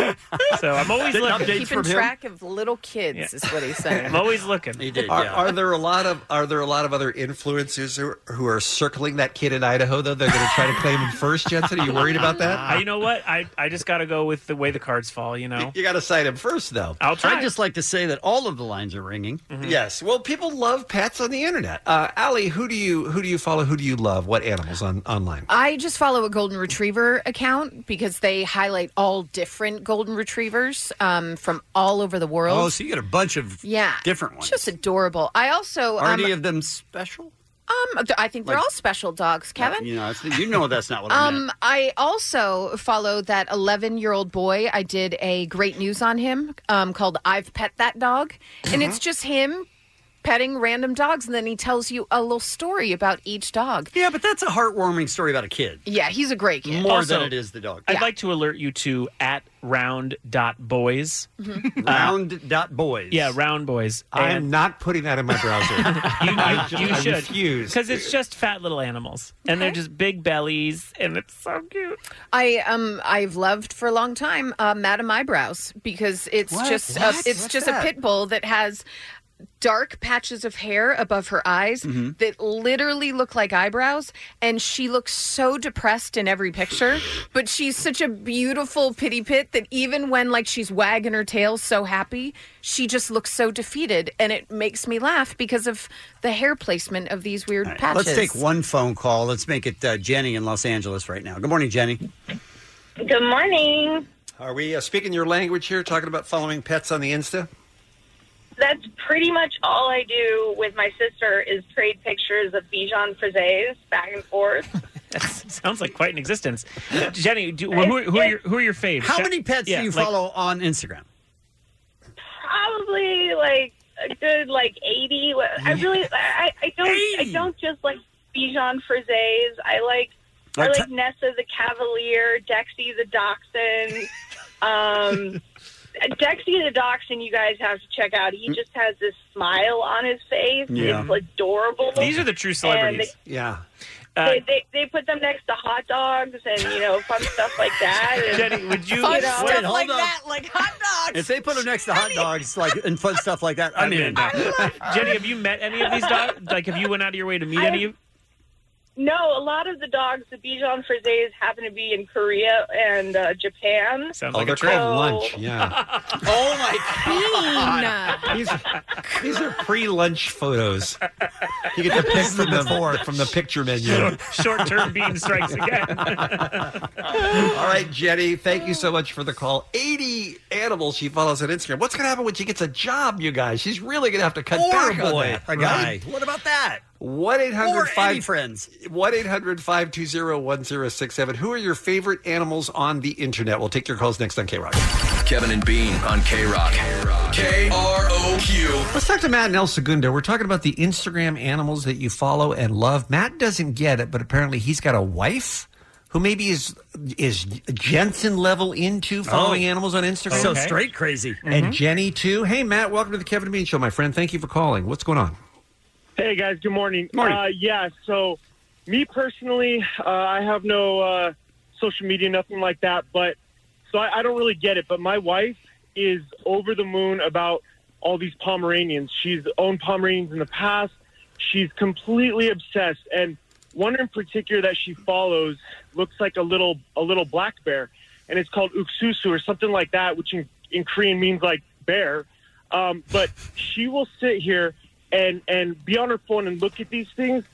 Speaker 5: So I'm always
Speaker 9: Getting
Speaker 5: looking.
Speaker 10: Keeping track of little kids is what he's
Speaker 5: (laughs)
Speaker 10: saying.
Speaker 5: I'm always looking.
Speaker 9: He did.
Speaker 6: Are, are there a lot of are there a lot of other influencers who are, who are circling that kid in Idaho though? They're going to try to claim him first. Jensen, are you worried about that?
Speaker 5: Uh, you know what? I, I just got to go with the way the cards fall, you
Speaker 9: (laughs)
Speaker 5: know?
Speaker 6: You got to cite him first though.
Speaker 5: I'll try. Mm-hmm.
Speaker 9: I'd just like to say that all of the lines are ringing.
Speaker 6: Yes. Well, people love pets on the internet. Uh, Allie, who do you who do you follow? Who do you love? What animals on online?
Speaker 10: I just follow a golden retriever account because they highlight all different golden retrievers um, from all over the world.
Speaker 9: Oh, so you get a bunch of
Speaker 10: yeah,
Speaker 9: different ones.
Speaker 10: Just adorable. I also
Speaker 9: Are
Speaker 10: um,
Speaker 9: any of them special?
Speaker 10: um th- I think they're
Speaker 9: like-
Speaker 10: all special dogs, Kevin.
Speaker 9: You know, that's- you know that's not what I meant.
Speaker 10: Um, I also follow that 11 year old boy. I did a great news on him um, called I've Pet That Dog. And
Speaker 9: Uh-huh.
Speaker 10: it's just him petting random dogs. And then he tells you a little story about each dog.
Speaker 9: Yeah, but that's a heartwarming story about a kid.
Speaker 10: Yeah, he's a great kid.
Speaker 9: More than it is the dog.
Speaker 5: I'd like to alert you to at
Speaker 9: (laughs)
Speaker 5: round.boys.
Speaker 10: Mm-hmm.
Speaker 9: Mhm. Round dot boys.
Speaker 5: Yeah, round boys.
Speaker 6: I am not putting that in my
Speaker 5: (laughs)
Speaker 6: browser.
Speaker 5: you,
Speaker 6: I
Speaker 5: you, you
Speaker 6: just- I
Speaker 5: should
Speaker 6: refuse.
Speaker 5: because it's just fat little animals, and they're just big bellies, and it's so cute. (laughs)
Speaker 10: I um I've loved for a long time uh, Madam Eyebrows because it's
Speaker 5: What?
Speaker 10: just
Speaker 5: What?
Speaker 10: A, it's
Speaker 5: What's
Speaker 10: just
Speaker 5: that?
Speaker 10: a pit bull that has dark patches of hair above her eyes
Speaker 5: Mm-hmm.
Speaker 20: Mhm.
Speaker 10: that literally look like eyebrows and she looks so depressed in every picture but she's such a beautiful pity pit that even when like she's wagging her tail so happy she just looks so defeated and it makes me laugh because of the hair placement of these weird patches
Speaker 9: Let's take one phone call. Let's make it uh, Jenny in Los Angeles right now. Good morning, Jenny.
Speaker 16: Good morning.
Speaker 6: Are we uh, speaking your language here, talking about following pets on the Insta?
Speaker 16: That's pretty much all I do with my sister is trade pictures of Bichon Frises back and forth.
Speaker 5: That sounds like quite an existence. Jenny, do, who, are- who are your who are your faves?
Speaker 9: How many pets
Speaker 5: Yeah,
Speaker 9: do you
Speaker 5: like-
Speaker 9: follow on Instagram?
Speaker 16: Probably like a good like eighty. I really I, I don't I don't just like Bichon Frises. I like I
Speaker 9: Like-
Speaker 16: like Nessa the Cavalier, Dexy the Dachshund.
Speaker 9: (laughs)
Speaker 16: Um, Dexy the Dachshund, you guys have to check out.
Speaker 9: Mm.
Speaker 16: He just has this smile on his face.
Speaker 5: Yeah.
Speaker 16: It's adorable.
Speaker 5: These are the true
Speaker 16: And
Speaker 5: celebrities.
Speaker 16: they-
Speaker 6: yeah.
Speaker 5: Uh,
Speaker 16: they, they, they put them next to hot dogs and you know fun stuff like that. And,
Speaker 5: (laughs) Jenny, would you-
Speaker 9: Fun
Speaker 16: know,
Speaker 9: stuff Wait, hold like on. that,
Speaker 10: like hot dogs?
Speaker 9: If they put them next to hot dogs, like and fun stuff like that, I'm in.
Speaker 4: (laughs)
Speaker 5: Jenny, have you met any of these dogs? (laughs) Like, have you went out of your way to meet any of?
Speaker 16: No, a lot of the dogs, the Bichon Frises, happen to be in Korea and uh, Japan.
Speaker 5: Sounds
Speaker 6: Oh, they're called lunch. Yeah.
Speaker 16: (laughs)
Speaker 9: oh my
Speaker 10: god!
Speaker 6: These, these are pre-lunch photos. You get to pick from the from the picture menu.
Speaker 5: Short term bean strikes
Speaker 9: (laughs)
Speaker 5: again.
Speaker 6: All right, Jenny, thank you so much for the call. 80 animals she follows on Instagram. What's going to happen when she gets a job, you guys? She's really going to have to cut
Speaker 9: Or a
Speaker 6: back
Speaker 9: boy,
Speaker 6: on that.
Speaker 9: a guy. What about that?
Speaker 6: 1
Speaker 9: Or
Speaker 6: 800
Speaker 9: any friends.
Speaker 6: 1 800 520 1067. Who are your favorite animals on the internet? We'll take your calls next on K Rock.
Speaker 12: Kevin and Bean on K Rock. K R O Q.
Speaker 6: Let's talk to Matt and El Segundo. We're talking about the Instagram animals that you follow and love. Matt doesn't get it, but apparently he's got a wife who maybe is is Jensen level into (laughs) following
Speaker 9: Oh.
Speaker 6: animals on Instagram. Mm-hmm.
Speaker 9: So straight crazy. Mm-hmm.
Speaker 6: And Jenny too. Hey Matt, welcome to the Kevin and Bean Show, my friend. Thank you for calling. What's going on?
Speaker 4: Hey guys, good morning.
Speaker 6: Morning.
Speaker 4: Uh, yeah, so me personally, uh, I have no uh, social media, nothing like that. But so I, I don't really get it. But my wife is over the moon about all these Pomeranians. She's owned Pomeranians in the past. She's completely obsessed, and one in particular that she follows looks like a little a little black bear, and it's called uksusu or something like that, which in, in Korean means like bear. Um, but she will sit here and and be on her phone and look at these things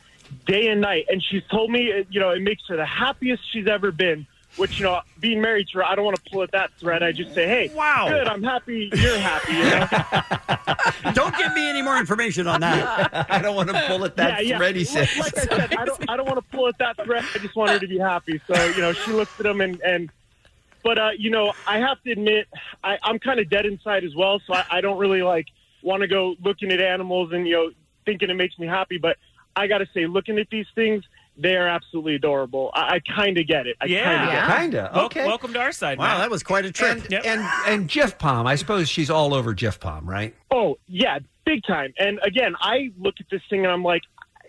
Speaker 4: day and night. And she's told me, uh, you know, it makes her the happiest she's ever been. Which you know, being married to her, I don't want to pull at that thread. I just say, hey,
Speaker 9: Wow.
Speaker 4: good, I'm happy, you're happy. you know?
Speaker 9: (laughs) Don't give me any more information on that.
Speaker 6: (laughs) I don't want to pull at
Speaker 4: yeah, yeah. Like-
Speaker 6: (laughs)
Speaker 4: Like, I said, I don't, I don't want to pull at that thread. I just want her to be happy. So, you know, she looks at them and, and but, uh, you know, I have to admit, I, I'm kind of dead inside as well. So I, I don't really like want to go looking at animals and, you know, thinking it makes me happy. But I got to say, looking at these things, they are absolutely adorable. I, I kind of get it. I Kinda get it.
Speaker 6: Kinda. Okay.
Speaker 5: welcome to our side.
Speaker 6: Wow, that
Speaker 9: was quite a
Speaker 6: trip. And, and and Jeff Palm, I suppose she's all over Jeff Palm, right?
Speaker 4: Oh yeah, big time. And again, I look at this thing and I'm like,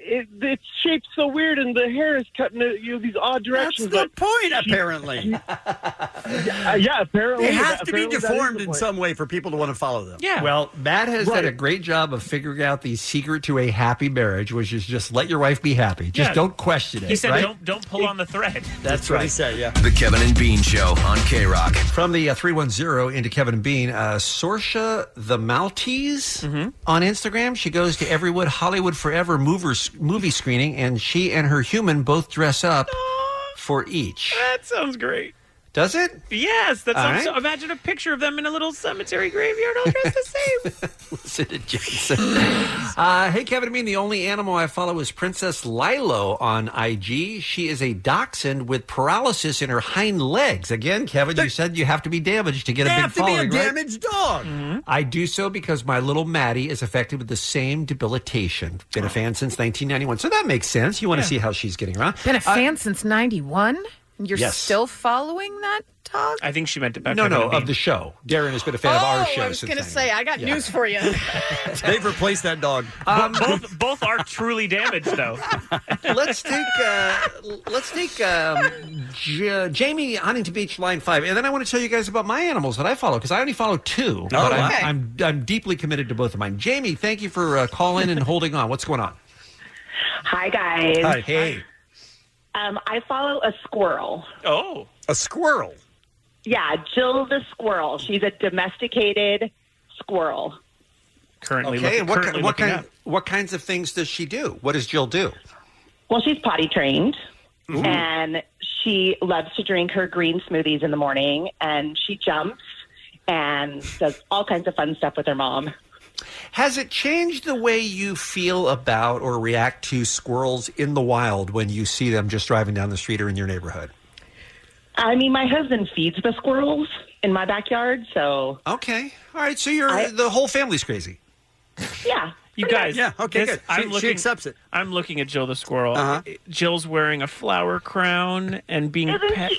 Speaker 4: it, it's shaped so weird, and the hair is cut in you know, these odd directions.
Speaker 9: That's the
Speaker 4: but
Speaker 9: point,
Speaker 4: she- (laughs)
Speaker 9: apparently.
Speaker 4: Uh, (laughs) yeah, apparently
Speaker 9: They
Speaker 4: that-
Speaker 9: have to be
Speaker 4: apparently that is
Speaker 9: deformed
Speaker 4: the
Speaker 9: in
Speaker 4: point.
Speaker 9: some way for people to want to follow them.
Speaker 6: Well, Matt has
Speaker 9: Right.
Speaker 6: done a great job of figuring out the secret to a happy marriage, which is just let your wife be happy. Just
Speaker 5: Yeah.
Speaker 6: don't question it.
Speaker 5: He said,
Speaker 6: right?
Speaker 5: "Don't don't pull on the thread." (laughs)
Speaker 9: That's what he said, yeah.
Speaker 12: The Kevin and Bean Show on K Rock.
Speaker 6: From the uh, 310 into Kevin and Bean, uh, Sorsha the Maltese
Speaker 5: Mm-hmm.
Speaker 6: on Instagram. She goes to Everywood Hollywood Forever movers, movie screening, and she and her human both dress up for each.
Speaker 5: That sounds great.
Speaker 6: Does it?
Speaker 5: Yes, that
Speaker 6: All
Speaker 5: sounds.
Speaker 6: right.
Speaker 5: So, imagine a picture of them in a little cemetery graveyard, all dressed the same.
Speaker 6: Listen to Jason. uh, hey, Kevin and Bean, the only animal I follow is Princess Lilo on IG. She is a dachshund with paralysis in her hind legs. Again, Kevin, you said you have to be damaged to get
Speaker 9: They
Speaker 6: a big
Speaker 9: have to be a
Speaker 6: following, right?
Speaker 9: damaged dog.
Speaker 5: Mm-hmm.
Speaker 6: I do so because my little Maddie is affected with the same debilitation. Been a fan since 1991. So that makes sense. You want Uh,
Speaker 10: Yeah.
Speaker 6: to see how she's getting around.
Speaker 10: been a fan since 91 You're
Speaker 6: Yes.
Speaker 10: still following that talk?
Speaker 5: (laughs) I think she meant about
Speaker 6: no,
Speaker 5: Kevin
Speaker 6: no
Speaker 5: and Bean.
Speaker 6: of the show. Darren has been a fan of our show
Speaker 10: Oh, I was
Speaker 6: since
Speaker 10: going to
Speaker 6: then.
Speaker 10: say, I got
Speaker 6: Yeah.
Speaker 10: news
Speaker 6: (laughs)
Speaker 10: for you.
Speaker 9: They've replaced
Speaker 5: (laughs)
Speaker 9: that dog.
Speaker 5: both both are truly damaged, though.
Speaker 6: let's take uh, let's take um, J- Jamie Huntington Beach line five, and then I want to tell you guys about my animals that I follow because I only follow two. but I'm,
Speaker 20: okay.
Speaker 6: I'm I'm deeply committed to both of mine. Jamie, thank you for uh, calling and holding on. What's going on?
Speaker 19: Hi, guys.
Speaker 6: Hi. Hey.
Speaker 19: Um, I follow a squirrel.
Speaker 5: Oh,
Speaker 9: a squirrel.
Speaker 19: Yeah, Jill the squirrel. She's a domesticated squirrel.
Speaker 5: Currently,
Speaker 6: okay.
Speaker 19: looking-
Speaker 6: and what
Speaker 19: currently
Speaker 6: ki- what
Speaker 19: looking
Speaker 6: kind what kinds of things does she do? What does Jill do?
Speaker 19: Well, she's potty trained,
Speaker 6: Ooh.
Speaker 19: and she loves to drink her green smoothies in the morning, and she jumps and does all kinds of fun stuff with her mom.
Speaker 6: Has it changed the way you feel about or react to squirrels in the wild when you see them just driving down the street or in your neighborhood?
Speaker 19: I mean, my husband feeds the squirrels in my backyard, so.
Speaker 6: Okay. All right. So you're the whole family's crazy.
Speaker 19: Yeah.
Speaker 5: You
Speaker 19: pretty
Speaker 5: guys,
Speaker 19: much.
Speaker 5: this- I'm looking, it. I'm looking at Jill the squirrel.
Speaker 6: Uh-huh.
Speaker 5: Jill's wearing a flower crown and being pet.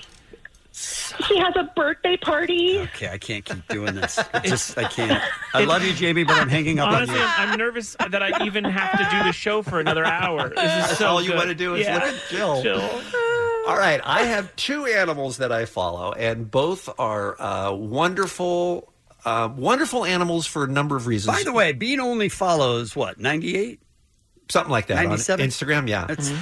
Speaker 19: She has a birthday party.
Speaker 9: Okay, I can't keep doing this. It just I can't. I love you, Jamie, but I'm hanging up
Speaker 5: Honestly,
Speaker 9: on you.
Speaker 5: I'm, I'm nervous that I even have to do the show for another hour. This is
Speaker 6: That's
Speaker 5: so
Speaker 6: all you
Speaker 5: good.
Speaker 6: want to do is
Speaker 5: Yeah.
Speaker 6: look at Jill.
Speaker 5: Jill.
Speaker 6: All right, I have two animals that I follow, and both are uh, wonderful, uh, wonderful animals for a number of reasons.
Speaker 9: By the way, Bean only follows what ninety eight,
Speaker 6: something like that. on
Speaker 9: 97?
Speaker 6: Instagram, yeah.
Speaker 9: That's-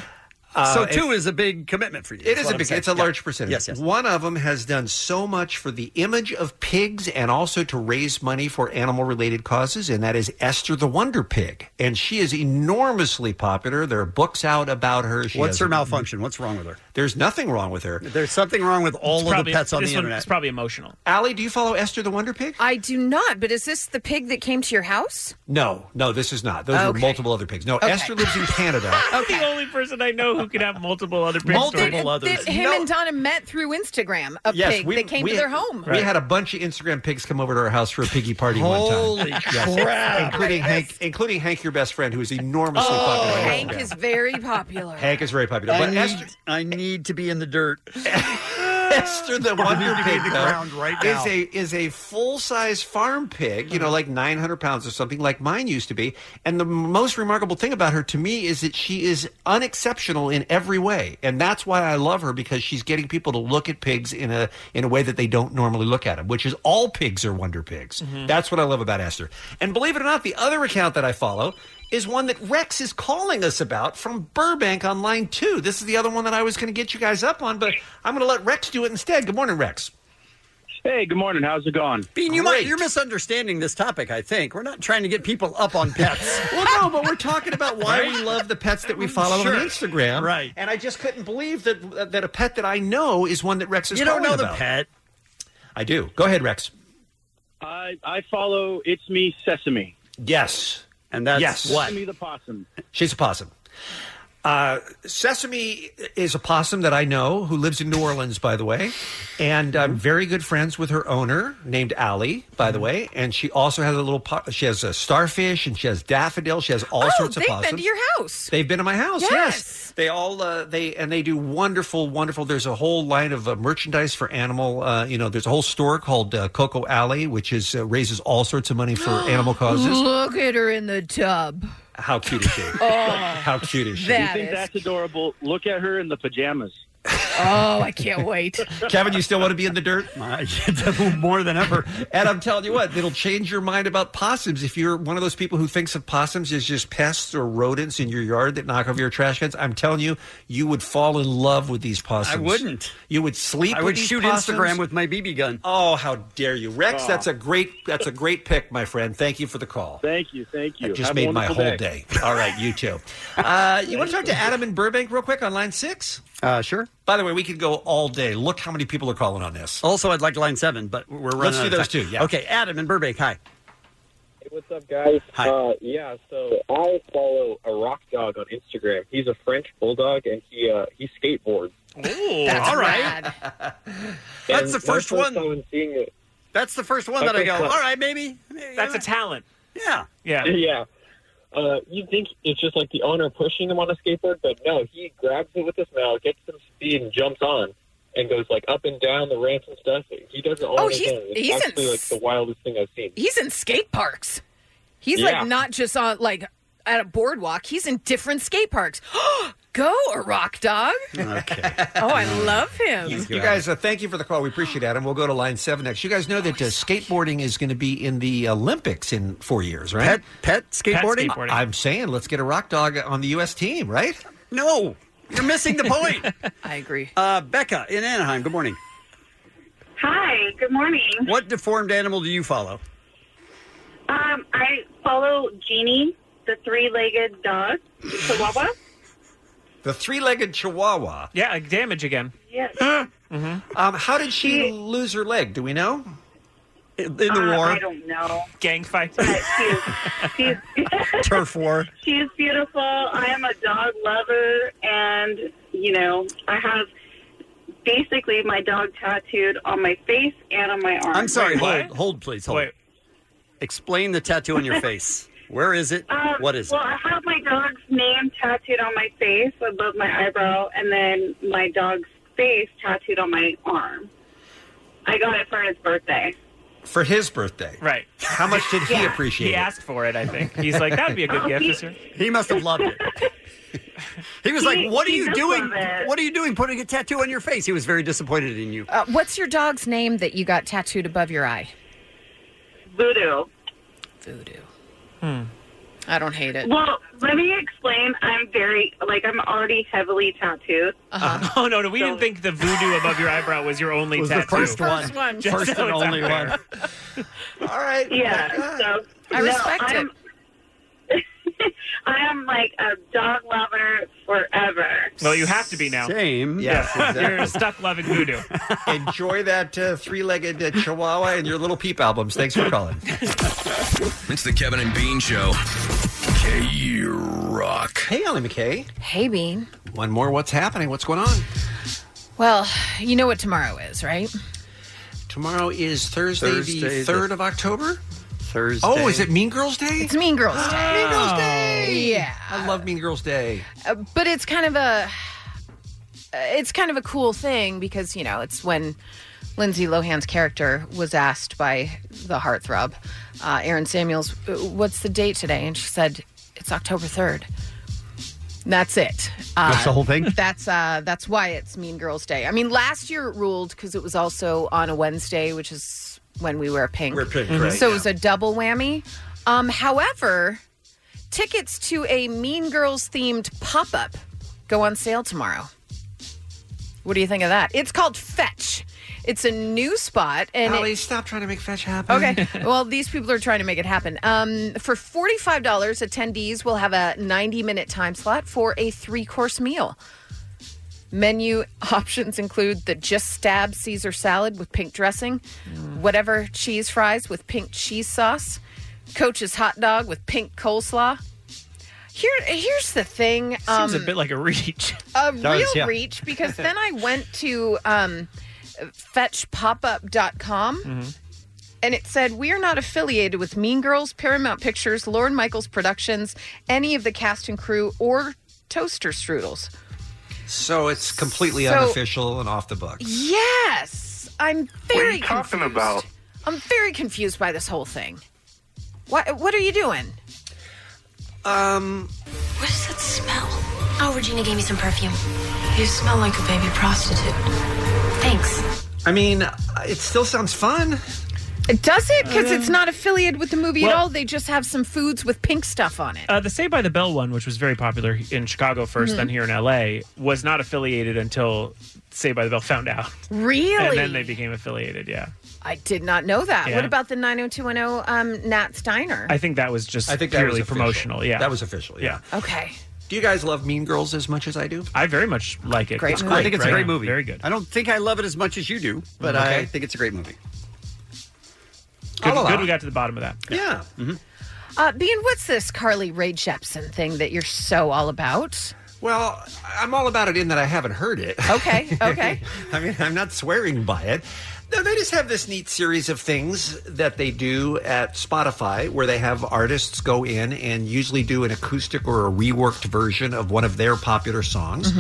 Speaker 6: Uh,
Speaker 9: so
Speaker 6: it-
Speaker 9: two is a big commitment for you.
Speaker 6: It
Speaker 9: is
Speaker 6: is
Speaker 9: what
Speaker 6: a
Speaker 9: I'm
Speaker 6: big.
Speaker 9: saying.
Speaker 6: It's a
Speaker 9: Yeah.
Speaker 6: large percentage.
Speaker 9: Yes, yes.
Speaker 6: One of them has done so much for the image of pigs and also to raise money for animal-related causes, and that is Esther the Wonder Pig, and she is enormously popular. There are books out about her. She
Speaker 9: What's
Speaker 6: has-
Speaker 9: her malfunction? What's wrong with her?
Speaker 6: There's nothing wrong with her.
Speaker 9: There's something wrong with all of the
Speaker 5: probably-
Speaker 9: pets on the
Speaker 5: this one
Speaker 9: internet.
Speaker 5: is probably emotional.
Speaker 6: Allie, do you follow Esther the Wonder Pig?
Speaker 10: I do not, but is this the pig that came to your house?
Speaker 6: No, no, this is not. Those
Speaker 10: Okay.
Speaker 6: are multiple other pigs. No,
Speaker 10: Okay.
Speaker 6: Esther lives in Canada.
Speaker 5: (laughs) I'm the only person I know who could have multiple other pig
Speaker 6: Multiple
Speaker 5: stories.
Speaker 6: others.
Speaker 10: That him
Speaker 6: No.
Speaker 10: and Donna met through Instagram, a pig that came to their home.
Speaker 6: We had a bunch of Instagram pigs come over to our house for a piggy party one
Speaker 9: Holy
Speaker 6: time.
Speaker 9: crap.
Speaker 6: Including Hank, including Hank, your best friend, who is enormously popular. on
Speaker 10: Oh, Hank
Speaker 6: Instagram.
Speaker 10: is very popular.
Speaker 6: Hank is very popular.
Speaker 9: I
Speaker 6: But
Speaker 9: need-
Speaker 6: Esther,
Speaker 9: I need to be in the dirt.
Speaker 6: (laughs) Esther
Speaker 9: (laughs)
Speaker 6: the
Speaker 9: I
Speaker 6: Wonder
Speaker 9: need to be
Speaker 6: Pig
Speaker 9: in the
Speaker 6: though,
Speaker 9: ground right now.
Speaker 6: is a is a full size farm pig. You know, like nine hundred pounds or something, like mine used to be. And the most remarkable thing about her to me is that she is unexceptional in every way, and that's why I love her because she's getting people to look at pigs in a in a way that they don't normally look at them, which is all pigs are wonder pigs.
Speaker 20: Mhm.
Speaker 6: That's what I love about Esther. And believe it or not, the other account that I follow. Is one that Rex is calling us about from Burbank on line two. This is the other one that I was going to get you guys up on, but I'm going to let Rex do it instead. Good morning, Rex.
Speaker 9: Hey, good morning. How's it going? Bean, you might, you're misunderstanding this topic, I think. We're not trying to get people up on pets.
Speaker 6: (laughs) well, no, but we're talking about why we love the pets that we follow
Speaker 9: Sure.
Speaker 6: on Instagram.
Speaker 9: Right.
Speaker 6: And I just couldn't believe that that a pet that I know is one that Rex is
Speaker 9: You don't
Speaker 6: calling
Speaker 9: know the
Speaker 6: about.
Speaker 9: pet.
Speaker 6: I do. Go ahead, Rex.
Speaker 11: I, I follow It's Me Sesame.
Speaker 6: Yes.
Speaker 9: And
Speaker 6: that's
Speaker 11: yes.
Speaker 6: Yes. what?
Speaker 11: Sesame the possum.
Speaker 6: She's a possum. Uh, Sesame is a possum that I know who lives in New Orleans, by the way, and I'm very good friends with her owner named Allie, by
Speaker 9: Mm-hmm.
Speaker 6: the way. And she also has a little. Po- she has a starfish, and she has daffodil. She has all
Speaker 10: oh,
Speaker 6: sorts of
Speaker 10: they've
Speaker 6: possums.
Speaker 10: been to your house.
Speaker 6: They've been in my house. Yes,
Speaker 10: Yes.
Speaker 6: they all uh, they and they do wonderful, wonderful. There's a whole line of uh, merchandise for animal. Uh, you know, there's a whole store called uh, Coco Alley, which is uh, raises all sorts of money
Speaker 10: (gasps)
Speaker 6: for animal causes.
Speaker 10: Look at her in
Speaker 6: (laughs)
Speaker 10: the tub.
Speaker 6: How cute is she?
Speaker 10: Oh,
Speaker 6: How cute is she?
Speaker 10: That
Speaker 11: you think
Speaker 10: is
Speaker 11: that's adorable? Look at her in the pajamas.
Speaker 10: oh, I
Speaker 6: (laughs)
Speaker 5: (laughs)
Speaker 10: can't wait.
Speaker 6: Kevin, you still want to be in
Speaker 9: (laughs)
Speaker 6: the dirt?
Speaker 9: More than ever.
Speaker 6: And I'm telling you what, it'll change your mind about possums. If you're one of those people who thinks of possums as just pests or rodents in your yard that knock over your trash cans, I'm telling you, you would fall in love with these possums.
Speaker 9: I wouldn't.
Speaker 6: You would sleep.
Speaker 9: I
Speaker 6: with
Speaker 9: would
Speaker 6: these
Speaker 9: shoot
Speaker 6: possums?
Speaker 9: Instagram with my BB gun.
Speaker 6: Oh, how dare you, Rex?
Speaker 9: Oh.
Speaker 6: That's a great. That's a great pick, my friend. Thank you for the call.
Speaker 11: Thank you, thank you.
Speaker 6: That just
Speaker 11: Have a
Speaker 6: made my
Speaker 11: wonderful
Speaker 6: whole day. All right, you too. Uh, you want to talk to Adam in Burbank real quick on line six?
Speaker 9: Uh, sure.
Speaker 6: By the way, we could go all day. Look how many people are calling on this.
Speaker 9: Also, I'd like line seven, but we're running.
Speaker 6: Let's
Speaker 9: out
Speaker 6: do
Speaker 9: of
Speaker 6: those
Speaker 9: time.
Speaker 6: two, yeah.
Speaker 9: Okay, Adam in Burbank. Hi.
Speaker 11: Hey, what's up, guys?
Speaker 9: Hi.
Speaker 11: Uh, yeah, so I follow a rock dog on Instagram. He's a French bulldog, and he uh, he skateboards.
Speaker 9: Ooh,
Speaker 11: That's
Speaker 9: all right.
Speaker 11: (laughs) And
Speaker 9: That's the
Speaker 11: my
Speaker 9: first one.
Speaker 11: time seeing it.
Speaker 9: That's the first one
Speaker 11: My
Speaker 9: that I
Speaker 11: first
Speaker 9: go.
Speaker 11: time.
Speaker 9: All right, maybe.
Speaker 11: That's a
Speaker 5: talent.
Speaker 9: Yeah.
Speaker 11: Yeah. (laughs) Yeah. Uh, you think it's just like the owner pushing him on a skateboard, but no, he grabs it with his mouth, gets some speed, and jumps on. and goes like up and down the ramps and stuff. He does it all
Speaker 10: Oh,
Speaker 11: on his
Speaker 10: he's-
Speaker 11: own. It's
Speaker 10: he's
Speaker 11: actually like the wildest thing I've seen.
Speaker 10: He's in skate parks. He's
Speaker 11: Yeah.
Speaker 10: like not just on like at a boardwalk. He's in different skate parks. (gasps) Go, a rock dog.
Speaker 6: Okay.
Speaker 10: (laughs) Oh, I love him.
Speaker 6: You, you guys, uh, thank you for the call. We appreciate it, Adam. We'll go to line seven next. You guys know that uh, skateboarding is going to be in the Olympics in four years, right?
Speaker 9: Pet, pet skateboarding? skateboarding.
Speaker 6: I'm saying let's get a rock dog on the U.S. team, right?
Speaker 9: No, you're missing the point.
Speaker 10: I agree.
Speaker 9: Uh, Becca in Anaheim, good morning.
Speaker 17: Hi, good morning.
Speaker 9: What deformed animal do you follow?
Speaker 17: Um, I follow Jeannie, the three-legged dog, Chihuahua.
Speaker 6: (laughs) The three-legged Chihuahua.
Speaker 5: Yeah, damage
Speaker 9: (gasps)
Speaker 5: again.
Speaker 17: Yes.
Speaker 9: Mm-hmm.
Speaker 6: Um, how did she lose her leg? Do we know?
Speaker 9: In
Speaker 17: Uh, I don't know.
Speaker 5: Gang fight.
Speaker 9: (laughs) Turf war.
Speaker 17: She's beautiful. I am a dog lover, and you know, I have basically my dog tattooed on my face and on my arm.
Speaker 9: I'm sorry, hold, hold, please, hold. Explain the tattoo
Speaker 17: (laughs)
Speaker 9: on your face. Where is it?
Speaker 17: Um,
Speaker 9: what is
Speaker 17: well,
Speaker 9: it?
Speaker 17: I have my dog's name tattooed on my face above my eyebrow, and then my dog's face tattooed on my arm. I got it for his birthday.
Speaker 6: For his birthday.
Speaker 5: Right.
Speaker 6: How much did he
Speaker 17: Yeah.
Speaker 6: appreciate
Speaker 5: He
Speaker 6: it?
Speaker 5: asked for it, I think. He's like, that would be a good gift this year.
Speaker 9: He must have loved it.
Speaker 17: (laughs)
Speaker 9: He was
Speaker 17: He-
Speaker 9: like, "What are
Speaker 17: he
Speaker 9: you
Speaker 17: does
Speaker 9: doing?
Speaker 17: love it.
Speaker 9: What are you doing? Putting a tattoo on your face?" He was very disappointed in you.
Speaker 10: Uh, what's your dog's name that you got tattooed above your eye?
Speaker 17: Voodoo.
Speaker 10: Voodoo. Hmm. I don't hate it.
Speaker 17: Well, let me explain. I'm very like I'm already heavily tattooed.
Speaker 16: Uh-huh.
Speaker 5: (laughs)
Speaker 10: Uh-huh.
Speaker 17: (laughs)
Speaker 5: Oh no, no, we didn't think the voodoo above your eyebrow was your only
Speaker 17: Was the
Speaker 5: tattoo.
Speaker 17: first one. First one.
Speaker 5: Just
Speaker 17: First
Speaker 5: so
Speaker 17: and
Speaker 5: it's out
Speaker 17: only
Speaker 5: there.
Speaker 17: one.
Speaker 6: All right.
Speaker 17: Yeah. So
Speaker 10: I respect
Speaker 17: no, I'm, it. (laughs) I am like a dog lover forever.
Speaker 5: Well, you have to be now.
Speaker 9: Same.
Speaker 6: Yes,
Speaker 5: (laughs)
Speaker 6: exactly.
Speaker 5: You're stuck loving voodoo.
Speaker 6: Enjoy that uh, three-legged uh, Chihuahua and your little peep albums. Thanks for calling.
Speaker 12: It's the Kevin and Bean Show. K Rock.
Speaker 6: Hey, Ellie McKay.
Speaker 10: Hey, Bean.
Speaker 6: One more. What's happening? What's going on?
Speaker 10: Well, you know what tomorrow is, right?
Speaker 6: Tomorrow is Thursday,
Speaker 9: Thursday,
Speaker 6: the
Speaker 9: the-
Speaker 6: third of October.
Speaker 9: Thursday.
Speaker 6: Oh, is it Mean Girls Day?
Speaker 10: It's Mean Girls
Speaker 6: (gasps)
Speaker 10: Day.
Speaker 6: Mean Girls Day.
Speaker 10: Yeah.
Speaker 6: I love Mean Girls Day.
Speaker 10: Uh, but it's kind of a uh, it's kind of a cool thing because you know it's when Lindsay Lohan's character was asked by the heartthrob, uh, Aaron Samuels, "Uh, "What's the date today?" and she said, "It's October 3rd. And That's it. Uh,
Speaker 9: That's the whole thing?
Speaker 10: That's uh, that's why it's Mean Girls Day. I mean, last year it ruled because it was also on a Wednesday, which is when we wear pink. Mm-hmm.
Speaker 20: Wear pink, Mhm. right,
Speaker 10: So it was a double whammy. Um, however, tickets to a Mean Girls themed pop up go on sale tomorrow. What do you think of that? It's called Fetch. It's a new spot, and it-
Speaker 6: Ellie, stop trying to make fetch happen. (laughs)
Speaker 10: Okay. well, these people are trying to make it happen. Um, for $45, attendees will have a 90 minute time slot for a three course meal. Menu options include the just stab Caesar salad with pink dressing, whatever cheese fries with pink cheese sauce, Coach's hot dog with pink coleslaw. Here, here's the thing.
Speaker 5: Seems a bit like a reach.
Speaker 10: Um, A real
Speaker 5: (laughs)
Speaker 10: reach because then I went to um, fetchpopup.com
Speaker 5: Mm-hmm.
Speaker 10: and it said, We are not affiliated with Mean Girls, Paramount Pictures, Lauren Michaels Productions, any of the cast and crew, or Toaster Strudels.
Speaker 6: So it's completely
Speaker 10: So-
Speaker 6: unofficial and off the book.
Speaker 10: Yes! I'm very confused.
Speaker 6: about?
Speaker 10: I'm very confused by this whole thing. What, what are you doing?
Speaker 6: Um,
Speaker 18: What does that smell? Oh, Regina gave me some perfume. You smell like a baby prostitute. Thanks.
Speaker 6: I mean, uh, it still sounds fun.
Speaker 10: Does it? Because it's not affiliated with the movie at
Speaker 5: Um, Well-
Speaker 10: all. They just have some foods with pink stuff on it.
Speaker 5: Uh, the Say by the Bell one, which was very popular in Chicago 1st
Speaker 10: Mhm.
Speaker 5: then here in LA, was not affiliated until Say by the Bell found out.
Speaker 10: Really?
Speaker 5: And then they became affiliated, yeah.
Speaker 10: I did not know that.
Speaker 5: Yeah.
Speaker 10: What about the 90210 um, Nat's Diner?
Speaker 5: I think that was just
Speaker 6: I think that was
Speaker 5: purely
Speaker 6: official.
Speaker 5: promotional, yeah.
Speaker 6: That was official, yeah.
Speaker 10: okay.
Speaker 6: Do you guys love Mean Girls as much as I do?
Speaker 5: I very much like it.
Speaker 6: Great
Speaker 9: It's
Speaker 6: movie.
Speaker 9: I think it's a
Speaker 6: Right.
Speaker 9: great movie.
Speaker 6: Very
Speaker 5: good.
Speaker 9: I don't think I love it as much as you do, but I think it's a great movie.
Speaker 5: Good,
Speaker 9: I'll allow
Speaker 5: good
Speaker 9: it.
Speaker 5: we got to the bottom of that.
Speaker 6: Yeah.
Speaker 10: Uh, Bean, what's this Carly Rae Jepsen thing that you're so all about?
Speaker 6: Well, I'm all about it in that I haven't heard it.
Speaker 10: Okay,
Speaker 6: (laughs)
Speaker 10: okay.
Speaker 6: I mean, I'm not swearing by it. No, they just have this neat series of things that they do at Spotify where they have artists go in and usually do an acoustic or a reworked version of one of their popular songs.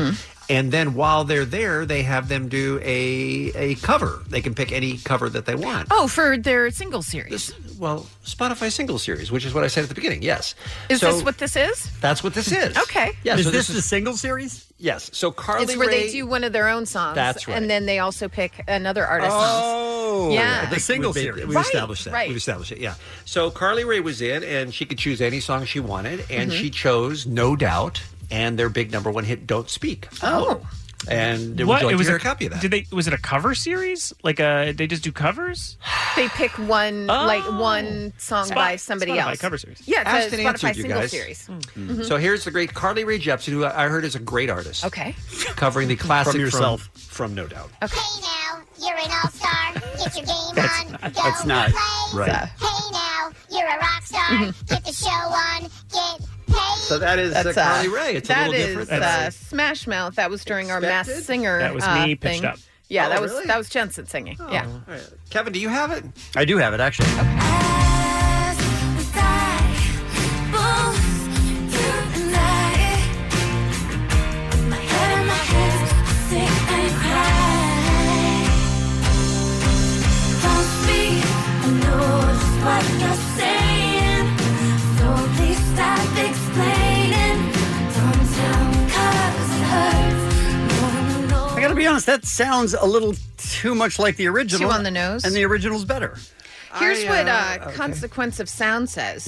Speaker 6: And then while they're there, they have them do a, a cover. They can pick any cover that they want.
Speaker 10: Oh, for their single series.
Speaker 6: well, Spotify single series, which is what I said at the beginning. Yes.
Speaker 10: Oh. Is
Speaker 6: So
Speaker 10: this what this is?
Speaker 6: That's what this is.
Speaker 10: Okay.
Speaker 6: Yeah,
Speaker 9: Is
Speaker 6: so
Speaker 9: this the single series?
Speaker 6: Yes. So Carly
Speaker 10: it's where
Speaker 6: Rae-
Speaker 10: they do one of their own songs.
Speaker 6: That's right.
Speaker 10: And then they also pick another artist's
Speaker 6: Oh,
Speaker 10: songs. Yeah.
Speaker 6: the single we
Speaker 10: series.
Speaker 6: We
Speaker 10: Right,
Speaker 6: established that.
Speaker 10: right.
Speaker 6: We've established it. Yeah. So Carly Rae was in, and she could choose any song she wanted, and
Speaker 10: Mhm.
Speaker 6: she chose "No Doubt" and their big number one hit "Don't Speak."
Speaker 10: Oh.
Speaker 6: And would
Speaker 5: what?
Speaker 6: you
Speaker 5: it
Speaker 6: like to
Speaker 5: was
Speaker 6: hear
Speaker 5: a
Speaker 6: a copy of that?
Speaker 5: Did they? Was it a cover series? Like, uh, they just do covers?
Speaker 10: They pick one,
Speaker 5: Oh.
Speaker 10: like one song
Speaker 5: Spot-
Speaker 10: by somebody
Speaker 5: Spotify
Speaker 10: else.
Speaker 5: cover series.
Speaker 10: Yeah, it's
Speaker 6: Ashton
Speaker 10: a Spotify
Speaker 6: answered you
Speaker 10: single
Speaker 6: guys.
Speaker 10: series.
Speaker 6: Mhm.
Speaker 10: Mhm.
Speaker 6: So here's the great Carly Rae Jepsen, who I I heard is a great artist,
Speaker 10: okay.
Speaker 6: covering the classic
Speaker 9: From yourself.
Speaker 6: from, from No Doubt.
Speaker 10: Okay.
Speaker 14: Hey now, you're an all star. Get your game
Speaker 6: That's
Speaker 14: on.
Speaker 6: not-
Speaker 14: Go
Speaker 6: that's not
Speaker 14: play.
Speaker 6: right.
Speaker 14: Hey now, you're a rock star. Get the show on. Get paid.
Speaker 6: So that is uh,
Speaker 10: That's,
Speaker 6: Carly
Speaker 10: uh,
Speaker 6: Rae. It's
Speaker 10: that
Speaker 6: a little different.
Speaker 10: is, uh, Smash Mouth. That was during our Mass
Speaker 6: Expected?
Speaker 10: Singer.
Speaker 6: That was
Speaker 10: uh,
Speaker 6: me pitched
Speaker 10: thing.
Speaker 6: up.
Speaker 10: Yeah,
Speaker 6: Oh,
Speaker 10: that was
Speaker 6: really? Oh,
Speaker 10: that was Jensen singing. Yeah.
Speaker 6: Kevin, do you have it?
Speaker 9: I do have it, actually. I gotta be honest, that sounds a little too much like the original.
Speaker 10: Too on the nose?
Speaker 9: And the original's better.
Speaker 10: Here's
Speaker 9: I,
Speaker 10: what
Speaker 9: uh,
Speaker 10: uh,
Speaker 9: okay.
Speaker 10: Consequence of Sound says.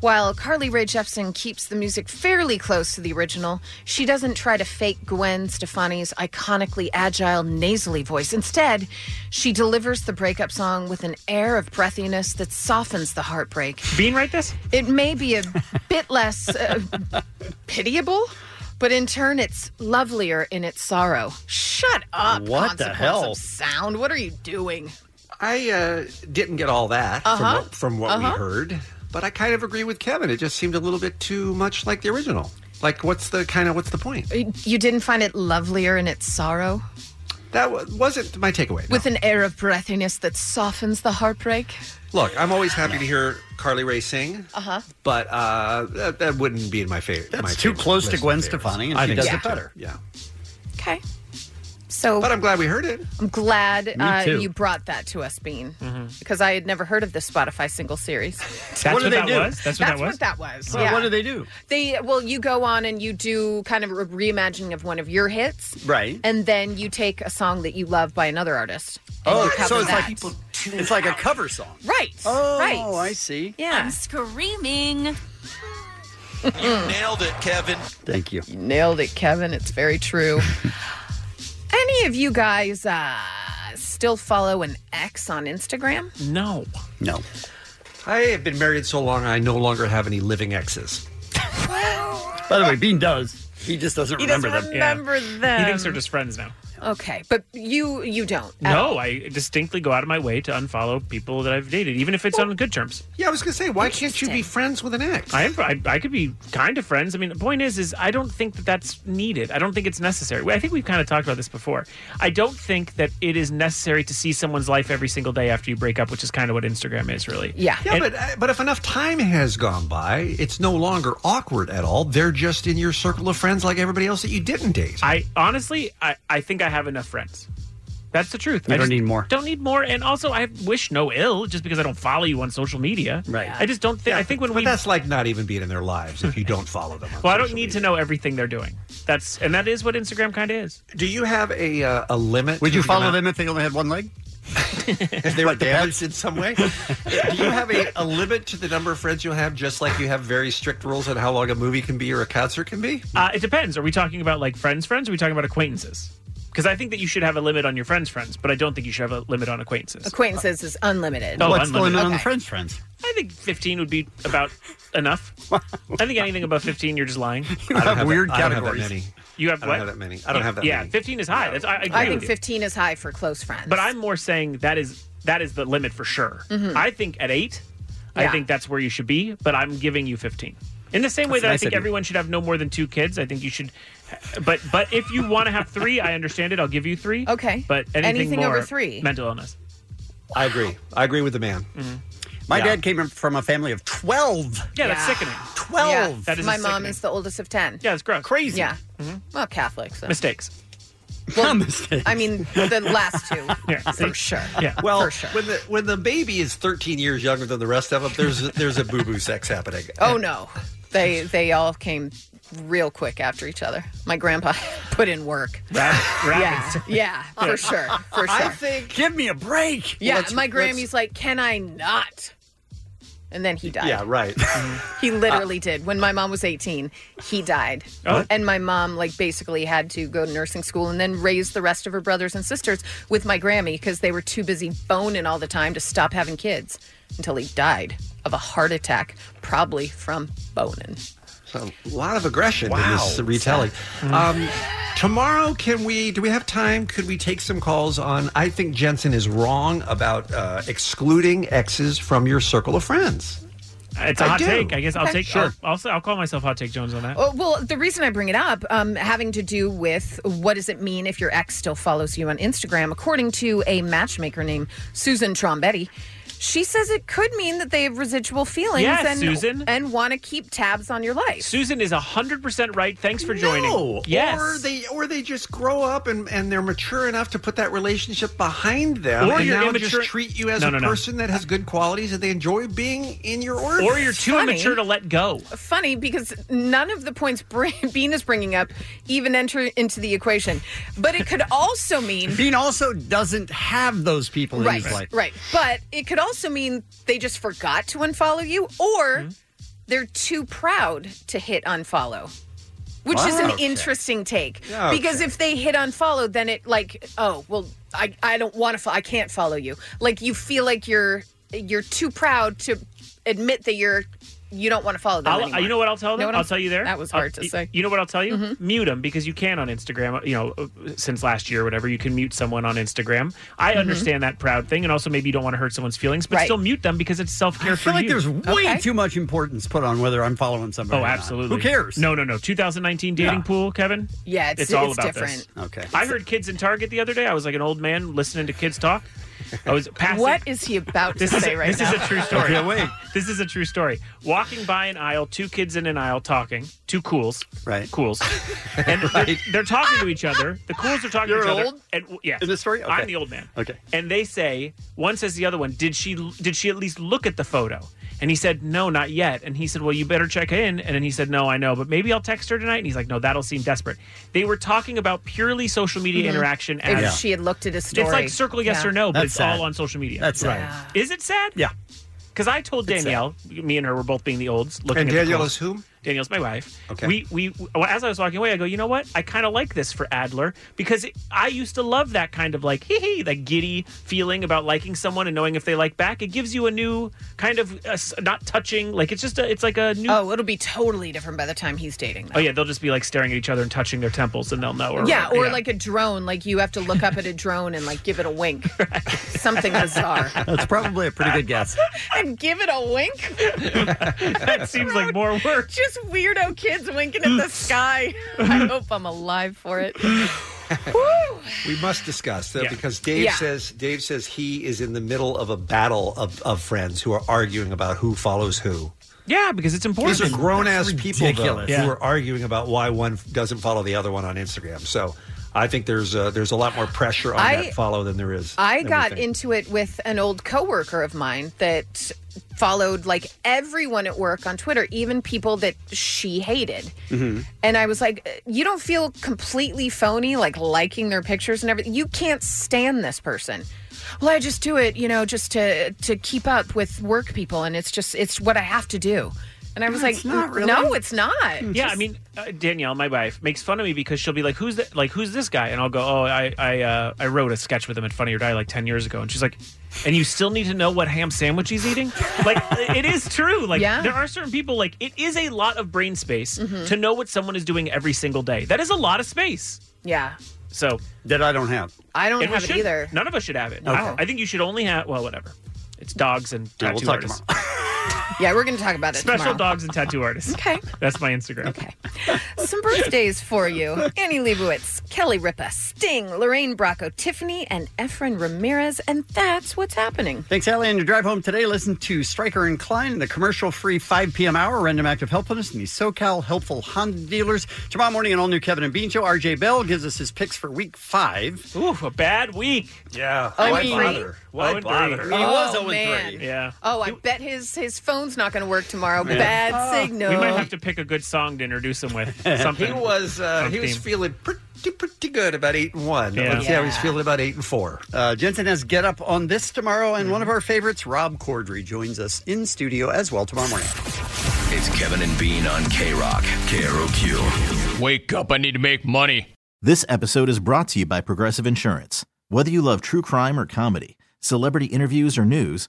Speaker 10: While Carly Rae Jepsen keeps the music fairly close to the original, she doesn't try to fake Gwen Stefani's iconically agile, nasally voice. Instead, she delivers the breakup song with an air of breathiness that softens the heartbreak.
Speaker 5: Bean write this?
Speaker 10: It may be a bit less uh, pitiable, but in turn, it's lovelier in its sorrow. Shut up,
Speaker 6: What the
Speaker 10: Consequence
Speaker 6: hell?
Speaker 10: of Sound. What are you doing?
Speaker 6: I uh, didn't get all that
Speaker 10: Uh-huh.
Speaker 6: from what, from what
Speaker 10: Uh-huh.
Speaker 6: we heard, but I kind of agree with Kevin. It just seemed a little bit too much like the original. Like, what's the kind of what's the point?
Speaker 10: You didn't find it lovelier in its sorrow?
Speaker 6: That wa- wasn't my takeaway.
Speaker 10: With an air of breathiness that softens the heartbreak?
Speaker 6: Look, I'm always happy to hear Carly Rae sing,
Speaker 10: Uh huh.
Speaker 6: but uh, that, that wouldn't be in my favorite.
Speaker 9: That's too close to Gwen Stefani, and she does it better.
Speaker 6: Yeah.
Speaker 10: Okay. So.
Speaker 6: But I'm glad we heard it.
Speaker 10: I'm glad
Speaker 6: Me
Speaker 10: uh,
Speaker 6: too.
Speaker 10: you brought that to us, Bean,
Speaker 9: Mm-hmm.
Speaker 10: because I had never heard of the Spotify single series.
Speaker 5: That's What do what they that do? was? That's what that was? Well,
Speaker 10: yeah.
Speaker 5: what do
Speaker 9: they do?
Speaker 10: They well, you go on and you do kind of a reimagining of one of your hits,
Speaker 9: Right.
Speaker 10: and then you take a song that you love by another artist. and you cover
Speaker 9: Oh, so it's
Speaker 10: that.
Speaker 9: like it's like a cover song.
Speaker 10: right.
Speaker 9: Oh,
Speaker 10: right.
Speaker 9: I see.
Speaker 10: Yeah.
Speaker 13: I'm screaming.
Speaker 10: Nailed it, Kevin.
Speaker 9: Thank you.
Speaker 10: Nailed it, Kevin. It's
Speaker 5: (laughs)
Speaker 10: very true. Any of you guys uh, still follow an ex on Instagram?
Speaker 5: No.
Speaker 9: No.
Speaker 6: I have been married so long, I no longer have any living exes.
Speaker 9: By the way, Bean does. He just doesn't
Speaker 10: He doesn't
Speaker 9: remember them.
Speaker 10: remember them.
Speaker 5: He thinks they're just friends now.
Speaker 10: Okay, but you you don't. Uh, at all.
Speaker 5: No, I distinctly go out of my way to unfollow people that I've dated, even if it's on good terms.
Speaker 6: Yeah, I was gonna say, why can't you be friends with an ex?
Speaker 5: I am. I, I could be kind of friends. I mean, the point is, is I don't think that that's needed. I don't think it's necessary. I think we've kind of talked about this before. I don't think that it is necessary to see someone's life every single day after you break up, which is kind of what Instagram is, really.
Speaker 6: Yeah,
Speaker 5: And-
Speaker 6: but uh, but if enough time has gone by, it's no longer awkward at all. They're just in your circle of friends like everybody else that you didn't date.
Speaker 5: I honestly, I, I think I have enough friends. That's the truth.
Speaker 6: You
Speaker 5: I
Speaker 6: don't
Speaker 5: just
Speaker 6: need more.
Speaker 5: Don't need more. And also, I wish no ill just because I don't follow you on social media. Right. I just don't think. I think when we.
Speaker 6: That's like not even being in their lives if you don't follow them.
Speaker 5: Well, I don't need to know everything they're doing. That's and that is what Instagram kind of is.
Speaker 6: Do you have a uh, a limit?
Speaker 9: Would
Speaker 6: to
Speaker 9: you
Speaker 6: the
Speaker 9: follow
Speaker 6: amount-
Speaker 9: them if they only had one leg?
Speaker 6: (laughs) if they were damaged in some way? Do you have a, a limit to the number of friends you'll have, just like you have very strict rules on how long a movie can be or a concert can be?
Speaker 5: Uh, it depends. Are we talking about like friends, friends? Or are we talking about acquaintances? Because I think that you should have a limit on your friends' friends, but I don't think you should have a limit on acquaintances.
Speaker 10: Acquaintances is unlimited.
Speaker 5: Oh, What's the unlimited. limit on
Speaker 10: Okay.
Speaker 9: friends' friends?
Speaker 5: I think 15 would be about enough. I think anything above 15, you're just lying.
Speaker 9: (laughs) You have, weird
Speaker 6: I don't have that
Speaker 9: categories.
Speaker 6: many.
Speaker 5: You have
Speaker 6: I don't
Speaker 5: what?
Speaker 6: have that many. I don't have that
Speaker 5: yeah,
Speaker 6: many.
Speaker 5: 15 is high. That's, I, I, agree
Speaker 10: I
Speaker 5: with
Speaker 10: think
Speaker 5: you.
Speaker 10: 15 is high for close friends.
Speaker 5: But I'm more saying that is that is the limit for sure.
Speaker 10: Mhm.
Speaker 6: Mm-hmm.
Speaker 5: I think at eight, I
Speaker 10: Yeah.
Speaker 5: think that's where you should be. But I'm giving you 15. In the same way
Speaker 9: That's
Speaker 5: that I
Speaker 9: nice
Speaker 5: think
Speaker 9: of you.
Speaker 5: everyone should have no more than two kids, I think you should. But but if you want to have three, I understand it. I'll give you three.
Speaker 10: Okay.
Speaker 5: But anything,
Speaker 10: Anything
Speaker 5: more,
Speaker 10: over three.
Speaker 5: mental illness.
Speaker 6: I agree. I agree with the man.
Speaker 9: Mm-hmm. My
Speaker 5: Yeah.
Speaker 9: dad came from a family of 12.
Speaker 5: Yeah, that's
Speaker 10: Yeah.
Speaker 5: sickening.
Speaker 9: 12.
Speaker 10: Yeah.
Speaker 9: That is
Speaker 10: My
Speaker 9: a
Speaker 10: mom
Speaker 9: sickening-
Speaker 10: is the oldest of 10.
Speaker 5: Yeah, it's gross.
Speaker 9: Crazy.
Speaker 10: Yeah. Well, Catholic. So.
Speaker 5: Mistakes. (laughs)
Speaker 10: Well, I mean, the last two. for sure.
Speaker 6: (laughs) Well,
Speaker 10: For sure.
Speaker 6: when the when the baby is 13 years younger than the rest of them, there's there's a boo boo sex happening.
Speaker 10: Oh no, they they all came real quick after each other. My grandpa (laughs) put in work. yeah, yeah, for sure, for
Speaker 20: I
Speaker 10: sure.
Speaker 6: think.
Speaker 9: Give me a break.
Speaker 10: Yeah,
Speaker 20: Let's-
Speaker 10: my Grammy's
Speaker 20: let's-
Speaker 10: like, can I not? And then he died.
Speaker 6: Yeah, right. Mm-hmm.
Speaker 10: He literally did. When my mom was 18, he died.
Speaker 20: Uh, Oh.
Speaker 10: And my mom, like, basically had to go to nursing school and then raise the rest of her brothers and sisters with my Grammy because they were too busy boning all the time to stop having kids until he died of a heart attack, probably from boning.
Speaker 6: So a lot of aggression in this
Speaker 10: Wow.
Speaker 6: retelling.
Speaker 5: Mm.
Speaker 6: Um, tomorrow, can we? Do we have time? Could we take some calls on? I think Jensen is wrong about uh, excluding exes from your circle of friends.
Speaker 5: It's a
Speaker 6: I
Speaker 5: hot
Speaker 6: do.
Speaker 5: take. I guess I'll
Speaker 10: Okay.
Speaker 5: take.
Speaker 6: Sure.
Speaker 5: I'll, I'll, I'll call myself hot take Jones on that.
Speaker 10: Oh, well, the reason I bring it up, um, having to do with what does it mean if your ex still follows you on Instagram, according to a matchmaker named Susan Trombetti. She says it could mean that they have residual feelings
Speaker 5: Yes,
Speaker 10: and
Speaker 5: Susan.
Speaker 10: and want to keep tabs on your life.
Speaker 5: Susan is hundred percent right. Thanks for joining.
Speaker 6: No.
Speaker 5: Yes.
Speaker 6: Or they or they just grow up and, and they're mature enough to put that relationship behind them
Speaker 5: Or
Speaker 6: and
Speaker 5: you're
Speaker 6: now
Speaker 5: immature-
Speaker 6: just treat you as
Speaker 5: No,
Speaker 6: a
Speaker 5: no, no.
Speaker 6: person that has good qualities and they enjoy being in your orbit.
Speaker 5: or you're too
Speaker 10: Funny.
Speaker 5: immature to let go.
Speaker 10: Funny because none of the points Br- (laughs) Bean is bringing up even enter into the equation. But it could also mean
Speaker 9: Bean also doesn't have those people in
Speaker 10: right,
Speaker 9: his life.
Speaker 10: right. But it could also mean they just forgot to unfollow you, or
Speaker 5: Hmm?
Speaker 10: they're too proud to hit unfollow, which is an
Speaker 20: Okay.
Speaker 10: interesting take.
Speaker 20: Okay.
Speaker 10: Because if they hit unfollow, then it like, oh well, I I don't want to, fo- I can't follow you. Like you feel like you're you're too proud to admit that you're you don't want to follow them.
Speaker 5: I'll, uh,
Speaker 10: anymore.
Speaker 5: you know what I'll tell
Speaker 10: Know
Speaker 5: them?
Speaker 10: what
Speaker 5: I'll
Speaker 10: I'm-
Speaker 5: tell you there.
Speaker 10: That was
Speaker 5: I'll-
Speaker 10: hard to
Speaker 5: y-
Speaker 10: say. Mm-hmm.
Speaker 5: You know what I'll tell you? Mute them because you can on Instagram. You know, uh, since last year or whatever, you can mute someone on Instagram. I
Speaker 10: Mm-hmm.
Speaker 9: Mhm.
Speaker 5: understand that proud thing, and also maybe you don't want to hurt someone's feelings, but
Speaker 9: Right.
Speaker 5: still mute them because it's self care
Speaker 9: I
Speaker 5: for
Speaker 9: feel like
Speaker 5: you.
Speaker 9: there's way too much importance put on whether I'm following somebody.
Speaker 5: Oh,
Speaker 9: or not.
Speaker 5: absolutely.
Speaker 9: Who cares?
Speaker 5: No, no, no. 2019 dating
Speaker 9: Yeah.
Speaker 5: pool, Kevin.
Speaker 10: Yeah, it's-
Speaker 5: all
Speaker 10: it's
Speaker 5: about
Speaker 10: different.
Speaker 5: this.
Speaker 9: Okay.
Speaker 5: I heard kids in Target the other day. I was like an old man listening to kids talk. I was passing.
Speaker 10: What is he about to
Speaker 5: This is
Speaker 10: say
Speaker 5: a,
Speaker 10: right
Speaker 5: this
Speaker 10: now?
Speaker 5: is a true story. This is a true story. Walking by an aisle, two kids in an aisle talking, two cools,
Speaker 9: right?
Speaker 5: Cools,
Speaker 9: (laughs)
Speaker 5: and they're, they're talking to each other. The cools are talking
Speaker 9: Ah! You're
Speaker 5: to each
Speaker 9: old?
Speaker 5: other. And yeah,
Speaker 9: In this story? Okay.
Speaker 5: I'm the old man.
Speaker 9: Okay.
Speaker 5: And they say one says to the other one, "Did she did she at least look at the photo?" And he said, "No, not yet." And he said, "Well, you better check in." And then he said, "No, I know, but maybe I'll text her tonight." And he's like, "No, that'll seem desperate." They were talking about purely social media
Speaker 9: Mm-hmm.
Speaker 10: Mhm.
Speaker 5: interaction.
Speaker 10: If
Speaker 5: As
Speaker 10: she had looked at his story,
Speaker 5: It's like circle yes
Speaker 10: Yeah.
Speaker 5: or no, but
Speaker 9: That's
Speaker 5: it's
Speaker 9: sad.
Speaker 5: all on social media.
Speaker 9: That's sad.
Speaker 5: Is it sad?
Speaker 9: Yeah.
Speaker 5: Because I told
Speaker 9: It's sad.
Speaker 5: Danielle, me and her were both being the olds. Looking
Speaker 6: And
Speaker 5: at the
Speaker 6: Danielle
Speaker 5: clothes.
Speaker 6: is whom?
Speaker 5: Danielle's my wife.
Speaker 6: Okay.
Speaker 5: We we well, as I was walking away, I go, you know what? I kind of like this for Adler because it, I used to love that kind of like (laughs) hee hee, that giddy feeling about liking someone and knowing if they like back. It gives you a new kind of uh, s- not touching. Like it's just a, it's like a new.
Speaker 10: oh, it'll be totally different by the time he's dating.
Speaker 5: Oh, yeah, they'll just be like staring at each other and touching their temples, and they'll know. Oh, Or
Speaker 10: yeah, or like a drone. Like you have to look up at a drone and like give it
Speaker 5: (laughs)
Speaker 10: a wink. Something bizarre.
Speaker 9: That's
Speaker 5: Oh.
Speaker 9: probably a pretty good guess.
Speaker 10: (laughs) and give it a wink?
Speaker 5: (laughs) that seems
Speaker 10: (laughs)
Speaker 5: like more work.
Speaker 10: Just weirdo kids winking at
Speaker 5: (laughs)
Speaker 10: the sky. I hope I'm alive for it.
Speaker 6: We must discuss that because Dave
Speaker 10: Yeah.
Speaker 6: says Dave says he is in the middle of a battle of, of friends who are arguing about who follows who.
Speaker 5: yeah, because it's important.
Speaker 6: These are grown ass people though,
Speaker 5: Yeah.
Speaker 6: who are arguing about why one doesn't follow the other one on Instagram. So I think there's uh, there's a lot more pressure on
Speaker 10: I-
Speaker 6: that follow than there is.
Speaker 10: I
Speaker 6: than we
Speaker 10: got
Speaker 6: think.
Speaker 10: into it with an old coworker of mine that followed like everyone at work on Twitter, even people that she hated.
Speaker 3: Mm-hmm.
Speaker 10: And I was like, you don't feel completely phony, like liking their pictures and everything. You can't stand this person. Well, I just do it, you know, just to to keep up with work people, and it's just it's what I have to do. And I was like,
Speaker 20: not really.
Speaker 10: no, it's Mm, not.
Speaker 5: Yeah, I mean uh, Danielle, my wife, makes fun of me because she'll be like, "Who's that? Like, who's this guy?" And I'll go, "Oh, I I uh, I wrote a sketch with him at Funny or Die like ten years ago." And she's like, "And you still need to know what ham sandwich he's eating?" Like, it is true. Like,
Speaker 20: Yeah.
Speaker 5: there are certain people. Like, it is a lot of brain space
Speaker 10: Mhm.
Speaker 5: to know what someone is doing every single day. That is a lot of space.
Speaker 10: yeah,
Speaker 5: So
Speaker 9: that I don't have.
Speaker 10: I don't
Speaker 5: And we
Speaker 10: have it
Speaker 5: shouldn't.
Speaker 10: either.
Speaker 5: None of us should have it.
Speaker 9: Okay.
Speaker 5: I, I think you should only have. Well, whatever. It's dogs and
Speaker 9: Yeah, we'll
Speaker 5: tattoo
Speaker 9: talk
Speaker 5: artists.
Speaker 10: Yeah, we're going to talk about
Speaker 5: (laughs)
Speaker 10: it
Speaker 5: Special
Speaker 10: tomorrow.
Speaker 5: dogs and tattoo artists.
Speaker 10: Okay.
Speaker 5: That's my Instagram. Okay.
Speaker 10: Some birthdays for you. Annie Leibovitz, Kelly Ripa, Sting, Lorraine Bracco, Tiffany, and Efren Ramirez. And that's what's happening.
Speaker 9: Thanks, Allie. On your drive home today, listen to Stryker and Klein in the commercial free 5 p.m. hour, Random Act of Helpfulness, and the SoCal Helpful Honda Dealers. Tomorrow morning, an all new Kevin and Bean show. RJ Bell gives us his picks for week five.
Speaker 5: Ooh, a bad week.
Speaker 6: Yeah.
Speaker 10: Oh, why bother?
Speaker 9: Why bother? He was 0 3.
Speaker 5: Yeah.
Speaker 10: Oh, I bet his his phone's not going to work tomorrow. Bad signal.
Speaker 5: We might have to pick a good song to introduce him
Speaker 9: (laughs)
Speaker 5: with. Something.
Speaker 6: Oh. He was uh, he was feeling pretty pretty good about eight and one.
Speaker 9: Yeah.
Speaker 6: Let's see how he's feeling about eight and four.
Speaker 9: Uh, Jensen has Get Up on this tomorrow, and one of our favorites, Rob Cordry, joins us in studio as well tomorrow morning.
Speaker 12: It's Kevin and Bean on K Rock, K R O Q.
Speaker 2: Wake up, I need to make money.
Speaker 13: This episode is brought to you by Progressive Insurance. Whether you love true crime or comedy, celebrity interviews or news,